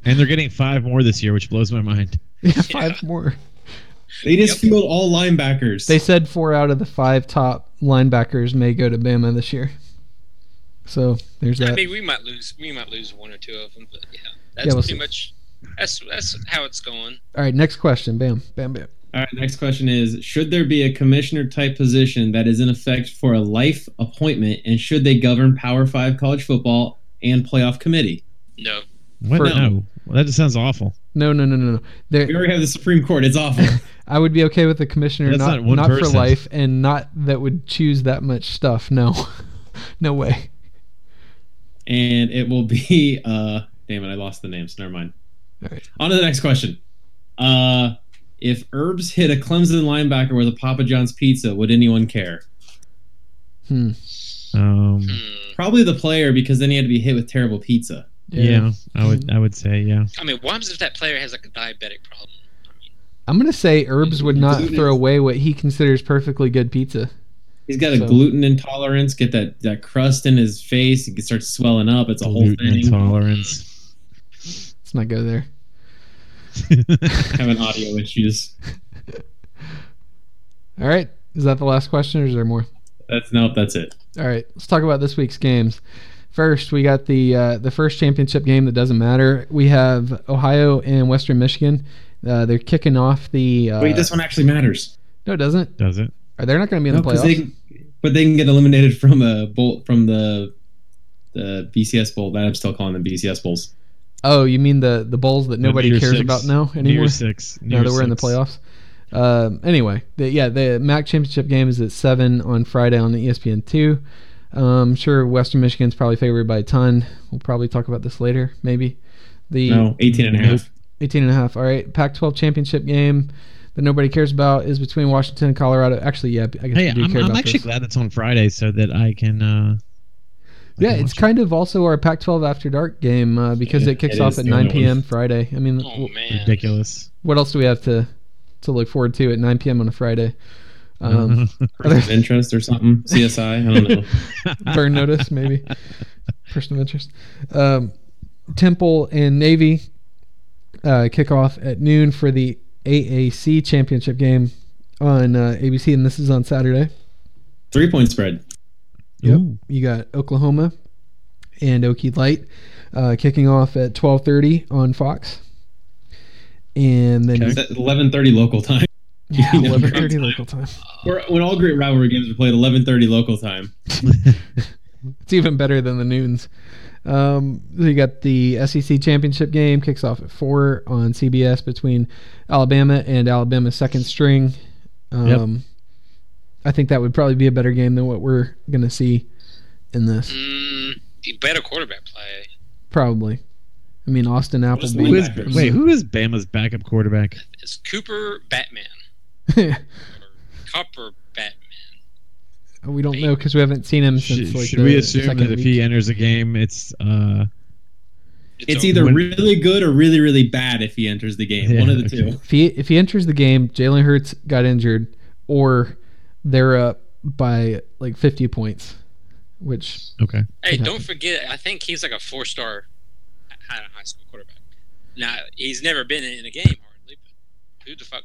Speaker 4: And they're getting five more this year, which blows my mind.
Speaker 1: yeah, (laughs) five more.
Speaker 2: They just
Speaker 5: Yep.
Speaker 2: field all linebackers.
Speaker 1: They said four out of the five top linebackers may go to Bama this year. So there's
Speaker 5: I
Speaker 1: that.
Speaker 5: mean, we might lose. We might lose one or two of them, but yeah, that's
Speaker 1: Yeah, we'll
Speaker 5: pretty
Speaker 1: see.
Speaker 5: much. That's that's how it's going.
Speaker 1: All right, next question. Bam, bam, bam.
Speaker 2: All right, next question is Should there be a commissioner type position that is in effect for a life appointment, and should they govern Power Five college football and playoff committee?
Speaker 5: No,
Speaker 4: What?
Speaker 1: For-
Speaker 4: no, well, that just sounds awful.
Speaker 1: No, no, no, no, no.
Speaker 2: We
Speaker 1: There,
Speaker 2: already have the Supreme Court. It's awful.
Speaker 1: I would be okay with the commissioner
Speaker 4: That's
Speaker 1: not
Speaker 4: not one
Speaker 1: not, for
Speaker 4: person.
Speaker 1: life and not that would choose that much stuff. No, (laughs) no way.
Speaker 2: and it will be, uh, damn it, I lost the names. Never mind.
Speaker 1: All right.
Speaker 2: On to the next question. Uh, if Herbs hit a Clemson linebacker with a Papa John's pizza, would anyone care?
Speaker 1: Hmm.
Speaker 4: Um,
Speaker 5: Hmm.
Speaker 2: Probably the player, because then he had to be hit with terrible pizza.
Speaker 4: yeah. I would. I would say yeah.
Speaker 5: I mean, what happens if that player has like a diabetic problem?
Speaker 1: I'm gonna say Herbs would not
Speaker 2: Gluten
Speaker 1: throw
Speaker 2: is-
Speaker 1: away what he considers perfectly good pizza.
Speaker 2: He's got a
Speaker 1: So-
Speaker 2: gluten intolerance. Get that, that crust in his face. He starts swelling up. It's a whole
Speaker 4: Gluten
Speaker 2: thing.
Speaker 4: intolerance. (laughs)
Speaker 1: Let's not go there.
Speaker 2: having audio issues.
Speaker 1: All right, is that the last question, or is there more?
Speaker 2: That's nope. That's it.
Speaker 1: All right, let's talk about this week's games. First, we got the uh, the first championship game that doesn't matter. We have Ohio and Western Michigan. Uh, they're kicking off the. Uh,
Speaker 2: Wait, this one actually matters.
Speaker 1: no, it doesn't.
Speaker 4: Does it?
Speaker 1: Are they not going to be in
Speaker 2: No,
Speaker 1: the
Speaker 2: 'cause
Speaker 1: playoffs?
Speaker 2: they, but they can get eliminated from a bowl from the the BCS bowl. That I'm still calling them BCS bowls.
Speaker 1: oh, you mean the the bowls that nobody
Speaker 4: Year
Speaker 1: cares
Speaker 4: six.
Speaker 1: about now
Speaker 4: New
Speaker 1: anymore?
Speaker 4: Year six. New
Speaker 1: Now
Speaker 4: Year
Speaker 1: that we're in the
Speaker 4: six.
Speaker 1: playoffs. E Um, anyway, the, yeah, the MAC championship game is at seven on Friday on ESPN two. Um, sure, Western Michigan's probably favored by a ton. We'll probably talk about this later, maybe. The
Speaker 2: No, 18 and a
Speaker 1: (laughs)
Speaker 2: half.
Speaker 1: 18 and a half. All right. Pac 12 championship game that nobody cares about is between Washington and Colorado. Actually, yeah, I guess
Speaker 4: Hey,
Speaker 1: we do
Speaker 4: I'm,
Speaker 1: care
Speaker 4: I'm
Speaker 1: about
Speaker 4: actually
Speaker 1: this.
Speaker 4: glad that's on Friday so that I can. Uh, I
Speaker 1: Yeah,
Speaker 4: can
Speaker 1: it's
Speaker 4: watch
Speaker 1: kind of also our Pac 12 after dark game uh, because
Speaker 2: Yeah,
Speaker 1: it kicks
Speaker 2: it
Speaker 1: off
Speaker 2: is
Speaker 1: at
Speaker 2: the only
Speaker 1: 9
Speaker 2: one.
Speaker 1: p.m. Friday. I mean,
Speaker 5: Oh
Speaker 1: w-
Speaker 4: it.
Speaker 5: man,
Speaker 4: ridiculous.
Speaker 1: what else do we have to, to look forward to at 9 p.m. on a Friday? Um,
Speaker 4: (laughs)
Speaker 2: Person of interest or something. CSI. I
Speaker 1: (laughs)
Speaker 2: don't know.
Speaker 1: burn notice, maybe. Person of interest. Um, Temple and Navy uh, kick off at noon for the AAC championship game on uh, ABC, and this is on Saturday.
Speaker 2: Three point spread.
Speaker 1: Yep.
Speaker 4: Ooh.
Speaker 1: You got Oklahoma and Okie Light uh, kicking off at 12:30 on Fox, and then
Speaker 2: Is that 11:30 local time.
Speaker 1: yeah, (laughs)
Speaker 2: You know,
Speaker 1: 11:30 local time.
Speaker 2: Or when all great rivalry games are played 11:30 local time.
Speaker 1: It's even better than the noons. Um, so you got the SEC championship game kicks off at four on CBS between Alabama and Alabama's second string.
Speaker 4: Yep.
Speaker 1: Um, I think that would probably be a better game than what we're gonna see in this,
Speaker 5: mm, better quarterback play.
Speaker 1: probably. I mean, Austin
Speaker 2: is
Speaker 1: Appleby.
Speaker 2: the
Speaker 4: who
Speaker 1: (laughs)
Speaker 4: is,
Speaker 2: Linebackers.
Speaker 4: wait, who is Bama's backup quarterback?
Speaker 5: It's Cooper Batman, Copper Batman.
Speaker 1: (laughs) We don't know because we haven't seen him since.
Speaker 4: Should,
Speaker 1: like,
Speaker 4: should
Speaker 1: the
Speaker 4: we assume
Speaker 1: second
Speaker 4: that if
Speaker 1: week.
Speaker 4: he enters a game, it's uh,
Speaker 2: It's
Speaker 5: over.
Speaker 2: either
Speaker 4: When-
Speaker 2: really good or really really bad if he enters the game.
Speaker 4: Yeah,
Speaker 2: One of the
Speaker 4: okay.
Speaker 2: two.
Speaker 1: if he if he enters the game, Jalen Hurts got injured, or they're up by like 50 points, which
Speaker 4: okay? (laughs)
Speaker 5: Hey,
Speaker 1: Could
Speaker 5: don't
Speaker 1: happen.
Speaker 5: forget, I think he's like a four star high high school quarterback. Now, he's never been in a game hardly, but who the fuck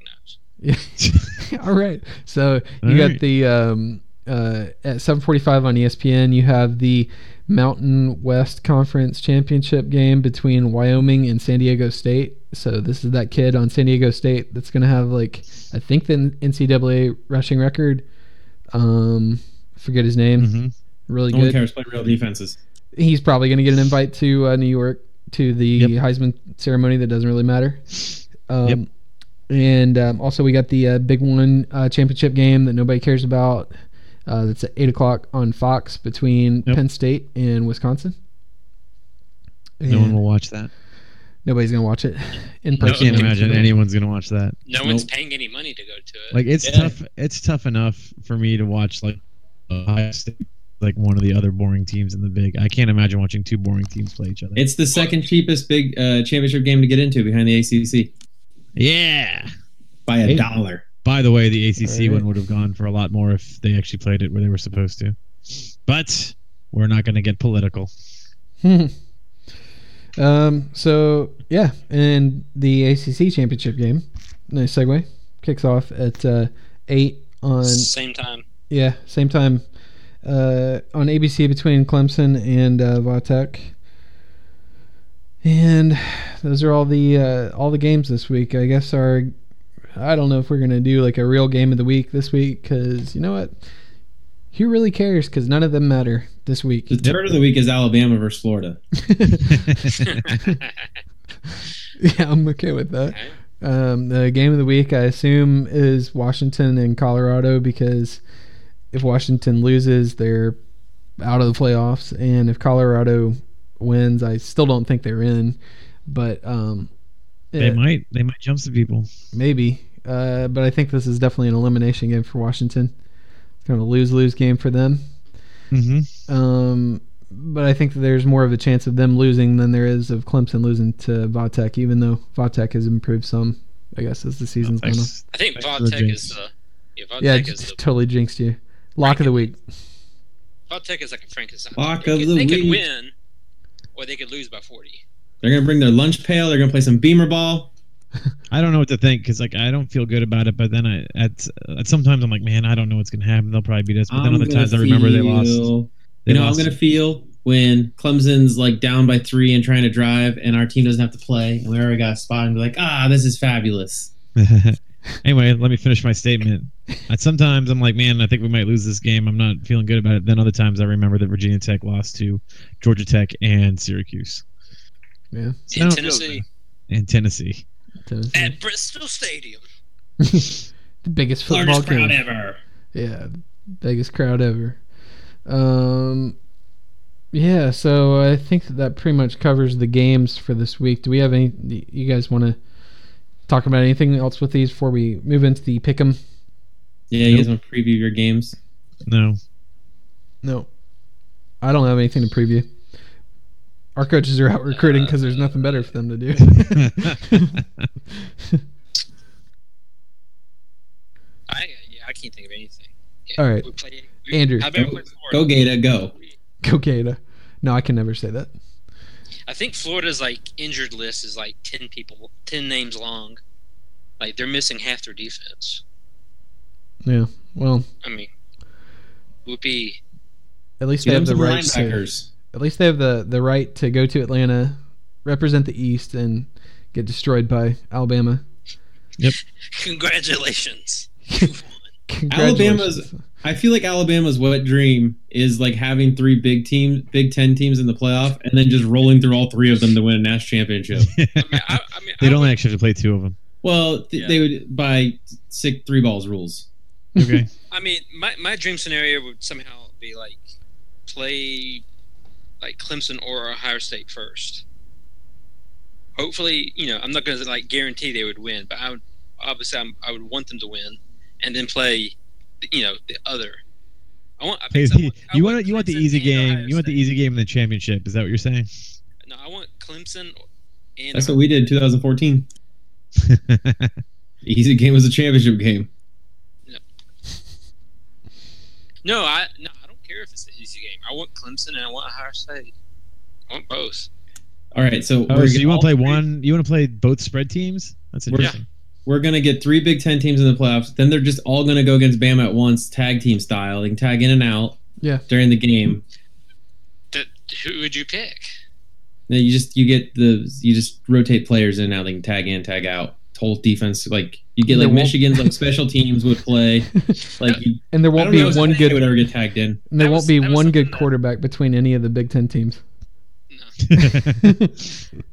Speaker 5: knows?
Speaker 1: (laughs) all right. So you
Speaker 4: All
Speaker 1: got
Speaker 4: right.
Speaker 1: the um, uh, at 7:45 on E ESPN. You have the Mountain West Conference Championship game between Wyoming and San Diego State. So this is that kid on San Diego State that's gonna have like I think the NCAA rushing record. Um, forget his name.
Speaker 4: hmm
Speaker 1: Really
Speaker 2: No
Speaker 1: good.
Speaker 2: one cares. Play real defenses.
Speaker 1: he's probably going to get an invite to uh, New York to the Heisman ceremony. That doesn't really matter. Um,
Speaker 4: Yep.
Speaker 1: And um, also, we got the uh, big one uh, championship game that nobody cares about. Uh, that's at eight o'clock on Fox between
Speaker 4: Yep.
Speaker 1: Penn State and Wisconsin. And
Speaker 4: No one will watch that.
Speaker 1: Nobody's gonna watch
Speaker 4: (laughs)
Speaker 1: it in
Speaker 4: I
Speaker 5: No,
Speaker 1: person.
Speaker 4: can't
Speaker 5: it's-
Speaker 4: imagine anyone's gonna watch that.
Speaker 5: No one's paying any money to go to it.
Speaker 4: Like it's
Speaker 2: Yeah.
Speaker 4: tough. It's tough enough for me to watch like Ohio State, like one of the other boring teams in the big. I can't imagine watching two boring teams play each other.
Speaker 2: It's the second cheapest big uh, championship game to get into behind the ACC
Speaker 4: yeah.
Speaker 2: by a
Speaker 4: Hey.
Speaker 2: dollar.
Speaker 4: By the way, the ACC
Speaker 1: All right.
Speaker 4: one would have gone for a lot more if they actually played it where they were supposed to. But we're not going to get political. (laughs)
Speaker 1: (laughs) um, so yeah, and the ACC championship game. Nice segue. Kicks off at uh, eight on
Speaker 5: Same time.
Speaker 1: Yeah, same time uh, on ABC between Clemson and uh, Vatek. And those are all the uh, all the games this week. I guess our I don't know if we're gonna do like a real game of the week this week because you know what, who really cares? Because none of them matter this week.
Speaker 2: (laughs)
Speaker 1: (laughs)
Speaker 2: The third of the week is Alabama versus Florida.
Speaker 1: yeah, I'm okay with that. Um, the game of the week, I assume, is Washington and Colorado because if Washington loses, they're out of the playoffs, and if Colorado wins, I still don't think they're in. But um,
Speaker 4: They
Speaker 1: yeah,
Speaker 4: might. They might jump some people.
Speaker 1: maybe. Uh, but I think this is definitely an elimination game for Washington. It's kind of a lose-lose game for them.
Speaker 2: Mm-hmm.
Speaker 4: hmm
Speaker 1: Um, but I think that there's more of a chance of them losing than there is of Clemson losing to Vatek, even though Vatek has improved some, I guess, as the season's gone on.
Speaker 4: Thanks.
Speaker 5: (laughs) I think
Speaker 4: Thanks for the
Speaker 5: Vautech
Speaker 4: jinx.
Speaker 5: is the. Yeah, Vautech
Speaker 1: Yeah, I
Speaker 5: is
Speaker 1: just
Speaker 5: the.
Speaker 1: totally jinxed you. Lock of the week.
Speaker 5: Vautech is like a Frankenstein.
Speaker 2: Lock
Speaker 5: they
Speaker 2: of
Speaker 5: could,
Speaker 2: the
Speaker 5: they could
Speaker 2: week.
Speaker 5: win, or they could lose by forty.
Speaker 2: They're gonna bring their lunch pail. They're gonna play some Beamer ball.
Speaker 4: I don't know what to think because like I don't feel good about it. But then I at, at sometimes I'm like, man, I don't know what's going to happen. They'll probably beat us. But then
Speaker 2: I'm
Speaker 4: other
Speaker 2: gonna
Speaker 4: times I remember they lost.
Speaker 2: feel-
Speaker 4: They
Speaker 2: you know,
Speaker 4: lost.
Speaker 2: I'm gonna feel when Clemson's like down by three and trying to drive, and our team doesn't have to play, and we already got a spot, and be like, ah, this is fabulous.
Speaker 4: (laughs) anyway, let me finish my statement. Uh, Sometimes I'm like, man, I think we might lose this game. I'm not feeling good about it. Then other times I remember that Virginia Tech lost to Georgia Tech and Syracuse
Speaker 1: Yeah,
Speaker 4: So I
Speaker 5: In
Speaker 4: don't-
Speaker 5: Tennessee,
Speaker 4: and Tennessee.
Speaker 1: Tennessee.
Speaker 5: at Bristol Stadium.
Speaker 1: the biggest football
Speaker 2: Largest crowd
Speaker 1: game.
Speaker 2: ever.
Speaker 1: Yeah, biggest crowd ever. Um, yeah, so I think that, that pretty much covers the games for this week. Do we have any? do You guys want to talk about anything else with these before we move into the pick 'em?
Speaker 2: Yeah, you guys want to preview your games? (laughs)
Speaker 4: No. (laughs)
Speaker 1: No, I don't have anything to preview. Our coaches are
Speaker 2: Uh,
Speaker 1: out recruiting because there's nothing better for them to do.
Speaker 5: I yeah, I can't think of anything. Yeah,
Speaker 1: All right.
Speaker 5: we play- we-
Speaker 1: Andrew,
Speaker 5: I, bet
Speaker 2: go-
Speaker 5: we play Florida.
Speaker 2: Go Gata, go.
Speaker 1: (laughs) Go Gator. No, I can never say that.
Speaker 5: I think Florida's like injured list is like ten people, ten names long. Like they're missing half their defense.
Speaker 1: Yeah. Well,
Speaker 5: I mean, would be
Speaker 1: at least they
Speaker 2: Get them
Speaker 1: have the
Speaker 2: some
Speaker 1: right. To,
Speaker 2: linebackers.
Speaker 1: at least they have the the right to go to Atlanta, represent the East, and get destroyed by Alabama.
Speaker 5: (laughs) congratulations.
Speaker 1: Congratulations.
Speaker 2: I feel like Alabama's wet dream is like having three big teams, Big Ten teams in the playoff, and then just rolling through all three of them to win a national championship.
Speaker 5: I mean, I,
Speaker 1: (laughs)
Speaker 5: I mean,
Speaker 4: they
Speaker 5: I
Speaker 4: don't
Speaker 5: would-
Speaker 4: actually have to play two of them.
Speaker 2: Well, th-
Speaker 5: Yeah.
Speaker 2: they would by six three balls rules.
Speaker 5: (laughs)
Speaker 4: Okay.
Speaker 5: I mean, my, my dream scenario would somehow be like play like Clemson or Ohio State first. Hopefully, you know, I'm not going to like guarantee they would win, but I would obviously I'm, I would want them to win, and then play, you know, the other. I want. I
Speaker 4: Hey,
Speaker 5: think I want- I
Speaker 4: you want you want the
Speaker 5: Clemson
Speaker 4: easy
Speaker 5: and Ohio
Speaker 4: game. You want the
Speaker 5: State.
Speaker 4: easy game in the championship. Is that what you're saying?
Speaker 5: No, I want Clemson and
Speaker 2: That's what we did in 2014. Oh,
Speaker 4: (laughs)
Speaker 2: Easy game was a championship game.
Speaker 5: No, I no, I don't care if it's an easy game. I want Clemson and I want Ohio State. I want both.
Speaker 2: All right, so,
Speaker 4: oh, so you want to play
Speaker 2: all three-
Speaker 4: one? You want to play both spread teams? That's
Speaker 2: We're-
Speaker 4: interesting.
Speaker 2: We're gonna get three Big Ten teams in the playoffs. Then they're just all gonna go against Bama at once, tag team style. They can tag in and out
Speaker 1: Yeah.
Speaker 2: during the game.
Speaker 5: That who would you pick?
Speaker 2: Then you just you get the you just rotate players in and out. They can tag in, tag out. Whole defense like you get
Speaker 1: There
Speaker 2: like
Speaker 1: won't-
Speaker 2: Michigan's
Speaker 1: (laughs)
Speaker 2: like special teams would play like you,
Speaker 1: and there
Speaker 2: I
Speaker 1: won't
Speaker 2: don't
Speaker 1: be
Speaker 2: know if
Speaker 1: one
Speaker 2: they
Speaker 1: good.
Speaker 2: would ever get tagged in.
Speaker 1: And there
Speaker 5: That
Speaker 1: won't
Speaker 5: was-
Speaker 1: be
Speaker 5: that was
Speaker 1: one good
Speaker 5: something that-
Speaker 1: quarterback between any of the Big Ten teams.
Speaker 5: No.
Speaker 2: (laughs)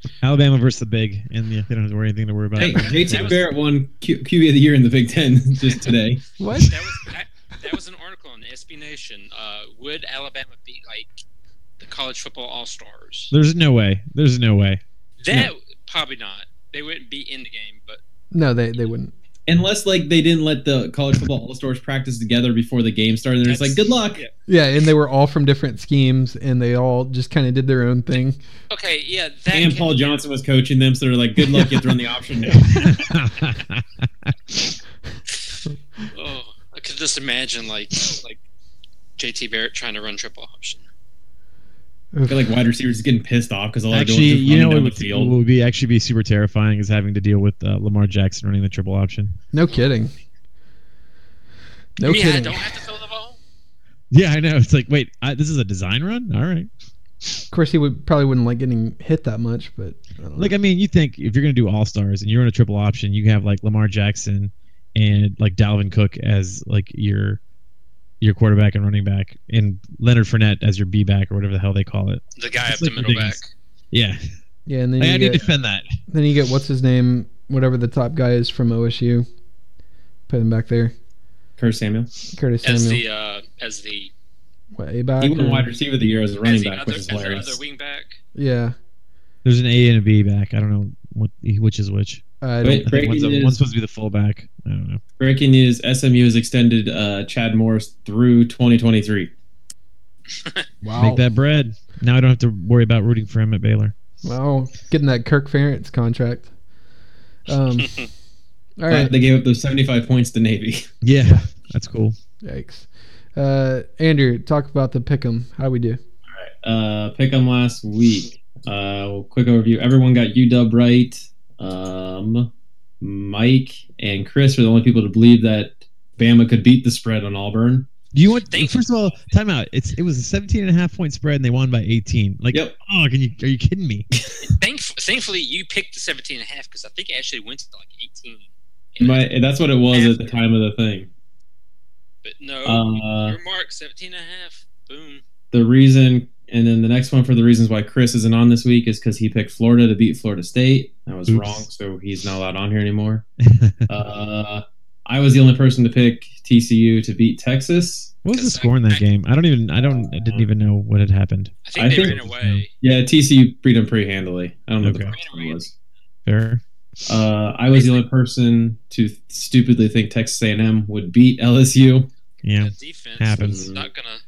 Speaker 4: (laughs) Alabama versus the big, and yeah, they don't have to worry anything to worry about.
Speaker 2: Hey,
Speaker 5: That
Speaker 2: JT
Speaker 5: was-
Speaker 2: Barrett won Q- QB of the year in the Big Ten (laughs) just today.
Speaker 1: What?
Speaker 5: that was that, that was an article on SB Nation. Uh, would Alabama beat like the college football all stars?
Speaker 4: There's no way. There's
Speaker 2: (laughs)
Speaker 4: no way.
Speaker 5: That probably not. They wouldn't be in the game, but
Speaker 1: No, they they wouldn't.
Speaker 2: Unless like they didn't let the college football all stars practice together before the game started. They're just like,
Speaker 5: That's-
Speaker 2: good luck.
Speaker 5: yeah.
Speaker 1: Yeah, and they were all from different schemes, and they all just kind of did their own thing.
Speaker 5: okay, yeah, that
Speaker 2: And
Speaker 5: can-
Speaker 2: Paul Johnson was coaching them, so they're like, good luck. You have to run the option
Speaker 4: (laughs)
Speaker 2: now.
Speaker 5: Oh, I could just imagine like like JT Barrett trying to run triple option.
Speaker 2: I feel like wide receivers is getting pissed off because all they're
Speaker 4: actually,
Speaker 2: doing is just
Speaker 4: you
Speaker 2: running
Speaker 4: know what
Speaker 2: down the
Speaker 4: would,
Speaker 2: field.
Speaker 4: what would be actually be super terrifying is having to deal with uh, Lamar Jackson running the triple option.
Speaker 1: No kidding. No
Speaker 5: yeah, I
Speaker 1: kidding.
Speaker 5: don't have to throw the ball.
Speaker 4: Yeah, I know. It's like, wait, I, this is a design run. All right.
Speaker 1: Of course, he would probably wouldn't like getting hit that much, but uh, I don't
Speaker 4: Like,
Speaker 1: know.
Speaker 4: I mean, you think if you're going to do all stars and you're in a triple option, you have like Lamar Jackson and like Dalvin Cook as like your your quarterback and running back, and Leonard Fournette as your B back or whatever the hell they call it.
Speaker 5: The guy
Speaker 4: It's
Speaker 5: up the
Speaker 4: like
Speaker 5: middle
Speaker 4: ridiculous.
Speaker 5: back.
Speaker 4: Yeah,
Speaker 1: yeah, and then
Speaker 4: Like,
Speaker 1: you
Speaker 4: I need to
Speaker 1: get
Speaker 4: defend that.
Speaker 1: then you get what's his name, whatever the top guy is from OSU. Put him back there,
Speaker 2: Curtis Samuel.
Speaker 1: Curtis
Speaker 5: As
Speaker 1: Samuel.
Speaker 5: the uh, as the
Speaker 1: What, a back
Speaker 2: He won
Speaker 1: or-
Speaker 2: wide receiver of the year as a
Speaker 5: as
Speaker 2: running
Speaker 5: the
Speaker 2: back,
Speaker 5: other,
Speaker 2: which
Speaker 5: as
Speaker 2: is
Speaker 5: the
Speaker 2: hilarious.
Speaker 5: other wing back.
Speaker 1: yeah,
Speaker 4: There's an A and a B back. I don't know what which is which.
Speaker 1: I
Speaker 2: Wait,
Speaker 1: don't-
Speaker 4: I think
Speaker 2: breaking
Speaker 4: one's,
Speaker 2: news.
Speaker 4: one's supposed to be the fullback. I don't know.
Speaker 2: Breaking news: SMU has extended uh, Chad Morris through 2023.
Speaker 1: wow,
Speaker 4: Make that bread. Now I don't have to worry about rooting for him at Baylor.
Speaker 1: wow, getting that Kirk Ferentz contract. Um, all
Speaker 2: But
Speaker 1: right,
Speaker 2: They gave up those 75 points to Navy.
Speaker 4: Yeah, that's cool.
Speaker 1: Yikes. Uh, Andrew, talk about the pick'em. How we do?
Speaker 2: Uh, pick them last week. Uh, quick overview: everyone got UW right. Um, Mike and Chris were the only people to believe that Bama could beat the spread on Auburn.
Speaker 4: You want
Speaker 5: Thank-
Speaker 4: first of all, timeout. It's it was a 17 and a half point spread and they won by 18. Like,
Speaker 2: Yep.
Speaker 4: oh, can you are you kidding me?
Speaker 5: Thankf- thankfully, you picked the 17 and a half because I think it actually went to like 18. And-
Speaker 2: My, that's what it was at the time of the thing.
Speaker 5: but no,
Speaker 2: Uh,
Speaker 5: your mark 17 and a half. Boom.
Speaker 2: the reason and then the next one for the reasons why Chris isn't on this week is because he picked Florida to beat Florida State. I was
Speaker 4: Oops.
Speaker 2: wrong, so he's not allowed on here
Speaker 4: (laughs)
Speaker 2: anymore. uh, I was the only person to pick TCU to beat Texas.
Speaker 4: What was the
Speaker 5: Because
Speaker 4: score in that
Speaker 5: I-
Speaker 4: game? I don't even. I don't. I didn't even know what had happened.
Speaker 5: I think
Speaker 2: I
Speaker 5: they
Speaker 2: think-
Speaker 5: ran away.
Speaker 2: Yeah, TCU beat them pretty handily. I don't know
Speaker 4: Okay.
Speaker 2: what the problem was.
Speaker 4: Fair.
Speaker 2: Uh, I was the only person to stupidly think Texas A&M would beat LSU,
Speaker 4: Yeah.
Speaker 5: The defense
Speaker 4: Happens.
Speaker 5: is not gonna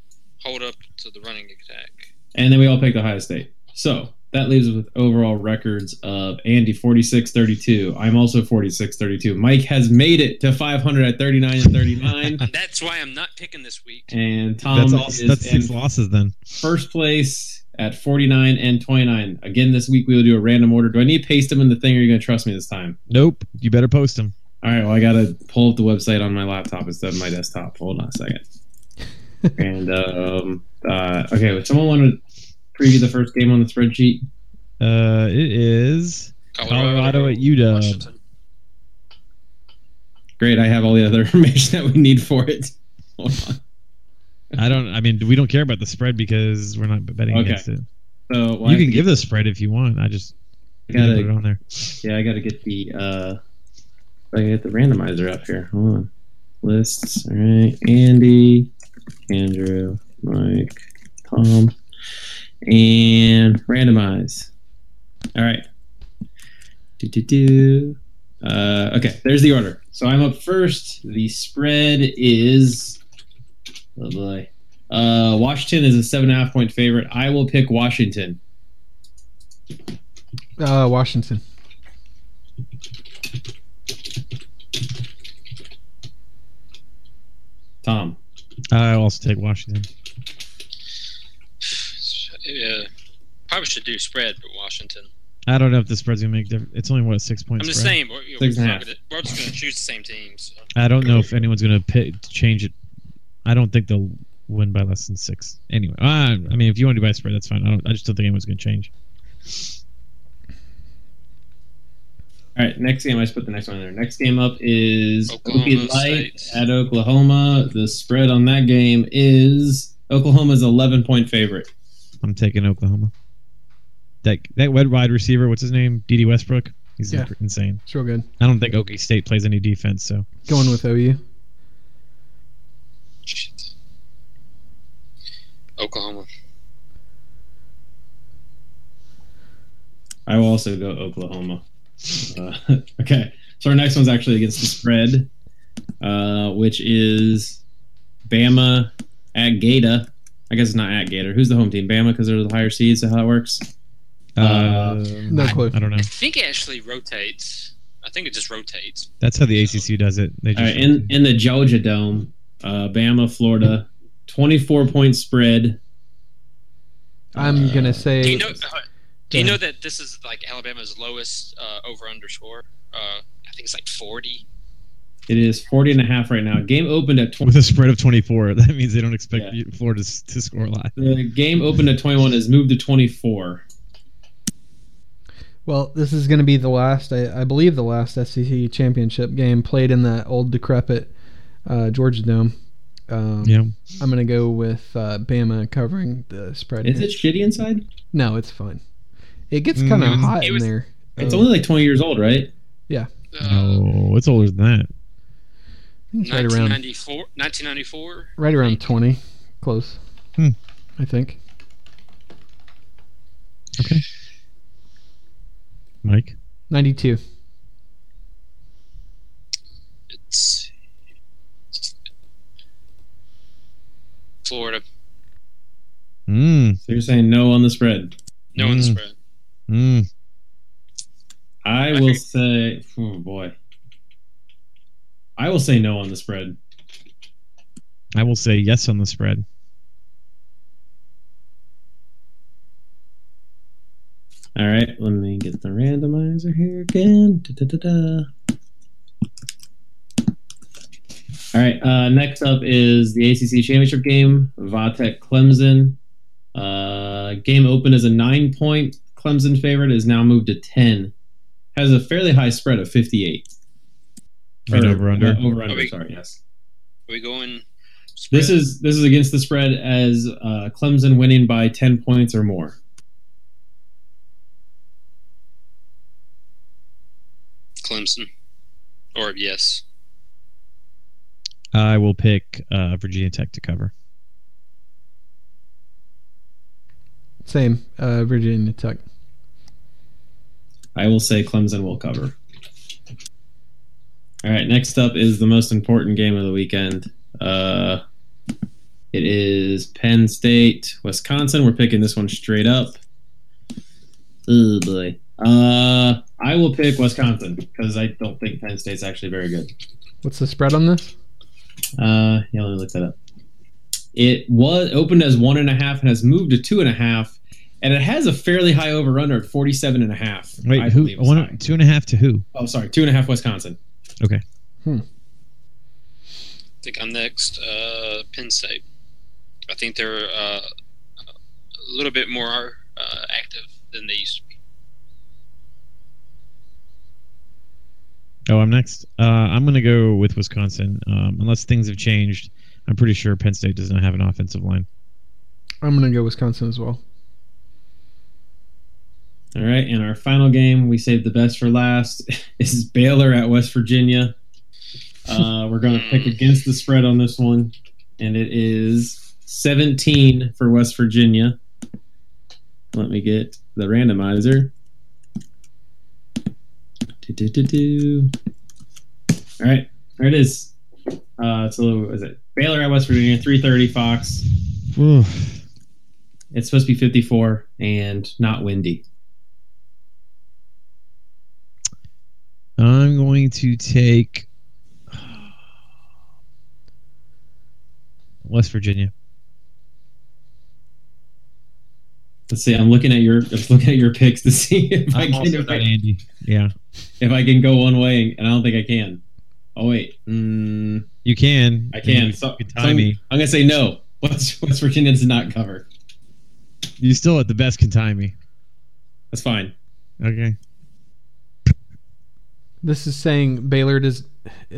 Speaker 5: hold up to the running attack.
Speaker 2: and then we all picked Ohio State. So that leaves us with overall records of Andy 46-32. I'm also 46-32. Mike has made it to 500 at 39 and 39.
Speaker 5: (laughs) That's why I'm not picking this week.
Speaker 2: And Tom
Speaker 4: That's all.
Speaker 2: is
Speaker 4: That's
Speaker 2: in
Speaker 4: six losses then.
Speaker 2: first place at 49 and 29. Again, this week we will do a random order. Do I need to paste them in the thing or are you going to trust me this time?
Speaker 4: Nope. You better post them.
Speaker 2: All right, well, I got to pull up the website on my laptop instead of my desktop. Hold on a
Speaker 4: (laughs)
Speaker 2: second. and, um, uh, okay, would someone want to preview the first game on the spreadsheet?
Speaker 4: Uh, it is Colorado at UW.
Speaker 5: Washington. (sighs)
Speaker 2: Great, I have all the other (laughs) information that we need for it. (laughs) Hold on.
Speaker 4: I don't. I mean, we don't care about the spread because we're not betting
Speaker 2: Okay.
Speaker 4: against it.
Speaker 2: So, well, I
Speaker 4: you
Speaker 2: have
Speaker 4: can
Speaker 2: to
Speaker 4: give the spread if you want. I just
Speaker 2: I
Speaker 4: you can
Speaker 2: gotta-
Speaker 4: put it on there.
Speaker 2: get- yeah, I got to get the, uh, I gotta get the randomizer up here. Hold on. Lists. All right, Andy, Andrew, Mike, Tom, and randomize. All right. Do, do, do. Uh, okay, there's the order. So I'm up first. The spread is. Oh boy. Uh, Washington is a seven and a half point favorite. I will pick Washington.
Speaker 1: Uh, Washington.
Speaker 2: Tom.
Speaker 4: I also take Washington.
Speaker 5: Yeah, probably should do spread, but Washington.
Speaker 4: I don't know if the spread's gonna make difference. It's only what a six
Speaker 5: I'm
Speaker 4: points.
Speaker 5: just saying, we're, you know,
Speaker 2: Six and a
Speaker 5: we're,
Speaker 2: half.
Speaker 5: not gonna, we're just gonna choose the same teams. So.
Speaker 4: I don't know if anyone's gonna pick, change it. I don't think they'll win by less than six. Anyway, I, I mean, if you want to do by spread, that's fine. I don't. I just don't think anyone's gonna change.
Speaker 2: All right, next game. I just put the next one in there. Next game up is
Speaker 5: Oklahoma
Speaker 2: Oklahoma Light
Speaker 5: State.
Speaker 2: at Oklahoma. The spread on that game is Oklahoma's 11 point favorite.
Speaker 4: I'm taking Oklahoma. That that wed- wide receiver, what's his name? D.D. Westbrook. He's
Speaker 1: Yeah.
Speaker 4: insane.
Speaker 1: It's real good.
Speaker 4: I don't think Okie State plays any defense, so
Speaker 1: Going with OU.
Speaker 5: Shit. Oklahoma.
Speaker 2: I will also go Oklahoma. Uh, (laughs) okay, so our next one's actually against the spread, uh, which is Bama at Gata. I guess it's not at Gator. Who's the home team? Bama because they're the higher seed. So how that works? Uh,
Speaker 1: no
Speaker 4: I-
Speaker 1: clue.
Speaker 4: I don't know.
Speaker 5: I think it actually rotates. I think it just rotates.
Speaker 4: That's how the ACC does it. They
Speaker 2: All
Speaker 4: just
Speaker 2: right, in in the Georgia Dome, uh, Bama, Florida, twenty four point spread.
Speaker 1: I'm
Speaker 2: Uh,
Speaker 1: gonna say.
Speaker 5: Do you know? Do you
Speaker 1: Go
Speaker 5: know that this is like Alabama's lowest uh, over underscore? Uh, I think it's like 40.
Speaker 2: It is 40 and a half right now. Game opened at 20.
Speaker 4: with a spread of 24, (laughs) that means they don't expect
Speaker 2: Yeah.
Speaker 4: you- Florida s- to score a lot.
Speaker 2: The game opened at 21 has moved to 24.
Speaker 1: Well, this is gonna be the last, I, I believe, the last SEC championship game played in that old decrepit uh, Georgia Dome. Um,
Speaker 4: Yeah,
Speaker 1: I'm gonna go with uh, Bama covering the spread.
Speaker 2: Is
Speaker 1: here.
Speaker 2: it shitty inside?
Speaker 1: No, it's fine. It gets kind of
Speaker 4: Mm,
Speaker 1: hot
Speaker 5: Hmm. it
Speaker 1: in
Speaker 5: was-
Speaker 1: there.
Speaker 2: It's
Speaker 1: Um,
Speaker 2: only like 20 years old, right?
Speaker 5: Uh,
Speaker 4: no, it's older than that.
Speaker 1: I think it's right around
Speaker 5: 1994, 1994.
Speaker 1: right around 20, close.
Speaker 4: Hmm.
Speaker 1: I think.
Speaker 4: Mike,
Speaker 1: 92.
Speaker 5: It's Florida.
Speaker 4: mm,
Speaker 2: So you're saying no on the spread.
Speaker 5: No one's
Speaker 4: Mm.
Speaker 5: spread.
Speaker 4: mm.
Speaker 2: I
Speaker 5: I
Speaker 2: will
Speaker 1: (laughs)
Speaker 5: think-
Speaker 2: say, oh boy. I will say no on the spread.
Speaker 4: I will say yes on the spread.
Speaker 2: All right, let me get the randomizer here again. Da-da-da-da. All right, uh, next up is the ACC Championship game, Vatech Clemson. Uh, game open as a nine point Clemson favorite, is now moved to 10. Has a fairly high spread of 58.
Speaker 4: I mean,
Speaker 2: Or,
Speaker 4: over under.
Speaker 2: uh, over
Speaker 5: Oh,
Speaker 2: under,
Speaker 5: wait.
Speaker 2: sorry, yes.
Speaker 5: Are we going?
Speaker 2: This
Speaker 5: spread?
Speaker 2: is this is against the spread as uh, Clemson winning by 10 points or more.
Speaker 5: Clemson. Or yes.
Speaker 4: I will pick uh, Virginia Tech to cover.
Speaker 1: Same, uh, Virginia Tech.
Speaker 2: I will say Clemson will cover. All right, next up is the most important game of the weekend. Uh, it is Penn State, Wisconsin. We're picking this one straight up. Oh boy. Uh, I will pick Wisconsin because I don't think Penn State's actually very good.
Speaker 1: What's the spread on this?
Speaker 2: Uh, yeah, let me look that up. It was opened as one and a half and has moved to two and a half, and it has a fairly high over under at 47 and a half.
Speaker 4: Wait,
Speaker 2: I
Speaker 4: who?
Speaker 2: believe it's high.
Speaker 4: One, two and a half to who?
Speaker 2: Oh, sorry, two and a half Wisconsin.
Speaker 5: I think I'm next. Uh, Penn State. I think they're uh, a little bit more uh, active than they used to be.
Speaker 4: Oh, I'm next. Uh, I'm going to go with Wisconsin. Um, unless things have changed, I'm pretty sure Penn State does not have an offensive line.
Speaker 1: I'm gonna go Wisconsin as well.
Speaker 2: All right, and our final game, we saved the best for last, (laughs) is Baylor at West Virginia. Uh, we're going to pick against the spread on this one, and it is 17 for West Virginia. Let me get the randomizer. Do-do-do-do. All right, there it is. Uh, so, what is it? Baylor at West Virginia, 330 Fox. It's supposed to be 54 and not windy.
Speaker 4: I'm going to take (sighs) West Virginia.
Speaker 2: Let's see. I'm looking at your. I'm (laughs) looking at your picks to see if i
Speaker 4: I'm
Speaker 2: can
Speaker 4: also
Speaker 2: if
Speaker 4: got
Speaker 2: I,
Speaker 4: Andy. Yeah,
Speaker 2: if I can go one way, and I don't think I can. Oh wait, mm,
Speaker 4: you can.
Speaker 2: I can.
Speaker 4: You
Speaker 2: So,
Speaker 4: can
Speaker 2: so
Speaker 4: tie
Speaker 2: I'm,
Speaker 4: me.
Speaker 2: I'm gonna say no. (laughs) West West Virginia does not cover.
Speaker 4: You still at the best can tie me.
Speaker 2: That's fine.
Speaker 4: Okay.
Speaker 1: This is saying Baylor does.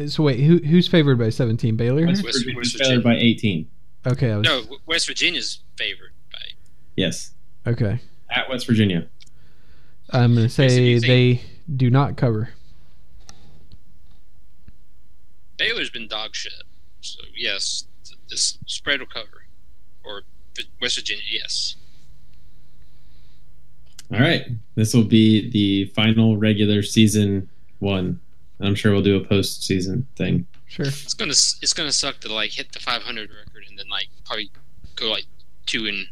Speaker 1: So wait, who who's favored by 17? Baylor.
Speaker 2: West,
Speaker 5: West-
Speaker 2: Virginia
Speaker 5: West
Speaker 2: trailer by 18.
Speaker 1: Okay, I was,
Speaker 5: No, W- West Virginia's favored by.
Speaker 2: Yes,
Speaker 1: okay.
Speaker 2: at West Virginia.
Speaker 1: I'm gonna say
Speaker 5: Basically saying-
Speaker 1: they do not cover.
Speaker 5: Baylor's been dog shit. So yes, th- this spread will cover. Or V- West Virginia, yes.
Speaker 2: All right, this will be the final regular season one. I'm sure we'll do a postseason thing.
Speaker 1: Sure.
Speaker 5: It's gonna s- it's gonna suck to like hit the 500 record and then like probably go like two and.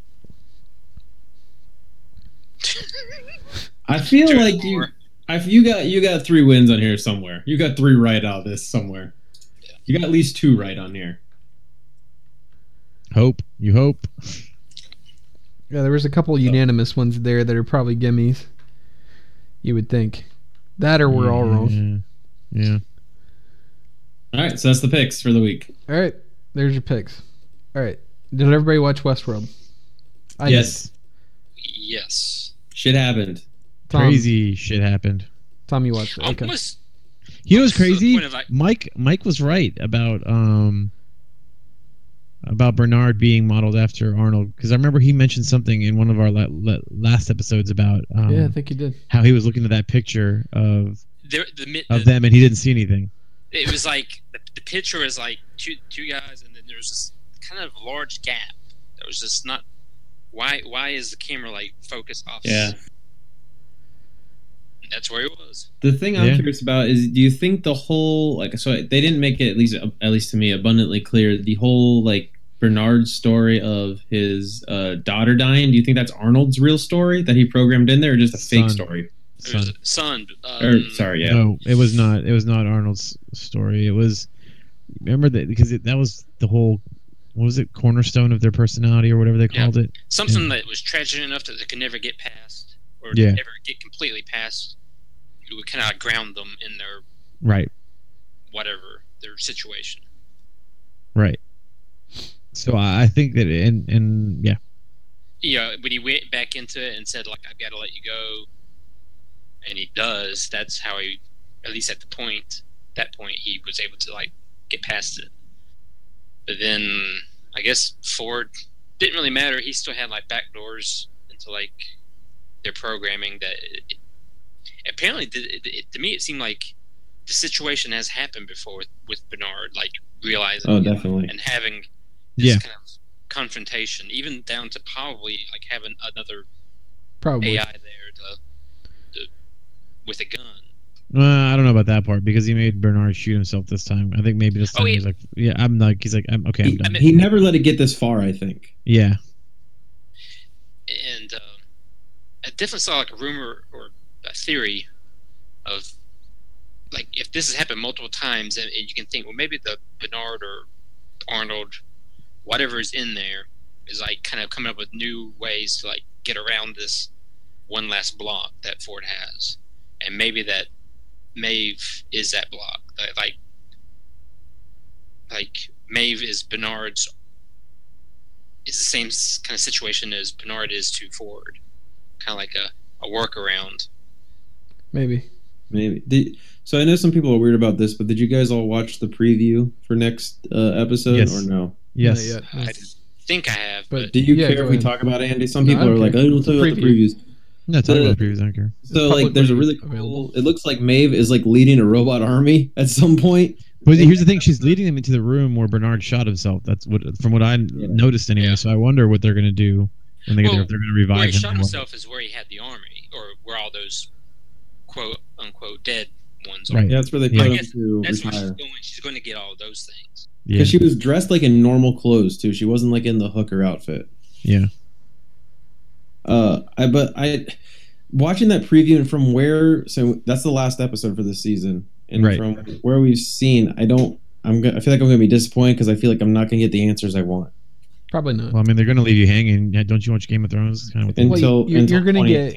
Speaker 5: (laughs)
Speaker 2: I feel
Speaker 5: two and
Speaker 2: like you.
Speaker 5: four.
Speaker 2: I you got you got three wins on here somewhere. You got three right out of this somewhere. You got at least two right on here.
Speaker 4: Hope you hope.
Speaker 1: Yeah, there was a couple unanimous ones there that are probably gimmies. You would think that, or we're
Speaker 4: Mm-hmm.
Speaker 1: all wrong.
Speaker 4: Yeah. Yeah.
Speaker 2: All right, so that's the picks for the week.
Speaker 1: All right, there's your picks. All right, did everybody watch Westworld? I did.
Speaker 2: yes,
Speaker 5: Yes.
Speaker 2: shit happened.
Speaker 1: Tom,
Speaker 4: Crazy shit happened.
Speaker 1: Tom, you watched it. Okay.
Speaker 5: Almost.
Speaker 4: You know what's
Speaker 5: Almost to the
Speaker 4: crazy?
Speaker 5: point of, like-
Speaker 4: Mike Mike was right about um about Bernard being modeled after Arnold because I remember he mentioned something in one of our la- la- last episodes about um,
Speaker 1: yeah, I think you did.
Speaker 4: how he was looking at that picture of
Speaker 5: The, the, mid-
Speaker 4: of
Speaker 5: the-
Speaker 4: them and he didn't see anything.
Speaker 5: it was like the, the picture is like two two guys, and then there's this kind of large gap that was just not. Why why is the camera like focused off?
Speaker 2: Yeah.
Speaker 5: That's where it was.
Speaker 2: The thing I'm
Speaker 4: Yeah.
Speaker 2: curious about is, do you think the whole like so they didn't make it at least at least to me abundantly clear the whole like Bernard story of his uh, daughter dying. Do you think that's Arnold's real story that he programmed in there, or just a fake
Speaker 4: Son.
Speaker 2: story?
Speaker 5: It was
Speaker 4: Son.
Speaker 5: sun. Um,
Speaker 2: Or Er, sorry, yeah,
Speaker 4: No, it was not. It was not Arnold's story. It was remember that because it, that was the whole what was it cornerstone of their personality or whatever they
Speaker 5: Yeah.
Speaker 4: called it.
Speaker 5: something that was tragic enough that they could never get past, or
Speaker 4: Yeah.
Speaker 5: never get completely past. It would kind of ground them in their
Speaker 4: Right.
Speaker 5: whatever their situation.
Speaker 4: Right. So I I think that and and yeah,
Speaker 5: You know, when he went back into it and said like, "I've got to let you go," and he does. That's how he, at least at the point that point, he was able to like get past it. But then I guess Ford didn't really matter. He still had like back doors into like their programming that it, apparently did- it, it, to me it seemed like the situation has happened before with, with Bernard. Like realizing
Speaker 2: Oh,
Speaker 5: it
Speaker 2: definitely.
Speaker 5: and having this
Speaker 4: Yeah.
Speaker 5: kind of confrontation, even down to probably like having another
Speaker 1: Probably.
Speaker 5: AI there to, to with a gun.
Speaker 4: Uh, I don't know about that part because he made Bernard shoot himself this time. I think maybe this
Speaker 5: Oh,
Speaker 4: time
Speaker 5: yeah.
Speaker 4: he's like, yeah, I'm like, he's like, I'm okay, I'm
Speaker 2: He,
Speaker 4: done.
Speaker 5: mean-
Speaker 2: he never let it get this far. I think.
Speaker 4: Yeah,
Speaker 5: and um, I definitely saw like a rumor or a theory of like if this has happened multiple times, and, and you can think, well, maybe the Bernard or Arnold, whatever is in there, is like kind of coming up with new ways to like get around this one last block that Ford has, and maybe that Maeve is that block, Like- like like Maeve is Bernard's is the same s- kind of situation as Bernard is to Ford, kind of like a, a workaround.
Speaker 1: Maybe.
Speaker 2: Maybe. Did, so I know some people are weird about this, but did you guys all watch the preview for next uh, episode
Speaker 4: Yes.
Speaker 2: or no?
Speaker 4: yes.
Speaker 1: Not yet.
Speaker 5: I think I have,
Speaker 1: But-
Speaker 5: but,
Speaker 2: Do you
Speaker 1: Yeah,
Speaker 2: care
Speaker 1: go
Speaker 2: if we
Speaker 1: ahead.
Speaker 2: talk about it, Andy? Some
Speaker 1: No, I
Speaker 2: people
Speaker 1: don't
Speaker 2: are like,
Speaker 1: care.
Speaker 2: I don't
Speaker 1: It's a
Speaker 2: talk about the
Speaker 1: previews.
Speaker 2: previews.
Speaker 4: No, talk
Speaker 2: The-
Speaker 4: about previews. I don't care.
Speaker 2: So like, there's a really cool.
Speaker 1: available.
Speaker 2: It looks like Maeve is like leading a robot army at some point.
Speaker 4: But here's the thing: she's leading them into the room where Bernard shot himself. That's what, from what I noticed anyway.
Speaker 5: Yeah.
Speaker 4: So I wonder what they're gonna do when they get there.
Speaker 5: Well,
Speaker 4: If they're gonna
Speaker 5: where
Speaker 4: revive
Speaker 5: he
Speaker 4: him.
Speaker 5: shot
Speaker 4: or what.
Speaker 5: himself is where he had the army, or where all those quote unquote dead ones are.
Speaker 4: Right.
Speaker 2: Yeah, that's where they
Speaker 4: Yeah.
Speaker 2: put
Speaker 5: I
Speaker 2: him
Speaker 5: guess
Speaker 2: to
Speaker 5: That's where she's
Speaker 2: retire.
Speaker 5: going. She's going to get all those things.
Speaker 4: Yeah.
Speaker 2: Because she was dressed like in normal clothes too. She wasn't like in the hooker outfit.
Speaker 4: yeah.
Speaker 2: Uh, I but I watching that preview and from where so that's the last episode for this season and
Speaker 4: Right.
Speaker 2: from where we've seen I don't I'm gonna I feel like I'm gonna be disappointed because I feel like I'm not gonna get the answers I want
Speaker 1: Probably not.
Speaker 4: Well, I mean, they're gonna leave you hanging. Yeah, Don't you watch Game of Thrones? Kind of.
Speaker 2: And-
Speaker 1: Well,
Speaker 2: until-
Speaker 1: you, are
Speaker 2: until
Speaker 1: gonna
Speaker 2: 20.
Speaker 1: get.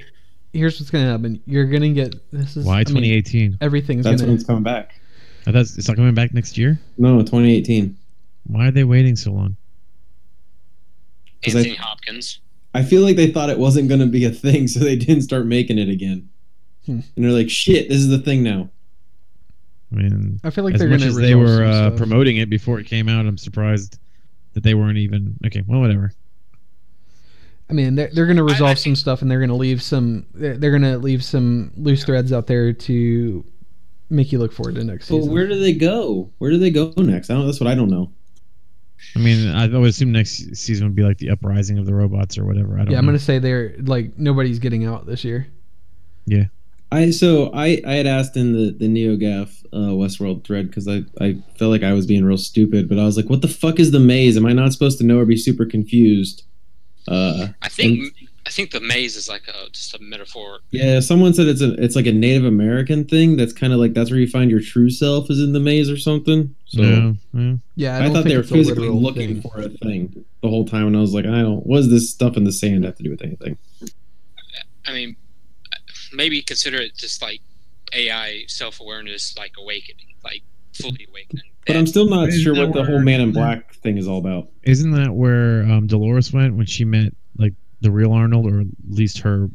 Speaker 1: Here's what's gonna happen. You're gonna get. This is
Speaker 4: Why
Speaker 1: I mean,
Speaker 4: 2018?
Speaker 1: everything's
Speaker 2: that's
Speaker 1: gonna.
Speaker 2: when it's coming back
Speaker 4: I thought it's not coming back next year.
Speaker 2: no 2018
Speaker 4: Why are they waiting so long?
Speaker 2: 'Cause I-
Speaker 5: Anthony Hopkins.
Speaker 2: I feel like they thought it wasn't gonna be a thing so they didn't start making it again
Speaker 1: Hmm.
Speaker 2: and they're like shit this is the thing now
Speaker 4: I mean,
Speaker 1: I feel like
Speaker 4: as
Speaker 1: they're
Speaker 4: much
Speaker 1: gonna.
Speaker 4: as they
Speaker 1: resolve
Speaker 4: were
Speaker 1: some
Speaker 4: uh,
Speaker 1: stuff.
Speaker 4: promoting it before it came out, I'm surprised that they weren't even okay. Well, whatever.
Speaker 1: I mean, they're, they're going to
Speaker 5: I- I
Speaker 1: resolve some
Speaker 5: think-
Speaker 1: stuff, and they're going to leave some. They're, they're going to leave some loose threads out there to make you look forward to next
Speaker 2: but
Speaker 1: season.
Speaker 2: where do they go where do they go next I don't that's what I don't know
Speaker 4: I mean, I would assume next season would be like the uprising of the robots or whatever. I don't.
Speaker 1: yeah,
Speaker 4: know.
Speaker 1: I'm going to say they're like nobody's getting out this year.
Speaker 2: I so I I had asked in the the NeoGaf uh, Westworld thread because I I felt like I was being real stupid, but I was like, what the fuck is the maze? Am I not supposed to know or be super confused? Uh,
Speaker 5: I think I think the maze is like a just a metaphor.
Speaker 2: yeah, someone said it's a it's like a Native American thing. That's kind of like that's where you find your true self is in the maze or something. So
Speaker 4: Yeah, yeah.
Speaker 1: Yeah, I,
Speaker 2: I,
Speaker 1: don't
Speaker 2: thought
Speaker 1: think
Speaker 2: they were
Speaker 1: it's a
Speaker 2: physically
Speaker 1: literal
Speaker 2: looking
Speaker 1: thing.
Speaker 2: for a thing the whole time, and I was like, I don't. What does this stuff in the sand have to do with anything?
Speaker 5: I mean, maybe consider it just like AI self awareness, like awakening, like fully awakening.
Speaker 2: But I'm
Speaker 5: That-
Speaker 2: still not
Speaker 4: Isn't
Speaker 2: sure
Speaker 4: that
Speaker 2: what the
Speaker 4: where-
Speaker 2: whole Man in Black thing is all about.
Speaker 4: Isn't that where um, Dolores went when she met like the real Arnold, or at least her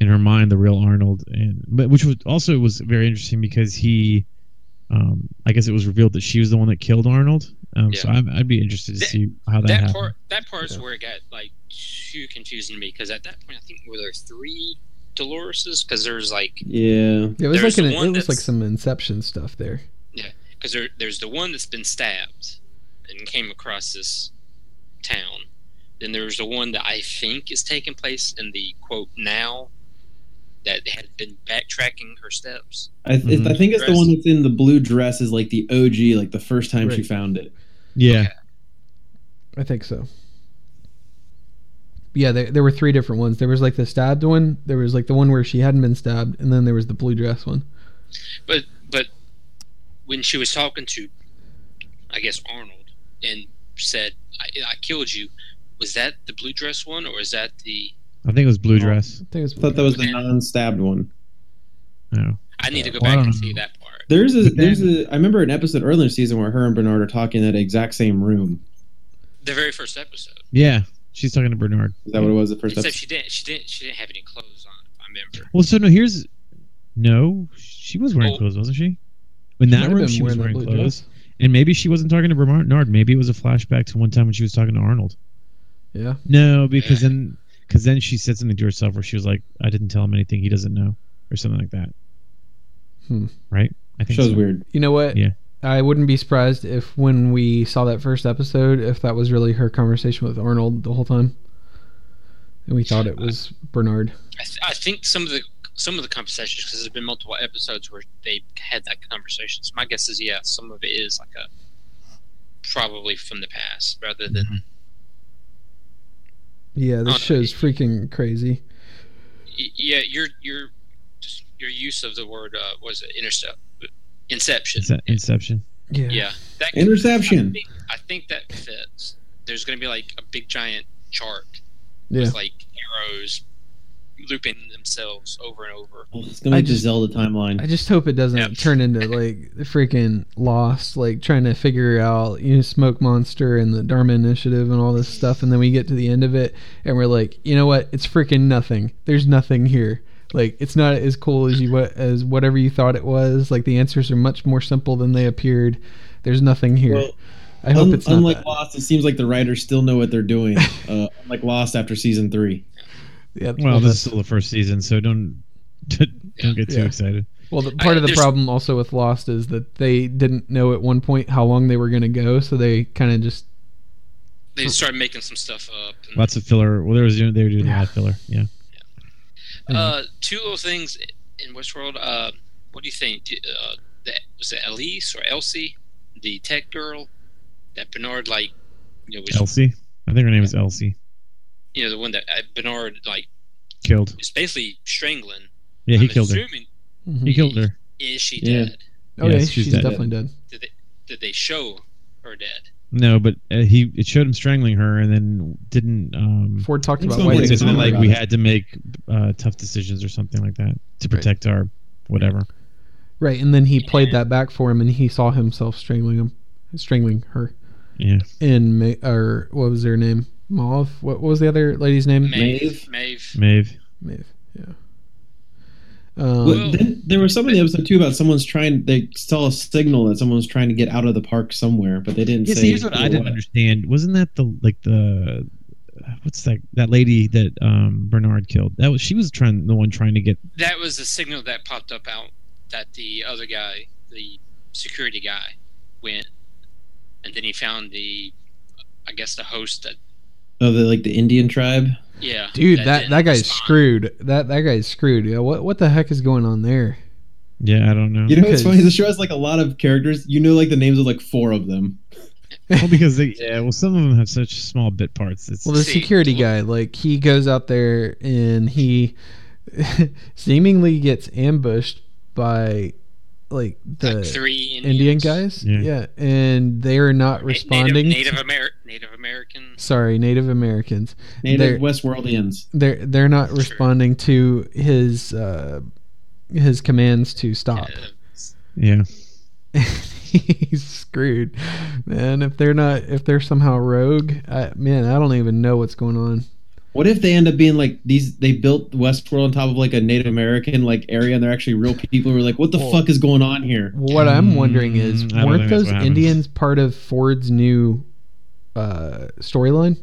Speaker 4: in her mind, the real Arnold, and but which was also was very interesting because he, um, I guess it was revealed that she was the one that killed Arnold. Um, So
Speaker 5: Yeah.
Speaker 4: I'm, I'd be interested to
Speaker 5: That-
Speaker 4: see how that,
Speaker 5: that
Speaker 4: happened.
Speaker 5: part that part's
Speaker 1: Yeah.
Speaker 5: where it got like too confusing to me because at that point I think were there three Doloreses because there's like
Speaker 2: Yeah.
Speaker 1: Yeah, it was
Speaker 5: There's
Speaker 1: like an,
Speaker 5: the one
Speaker 1: it was like
Speaker 5: that's-
Speaker 1: some Inception stuff there.
Speaker 5: because there there's the one that's been stabbed and came across this town. Then there's the one that I think is taking place in the quote now that had been backtracking her steps.
Speaker 2: I, th-
Speaker 1: Mm-hmm.
Speaker 4: Mhm.
Speaker 2: I think it's the
Speaker 5: Dress.
Speaker 2: one that's in the blue dress is like the OG, like the first time she
Speaker 1: Right.
Speaker 2: found it.
Speaker 4: yeah,
Speaker 1: I think so. Yeah, there, there were three different ones. There was like the stabbed one. There was like the one where she hadn't been stabbed, and then there was the blue dress one.
Speaker 5: But but when she was talking to, I guess Arnold, and said, "I, I killed you," was that the blue dress one, or is that the?
Speaker 4: I think it was blue dress.
Speaker 1: I think it
Speaker 2: I
Speaker 1: was.
Speaker 2: thought that was the
Speaker 5: Yeah.
Speaker 2: non-stabbed one.
Speaker 4: No.
Speaker 5: I need to go
Speaker 4: Well, I
Speaker 5: back
Speaker 4: don't
Speaker 5: and
Speaker 4: know.
Speaker 5: see that part.
Speaker 2: There's a
Speaker 4: But
Speaker 2: there's
Speaker 4: then-
Speaker 2: a I remember an episode earlier in the season where her and Bernard are talking in that exact same room.
Speaker 5: The very first episode,
Speaker 4: Yeah, she's talking to Bernard.
Speaker 2: Is that what it was the first
Speaker 5: except
Speaker 2: episode?
Speaker 5: she didn't. She didn't. She didn't have any clothes on. If I remember.
Speaker 4: Well, so no, here's no. She was wearing
Speaker 5: Oh.
Speaker 4: clothes, wasn't she? In that room, she was wearing clothes. And maybe she wasn't talking to Bernard. Maybe it was a flashback to one time when she was talking to Arnold.
Speaker 1: Yeah,
Speaker 4: No, because then, because then she said something to herself where she was like, "I didn't tell him anything he doesn't know," or something like that.
Speaker 1: Hmm.
Speaker 4: Right? I
Speaker 2: Show's
Speaker 4: so.
Speaker 2: weird.
Speaker 1: you know what?
Speaker 4: Yeah.
Speaker 1: I wouldn't be surprised if when we saw that first episode, if that was really her conversation with Arnold the whole time, and we thought it was Bernard.
Speaker 5: I, th- I think some of the some of the conversations because there's been multiple episodes where they had that conversation. So my guess is yeah, some of it is like a probably from the past rather than
Speaker 1: Yeah, this
Speaker 5: Oh,
Speaker 1: show's freaking crazy.
Speaker 2: Mm-hmm.
Speaker 5: y- yeah. Your your just your use of the word uh, was it intercept inception.
Speaker 4: Is that Inception?
Speaker 1: Yeah.
Speaker 5: Yeah, that I
Speaker 2: Interception.
Speaker 5: think, I think that fits. There's going to be like a big giant chart
Speaker 1: Yeah.
Speaker 5: with like arrows looping themselves over and over.
Speaker 6: Oh, it's gonna
Speaker 1: I
Speaker 6: be the
Speaker 1: just-
Speaker 6: Zelda timeline.
Speaker 1: I just hope it doesn't
Speaker 5: Yeah.
Speaker 1: turn into like the freaking lost, like trying to figure out you know Smoke Monster and the Dharma Initiative and all this stuff, and then we get to the end of it and we're like, you know what? It's freaking nothing. There's nothing here. Like it's not as cool as you what as whatever you thought it was. Like the answers are much more simple than they appeared. There's nothing here.
Speaker 6: Well,
Speaker 1: I hope
Speaker 6: Un-
Speaker 1: it's not
Speaker 6: unlike
Speaker 1: that.
Speaker 6: Lost, it seems like the writers still know what they're
Speaker 1: (laughs)
Speaker 6: doing. uh, unlike Lost after season three.
Speaker 1: Yeah,
Speaker 4: Well, this is
Speaker 1: that's-
Speaker 4: still the first season, so don't (laughs) don't get too
Speaker 1: Yeah.
Speaker 4: excited.
Speaker 1: Well, the, part
Speaker 5: I-
Speaker 1: of the
Speaker 5: there's-
Speaker 1: problem also with Lost is that they didn't know at one point how long they were going to go, so they kind of just
Speaker 4: Hmm.
Speaker 5: They started making some stuff up. And,
Speaker 4: Lots of filler. Well, there was they were doing a lot of filler. Yeah.
Speaker 5: Uh, two little things in Westworld. Uh, what do you think? Do- Uh, that was it Elise or Elsie, the tech girl that Bernard like, you know, was,
Speaker 4: Elsie. I think her name is Elsie.
Speaker 5: you know, the one that uh, Bernard like
Speaker 4: Killed.
Speaker 5: was basically strangling.
Speaker 4: Yeah, he
Speaker 5: I'm
Speaker 4: killed her.
Speaker 5: assuming,
Speaker 1: Mhm.
Speaker 4: He killed her.
Speaker 5: Is she
Speaker 6: Yeah.
Speaker 5: dead?
Speaker 1: Oh yeah,
Speaker 4: Yes,
Speaker 1: she's,
Speaker 4: she's dead.
Speaker 1: definitely dead.
Speaker 5: Did they show her dead?
Speaker 4: No, but uh, he it showed him strangling her, and then didn't. Um,
Speaker 1: Ford talked
Speaker 6: It's
Speaker 1: about
Speaker 6: not
Speaker 1: why
Speaker 6: like
Speaker 1: they
Speaker 4: it's
Speaker 6: it's
Speaker 1: didn't
Speaker 4: not
Speaker 6: not
Speaker 4: like
Speaker 1: like
Speaker 6: like
Speaker 4: we
Speaker 6: that.
Speaker 4: had to make uh, tough decisions or something like that to
Speaker 1: Right.
Speaker 4: protect our whatever.
Speaker 1: right, and then he played that back for him, and he saw himself strangling him, strangling her.
Speaker 4: Yeah.
Speaker 1: In Ma- or what was their name? Mauve. What, what was the other lady's name?
Speaker 5: Maeve. Maeve.
Speaker 4: Maeve.
Speaker 1: Maeve. Yeah. Um,
Speaker 6: Well, then there was some in the episode too about someone's trying. They saw a signal that someone's trying to get out of the park somewhere, but they didn't
Speaker 4: Yeah,
Speaker 6: say.
Speaker 4: see, here's what I didn't understand. Wasn't that the like the what's that that lady that um Bernard killed? That was she was trying the one trying to get
Speaker 5: That was the signal that popped up out that the other guy, the security guy, went, and then he found the, I guess the host that
Speaker 6: of the like the Indian tribe.
Speaker 5: yeah.
Speaker 1: dude, that
Speaker 5: didn't
Speaker 1: that guy's
Speaker 5: respond.
Speaker 1: screwed. That that guy's screwed. Yeah, what what the heck is going on there?
Speaker 4: Yeah, I don't know.
Speaker 6: You know what's
Speaker 1: Because-
Speaker 6: funny? The show has like a lot of characters. You know, like the names of like four of them.
Speaker 4: Well, because they yeah, well some of them have such small bit parts. It's
Speaker 1: Well, the
Speaker 5: See,
Speaker 1: security
Speaker 5: look-
Speaker 1: guy, like he goes out there and he (laughs) seemingly gets ambushed by like the
Speaker 5: Like three Indians.
Speaker 1: Indian guys.
Speaker 4: Yeah.
Speaker 1: and they're not
Speaker 5: Na-
Speaker 1: responding.
Speaker 5: Native, Native, Amer- Native American.
Speaker 1: Sorry, Native Americans. They're-
Speaker 6: Native Westworldians.
Speaker 1: They're they're not
Speaker 5: Sure.
Speaker 1: responding to his uh, his commands to stop.
Speaker 5: uh,
Speaker 4: yeah.
Speaker 1: (laughs) He's screwed, man. If they're not, if they're somehow rogue, I, man, I don't even know what's going on.
Speaker 6: What if they end up being like these? They built Westworld on top of like a Native American like area, and they're actually real people. who are like, what the
Speaker 1: Well-
Speaker 6: fuck is going on here?
Speaker 1: What I'm wondering is,
Speaker 4: Mm, I don't
Speaker 1: weren't
Speaker 4: think that's
Speaker 1: those
Speaker 4: what happens.
Speaker 1: Indians part of Ford's new uh, storyline?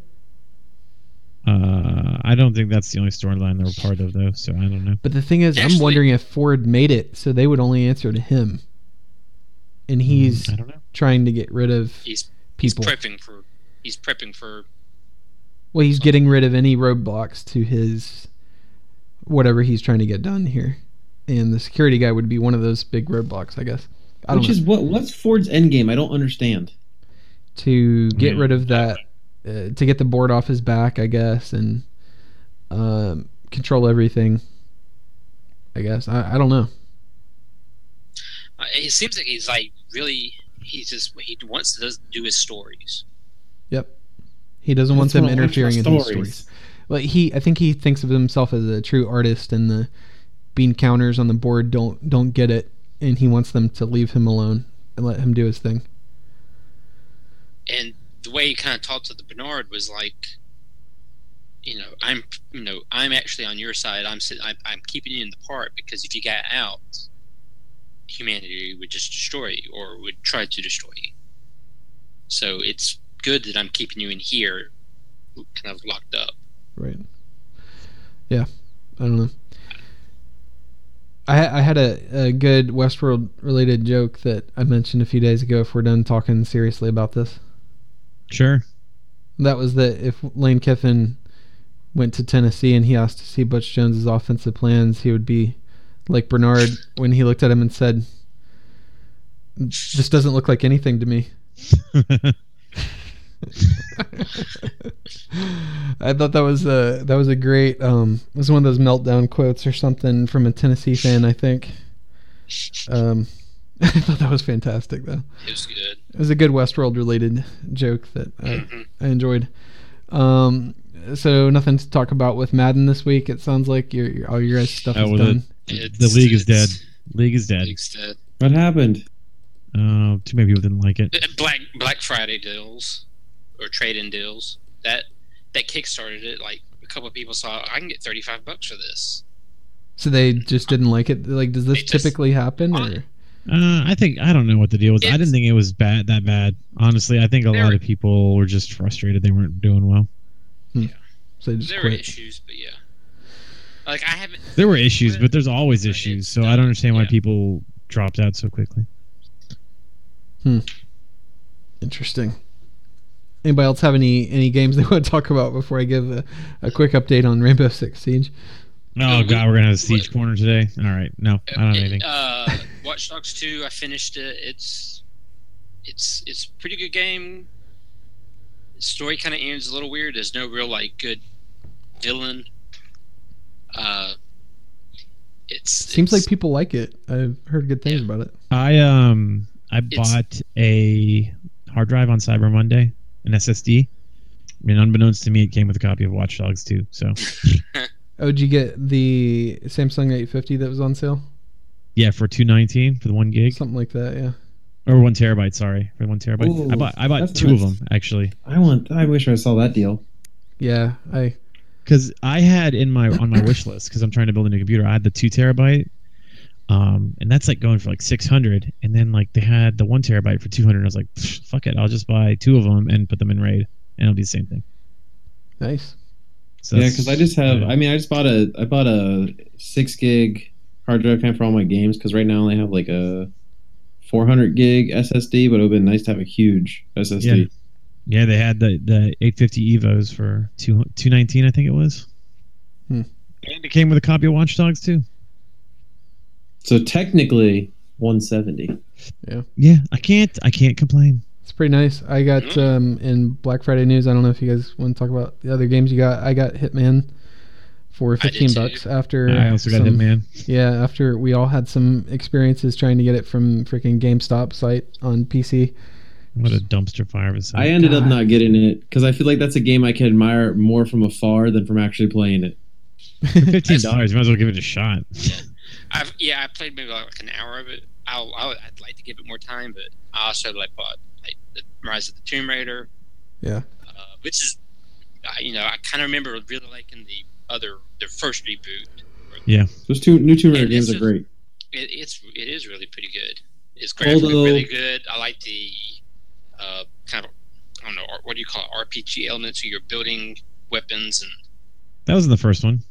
Speaker 4: Uh, I don't think that's the only storyline they were part of though, so I don't know.
Speaker 1: But the thing is, I'm
Speaker 5: Actually-
Speaker 1: wondering if Ford made it so they would only answer to him, and he's
Speaker 4: I don't know.
Speaker 1: trying to get rid of
Speaker 5: He's- he's
Speaker 1: people.
Speaker 5: prepping for. He's prepping for.
Speaker 1: well, he's getting rid of any roadblocks to his whatever he's trying to get done here, and the security guy would be one of those big roadblocks, I guess. I don't
Speaker 6: Which
Speaker 1: know.
Speaker 6: is what? What's Ford's end game? I don't understand.
Speaker 1: to get
Speaker 4: Yeah.
Speaker 1: rid of that, uh, to get the board off his back, I guess, and um, control everything. I guess I, I don't know.
Speaker 5: Uh, it seems like he's like really. He's just he wants to do his stories.
Speaker 1: He doesn't want
Speaker 6: That's what
Speaker 1: them
Speaker 6: I want for
Speaker 1: interfering in his stories. Like he, I think he thinks of himself as a true artist, and the bean counters on the board don't don't get it, and he wants them to leave him alone and let him do his thing.
Speaker 5: and the way he kind of talked to the Bernard was like, you know, I'm, you know, I'm actually on your side. I'm, sit- I'm, I'm keeping you in the park because if you got out, humanity would just destroy you or would try to destroy you. So it's good that I'm keeping you in here, kind of locked up.
Speaker 1: Right. Yeah. I don't know. I, ha- I had a, a good Westworld related joke that I mentioned a few days ago. If we're done talking seriously about this,
Speaker 4: Sure. (laughs)
Speaker 1: that was that if Lane Kiffin went to Tennessee and he asked to see Butch Jones's offensive plans, he would be like Bernard when he looked at him and said, "This doesn't look like anything to me." (laughs) I thought that was a that was a great um it was one of those meltdown quotes or something from a Tennessee fan I think. Um, (laughs) I thought that was fantastic though.
Speaker 5: It was good.
Speaker 1: It was a good Westworld related joke that I,
Speaker 5: Mhm.
Speaker 1: I enjoyed. Um, so nothing to talk about with Madden this week. It sounds like your your- all your guys' stuff
Speaker 4: Oh,
Speaker 1: is
Speaker 4: well,
Speaker 1: done.
Speaker 4: the league is dead.
Speaker 5: it's-
Speaker 4: League is dead.
Speaker 5: League's dead.
Speaker 6: What happened?
Speaker 4: Uh, too many people didn't like it.
Speaker 5: Uh, Black Black Friday deals or trade in deals that that kickstarted it. Like a couple of people saw, I can get thirty five bucks for this.
Speaker 1: So they just didn't like it. Like, does this
Speaker 5: They just-
Speaker 1: typically happen? Or?
Speaker 4: Uh, I think I don't know what the deal was. I didn't
Speaker 5: It's-
Speaker 4: think it was bad that bad. Honestly, I think a lot
Speaker 5: There-
Speaker 4: of people were just frustrated they weren't doing well.
Speaker 1: So they just
Speaker 5: There were
Speaker 1: quit.
Speaker 5: issues, but yeah, like I haven't.
Speaker 4: There were issues, but there's always issues. So I don't understand why
Speaker 5: Yeah.
Speaker 4: people dropped out so quickly.
Speaker 1: Interesting. Anybody else have any any games they (laughs) want to talk about before I give a, a quick update on Rainbow Six Siege?
Speaker 4: Oh
Speaker 5: we-
Speaker 4: god, we're gonna have a siege corner today. All right, no, I don't have anything.
Speaker 5: Uh, Watch Dogs Two. I finished it. It's it's it's a pretty good game. Story kind of ends a little weird. There's no real like good villain. Uh, it's
Speaker 1: Seems
Speaker 5: it's-
Speaker 1: like people like it. I've heard good things
Speaker 5: Yeah.
Speaker 1: about it.
Speaker 4: I um I
Speaker 5: It's-
Speaker 4: bought a hard drive on Cyber Monday, an SSD. I mean, unbeknownst to me, it came with a copy of Watch Dogs 2. So
Speaker 1: Oh, did you get the Samsung 850 that was on sale?
Speaker 4: yeah, for two nineteen for the one gig
Speaker 1: Something like that, yeah.
Speaker 4: or one terabyte. Sorry, for one terabyte. I
Speaker 6: Ooh,
Speaker 4: bought I bought
Speaker 6: that's
Speaker 4: two
Speaker 6: nice.
Speaker 4: of them actually
Speaker 6: I want. I wish I saw that deal.
Speaker 1: Yeah, I
Speaker 4: because I had in my on my wish list because I'm trying to build a new computer. I had the two terabyte, um, and that's like going for like six hundred. And then like they had the one terabyte for two hundred. I was like, "Pfft, fuck it, I'll just buy two of them and put them in RAID, and it'll be the same thing.
Speaker 1: nice.
Speaker 4: So
Speaker 6: yeah,
Speaker 4: that's-
Speaker 6: because I just have.
Speaker 4: yeah.
Speaker 6: I mean, I just bought a. I bought a six gig hard drive kind of for all my games because right now I only have like a 400 gig SSD, but it would have been nice to have a huge SSD.
Speaker 4: Yeah. Yeah, they had the, the 850 Evos for two 219, I think it was.
Speaker 1: Hmm.
Speaker 4: And it came with a copy of Watch Dogs too.
Speaker 6: So technically 170.
Speaker 4: Yeah, I can't I can't complain.
Speaker 1: It's pretty nice. I got
Speaker 5: Mm-hmm.
Speaker 1: um, in Black Friday news. I don't know if you guys want to talk about the other games you got. I got Hitman for
Speaker 5: did
Speaker 1: 15
Speaker 5: too.
Speaker 1: bucks after
Speaker 4: I also got
Speaker 1: some-
Speaker 4: Hitman.
Speaker 1: Yeah, after we all had some experiences trying to get it from freaking GameStop site on PC.
Speaker 4: What a dumpster fire of a site.
Speaker 6: I ended up
Speaker 1: God.
Speaker 6: not getting it because I feel like that's a game I can admire more from afar than from actually playing it.
Speaker 4: Fifteen dollars, you might as well give it a shot.
Speaker 5: I've yeah, I played maybe like an hour of it. I'll, I'll I'd like to give it more time, but I also like bought like the Rise of the Tomb Raider.
Speaker 1: Yeah.
Speaker 5: Uh, which is, I you know, I kind of remember really liking the other the first reboot.
Speaker 6: Those two new Tomb Raider
Speaker 5: And
Speaker 6: games
Speaker 5: this
Speaker 6: are
Speaker 5: is-
Speaker 6: great.
Speaker 5: It, it's it is really pretty good. It's graphically
Speaker 6: Although-
Speaker 5: really good. I like the uh, kind of I don't know R- what do you call it RPG elements. Where you're building weapons and
Speaker 4: That was in the first one.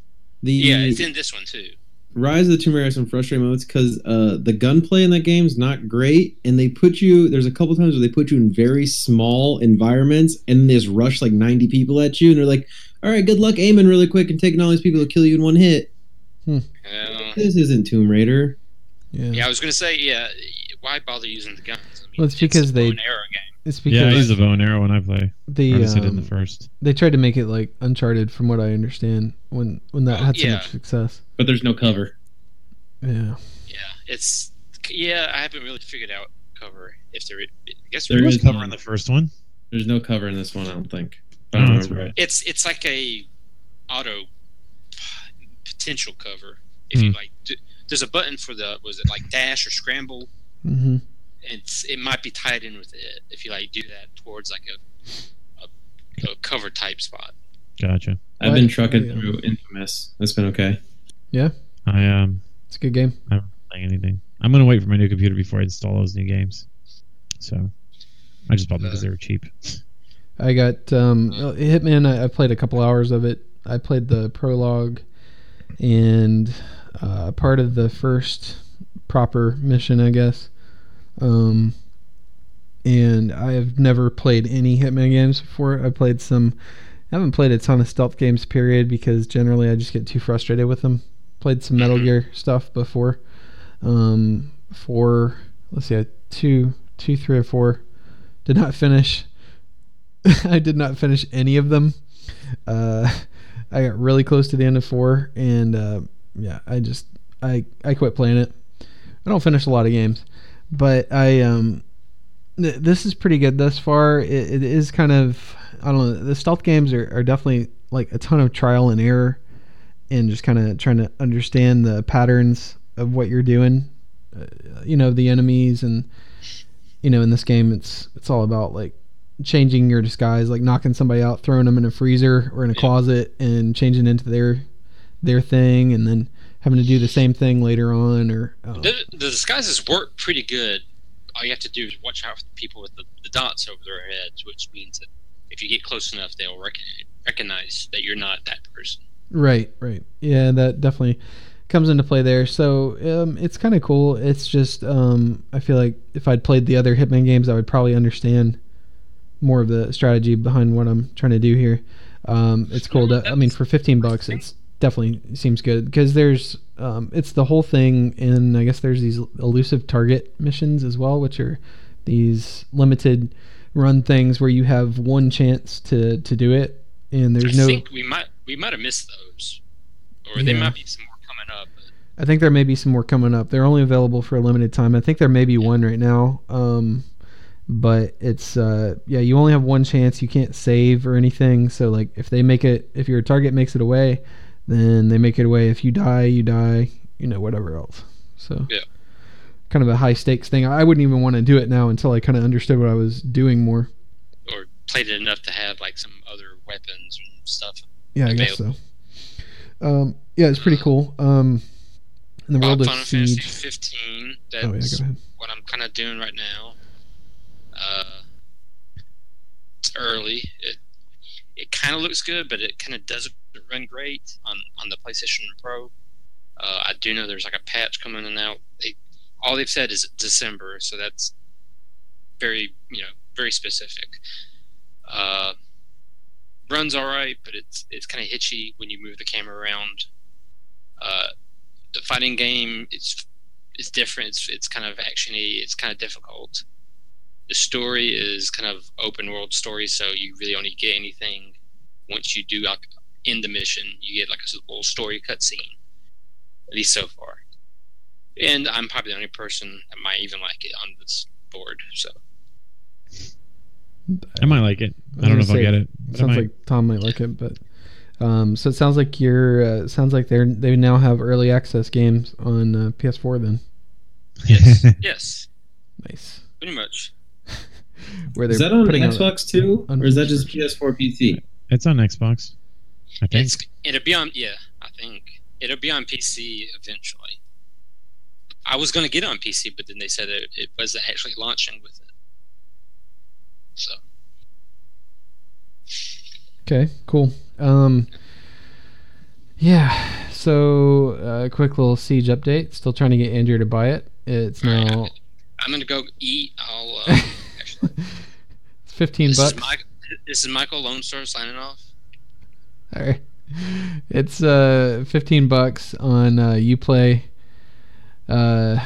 Speaker 6: The
Speaker 5: yeah, it's in this one too.
Speaker 6: Rise of the Tomb Raider has some frustrating moments because uh, the gunplay in that game is not great, and they put you. There's a couple times where they put you in very small environments, and they just rush like 90 people at you, and they're like, "All right, good luck aiming really quick and taking all these people to kill you in one hit."
Speaker 5: Uh,
Speaker 6: This isn't Tomb Raider.
Speaker 1: Yeah.
Speaker 5: yeah, I was gonna say yeah. Why bother using the guns? I mean,
Speaker 1: Well, it's because
Speaker 5: a
Speaker 1: they-
Speaker 5: bow and arrow game.
Speaker 1: It's
Speaker 4: yeah, I
Speaker 1: because
Speaker 4: use a bow and arrow when I play.
Speaker 1: the,
Speaker 4: Yeah, I just did it in the
Speaker 1: um,
Speaker 4: first.
Speaker 1: they tried to make it like Uncharted, from what I understand, when when that
Speaker 5: Oh,
Speaker 1: had so
Speaker 5: yeah.
Speaker 1: much success.
Speaker 2: But there's no cover.
Speaker 1: Yeah.
Speaker 5: Yeah, it's yeah. I haven't really figured out cover if there. I guess
Speaker 2: There
Speaker 5: there is.
Speaker 2: is-
Speaker 4: cover in the first one.
Speaker 2: There's no cover in this one, I don't think. I
Speaker 4: Oh,
Speaker 2: don't
Speaker 4: that's
Speaker 2: remember
Speaker 4: right.
Speaker 2: it.
Speaker 5: It's it's like a auto potential cover. If you like, do, there's a button for the was it like dash or scramble?
Speaker 1: hmm
Speaker 5: It's it might be tied in with it if you like do that towards like a a, a cover type spot.
Speaker 4: Gotcha.
Speaker 2: I've been
Speaker 1: What?
Speaker 2: trucking
Speaker 1: Yeah.
Speaker 2: through Infamous. That's been okay.
Speaker 4: I um
Speaker 1: It's a good game.
Speaker 4: I haven't been playing anything. I'm gonna wait for my new computer before I install those new games. So I just bought them because they were cheap.
Speaker 1: I got um, uh, Hitman. I, I played a couple hours of it. I played the prologue, and uh, part of the first proper mission, I guess. Um, and I have never played any Hitman games before. I played some. I haven't played a ton of stealth games, period, because generally I just get too frustrated with them. Played some Metal Gear stuff before. Um, four. Let's see, I two, two, three, or four. Did not finish. (laughs) I did not finish any of them. Uh, I got really close to the end of four, and uh, yeah, I just I I quit playing it. I don't finish a lot of games, but I um th- this is pretty good thus far. It, it is kind of I don't know the stealth games are, are definitely like a ton of trial and error, and just kind of trying to understand the patterns of what you're doing. Uh, you know the enemies and you know in this game it's it's all about like changing your disguise, like knocking somebody out, throwing them in a freezer or in a
Speaker 5: Yeah.
Speaker 1: closet, and changing into their their thing, and then having to do the same thing later on. Or um,
Speaker 5: The, the disguises work pretty good. All you have to do is watch out for the people with the, the dots over their heads, which means that if you get close enough, they'll recognize, recognize that you're not that person.
Speaker 1: right, right, yeah, that definitely comes into play there. So um, it's kind of cool. It's just um, I feel like if I'd played the other Hitman games, I would probably understand more of the strategy behind what I'm trying to do here. Um, it's cool. To, I mean, for 15 bucks, it's definitely seems good because there's um, it's the whole thing, and I guess there's these elusive target missions as well, which are these limited run things where you have one chance to to do it, and there's
Speaker 5: I
Speaker 1: no.
Speaker 5: think we might we might have missed those, or there
Speaker 1: Yeah.
Speaker 5: might be some more coming up.
Speaker 1: I think there may be some more coming up. They're only available for a limited time. I think there may be one right now. Um, but it's uh, yeah, you only have one chance. You can't save or anything. So like, if they make it, if your target makes it away, then they make it away. If you die, you die. You know, whatever else. So
Speaker 5: Yeah.
Speaker 1: kind of a high stakes thing. I wouldn't even want to do it now until I kind of understood what I was doing more.
Speaker 5: or played it enough to have like some other weapons and stuff.
Speaker 1: Yeah, I guess so. Um, yeah, it's pretty cool. Um, in the world
Speaker 5: Uh,
Speaker 1: of
Speaker 5: Final Fantasy
Speaker 1: Siege.
Speaker 5: 15. That's
Speaker 1: Oh yeah, go ahead.
Speaker 5: what I'm kind of doing right now. Uh, it's early. It it kind of looks good, but it kind of doesn't run great on on the PlayStation Pro. Uh, I do know there's like a patch coming in out. They all they've said is December, so that's very you know very specific. Uh, runs all right, but it's it's kind of hitchy when you move the camera around. Uh, the fighting game it's it's different. It's, it's kind of actiony. It's kind of difficult. The story is kind of open world story, so you really only get anything once you do like end the mission. You get like a s- little story cutscene, at least so far. And I'm probably the only person that might even like it on this board. So
Speaker 4: I might like it.
Speaker 1: was
Speaker 4: I don't
Speaker 1: gonna
Speaker 4: know if I'll
Speaker 1: say,
Speaker 4: get it. but I
Speaker 1: sounds
Speaker 4: might.
Speaker 1: like Tom might like it, but um, so it sounds like you're uh, it sounds like they're they now have early access games on uh, PS4. Then
Speaker 4: (laughs)
Speaker 5: yes, yes,
Speaker 1: nice,
Speaker 5: pretty much.
Speaker 1: where
Speaker 6: Is that on Xbox too, or is that just PS4 PC?
Speaker 4: it's on Xbox. I think.
Speaker 5: It's, it'll be on yeah, I think it'll be on PC eventually. I was gonna get it on PC, but then they said it, it wasn't actually launching with it. So
Speaker 1: Okay, cool. Um, yeah. So uh, quick little siege update. Still trying to get Andrew to buy it. It's now (laughs)
Speaker 5: I'm gonna go eat. I'll. Uh, actually,
Speaker 1: it's fifteen
Speaker 5: this, is
Speaker 1: bucks.
Speaker 5: Mike, this is Michael Lone Star signing off.
Speaker 1: Sorry. It's uh fifteen bucks on uh Uplay. Uh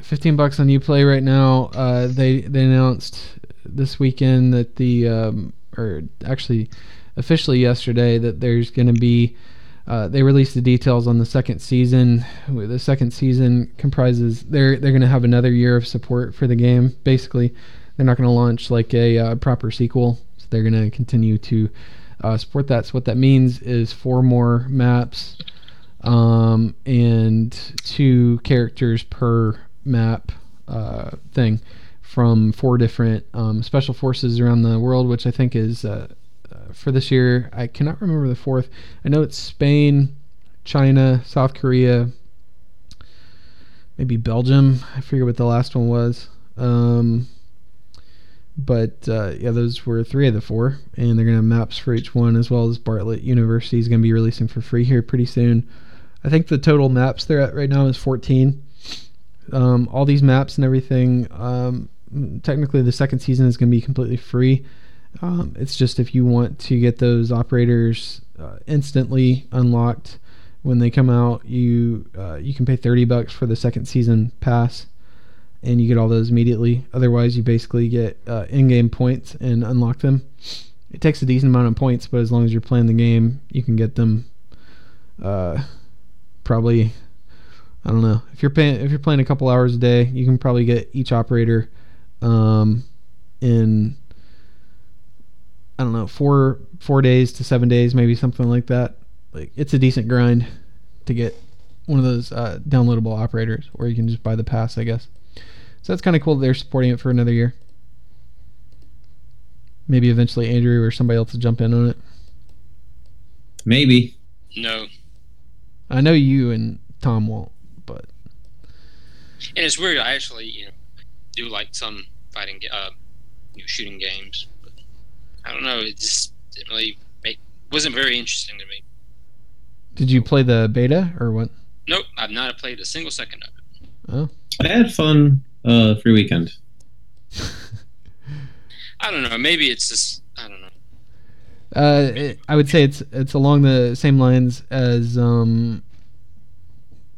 Speaker 1: fifteen bucks on Uplay right now. Uh they they announced this weekend that the um or actually officially yesterday that there's gonna be uh, they released the details on the second season. The second season comprises they're they're going to have another year of support for the game. Basically, they're not going to launch like a uh, proper sequel. So they're going to continue to uh, support that. So what that means is four more maps, um, and two characters per map uh, thing from four different um, special forces around the world, which I think is uh, uh, for this year. I cannot remember the fourth. I know it's Spain, China, South Korea, maybe Belgium. I forget what the last one was. Um, but uh, yeah, those were three of the four, and they're gonna have maps for each one, as well as Bartlett University is gonna be releasing for free here pretty soon. I think the total maps they're at right now is 14. Um, all these maps and everything. Um, technically, the second season is going to be completely free. Um, it's just if you want to get those operators uh, instantly unlocked when they come out, you uh, you can pay 30 bucks for the second season pass, and you get all those immediately. Otherwise, you basically get uh, in-game points and unlock them. It takes a decent amount of points, but as long as you're playing the game, you can get them. Uh, probably, I don't know. If you're paying, if you're playing a couple hours a day, you can probably get each operator, um, in I don't know four four days to seven days, maybe something like that. Like it's a decent grind to get one of those uh, downloadable operators, or you can just buy the pass, I guess. So that's kind of cool that they're supporting it for another year. Maybe eventually Andrew or somebody else will jump in on it.
Speaker 2: Maybe.
Speaker 5: No,
Speaker 1: I know you and Tom won't, but
Speaker 5: and it's weird. I actually, you know, do like some fighting, ga- uh, you know, shooting games. But I don't know. It just didn't really make wasn't very interesting to me.
Speaker 1: did you play the beta or what? (laughs)
Speaker 5: Nope, I've not played a single second of it.
Speaker 2: I had fun uh, free weekend.
Speaker 5: I don't know. Maybe it's just I don't know.
Speaker 1: Uh, it, I would say it's it's along the same lines as um.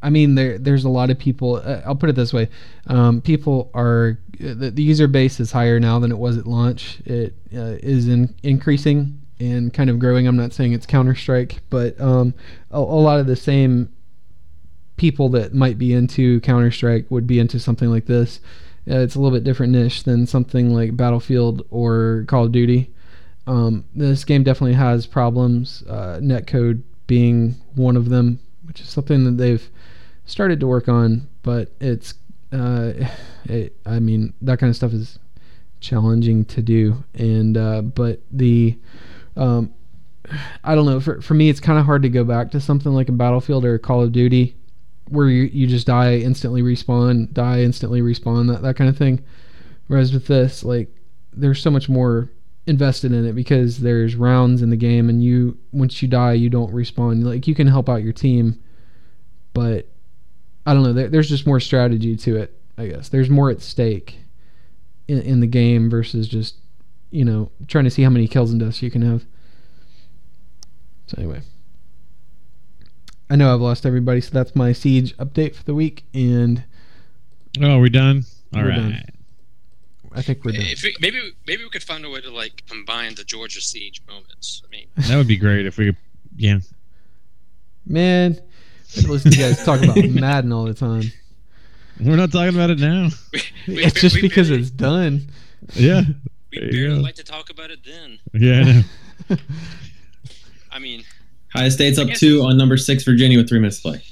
Speaker 1: I mean, there there's a lot of people. Uh, I'll put it this way: um, people are the, the user base is higher now than it was at launch. It uh, is in, increasing and kind of growing. I'm not saying it's Counter Strike, but um, a, a lot of the same people that might be into Counter Strike would be into something like this. Uh, it's a little bit different niche than something like Battlefield or Call of Duty. Um, this game definitely has problems, uh, netcode being one of them, which is something that they've started to work on, but it's, uh, it, I mean, that kind of stuff is challenging to do. And, uh, but the, um, I don't know, for, for me, it's kind of hard to go back to something like a Battlefield or a Call of Duty where you, you just die, instantly respawn, die, instantly respawn, that, that kind of thing. Whereas with this, like, there's so much more invested in it because there's rounds in the game and you once you die you don't respawn like you can help out your team but i don't know there, there's just more strategy to it i guess there's more at stake in, in the game versus just you know trying to see how many kills and deaths you can have so anyway i know i've lost everybody so that's my siege update for the week and
Speaker 4: Oh, we're done. All
Speaker 1: We're
Speaker 4: right.
Speaker 1: done. i think we're done
Speaker 5: If we, maybe maybe we could find a way to like combine the Georgia siege moments. I
Speaker 1: (laughs)
Speaker 5: mean,
Speaker 4: (laughs) That would be great if we could. Yeah.
Speaker 1: man I could listen to you guys talk about madden all the time
Speaker 4: We're not talking about
Speaker 1: (laughs)
Speaker 4: it now.
Speaker 5: we,
Speaker 1: it's
Speaker 5: we-
Speaker 1: just
Speaker 5: we
Speaker 1: because
Speaker 5: barely-
Speaker 1: it's done.
Speaker 4: Yeah.
Speaker 5: we
Speaker 4: there you
Speaker 5: barely
Speaker 4: go.
Speaker 5: like to talk about it. Then
Speaker 4: Yeah. I know.
Speaker 5: I mean,
Speaker 2: Ohio State's up two on number six Virginia with three minutes to play.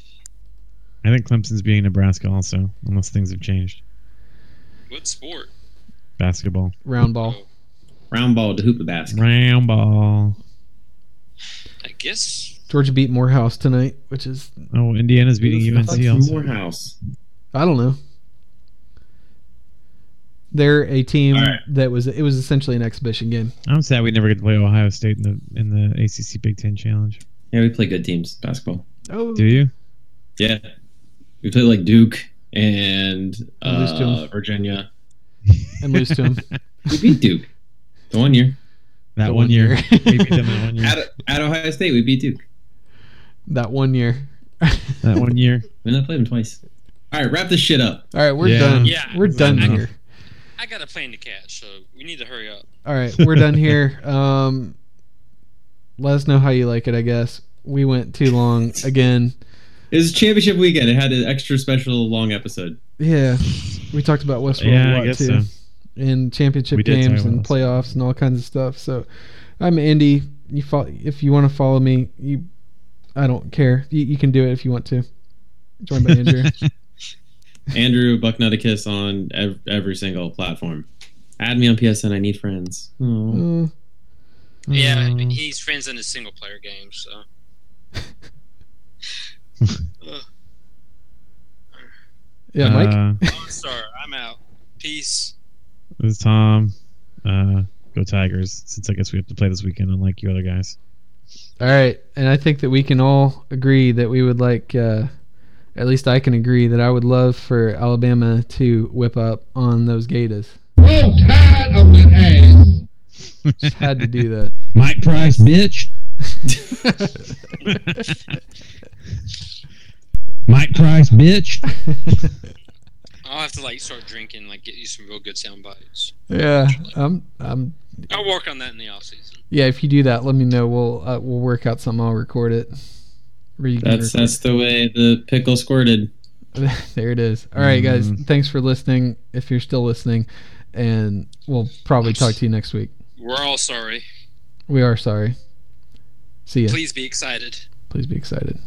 Speaker 4: I think Clemson's beating Nebraska also, unless things have changed.
Speaker 5: what sport?
Speaker 4: Basketball.
Speaker 1: Round ball.
Speaker 2: Oh. Round ball to hoop the basket.
Speaker 4: Round ball.
Speaker 5: I guess
Speaker 1: Georgia beat Morehouse tonight, which is
Speaker 4: Oh, Indiana's beating
Speaker 2: Who the fuck's
Speaker 4: UNC also.
Speaker 2: Morehouse.
Speaker 1: I don't know. They're a team
Speaker 2: All right.
Speaker 1: that was it was essentially an exhibition game.
Speaker 4: I'm sad we never get to play Ohio State in the in the ACC Big Ten Challenge.
Speaker 2: Yeah, we play good teams basketball.
Speaker 1: Oh,
Speaker 4: Do you?
Speaker 2: Yeah, we play like Duke and
Speaker 1: Lose to 'em.
Speaker 2: uh, Virginia.
Speaker 1: and lose
Speaker 4: (laughs)
Speaker 1: to them
Speaker 2: We beat Duke (laughs) the one year
Speaker 4: That one, year. (laughs) We beat them that one year.
Speaker 2: at,
Speaker 1: (laughs)
Speaker 2: at Ohio State. We beat Duke.
Speaker 1: that one year.
Speaker 4: That one year.
Speaker 2: We then played them twice. All right, wrap this shit up.
Speaker 1: All right, we're
Speaker 4: Yeah.
Speaker 1: done.
Speaker 5: Yeah.
Speaker 1: we're done
Speaker 4: Enough.
Speaker 1: here.
Speaker 5: I got a plane to catch, so we need to hurry up.
Speaker 1: All right, we're done here. Um, let us know how you like it. I guess we went too long again.
Speaker 2: It was championship weekend. It had an extra special long episode.
Speaker 1: Yeah, we talked about Westworld a
Speaker 4: Yeah,
Speaker 1: lot
Speaker 4: I guess
Speaker 1: too.
Speaker 4: so.
Speaker 1: in championship
Speaker 4: We did
Speaker 1: games
Speaker 4: talk
Speaker 1: and
Speaker 4: about
Speaker 1: playoffs and all kinds of stuff. So I'm Andy. You follow, if you want to follow me, you I don't care. You, you can do it if you want to. Joined by
Speaker 4: (laughs)
Speaker 1: Andrew.
Speaker 2: Andrew Bucknuticus on ev- every single platform. Add me on PSN. I need friends. Aw.
Speaker 1: Uh,
Speaker 5: Yeah,
Speaker 4: Mm.
Speaker 5: he's friends in his single player game, so. Ugh.
Speaker 1: yeah, Mike.
Speaker 4: Uh,
Speaker 5: Lone Star, I'm out. Peace.
Speaker 4: (laughs) this is Tom. Uh, go Tigers. Since I guess we have to play this weekend, unlike you other guys.
Speaker 1: All right, and I think that we can all agree that we would like, uh, at least I can agree that I would love for Alabama to whip up on those Gators.
Speaker 7: I'm tired of that ass.
Speaker 1: Just
Speaker 4: (laughs)
Speaker 1: had to do that. (laughs)
Speaker 8: Mike Price, bitch. Mike Price, bitch.
Speaker 5: I'll have to like start drinking, like get you some real good sound bites.
Speaker 1: yeah, I'm. I'm.
Speaker 5: I'll work on that in the off season.
Speaker 1: Yeah, if you do that, let me know. We'll uh, we'll work out something. I'll record it. Or you can
Speaker 2: That's that's the way the pickle squirted.
Speaker 1: (laughs) there it is. All right, guys. Thanks for listening. If you're still listening, and we'll probably talk to you next week.
Speaker 5: We're all sorry.
Speaker 1: We are sorry. See ya. Please,
Speaker 5: Please be excited.
Speaker 1: be excited.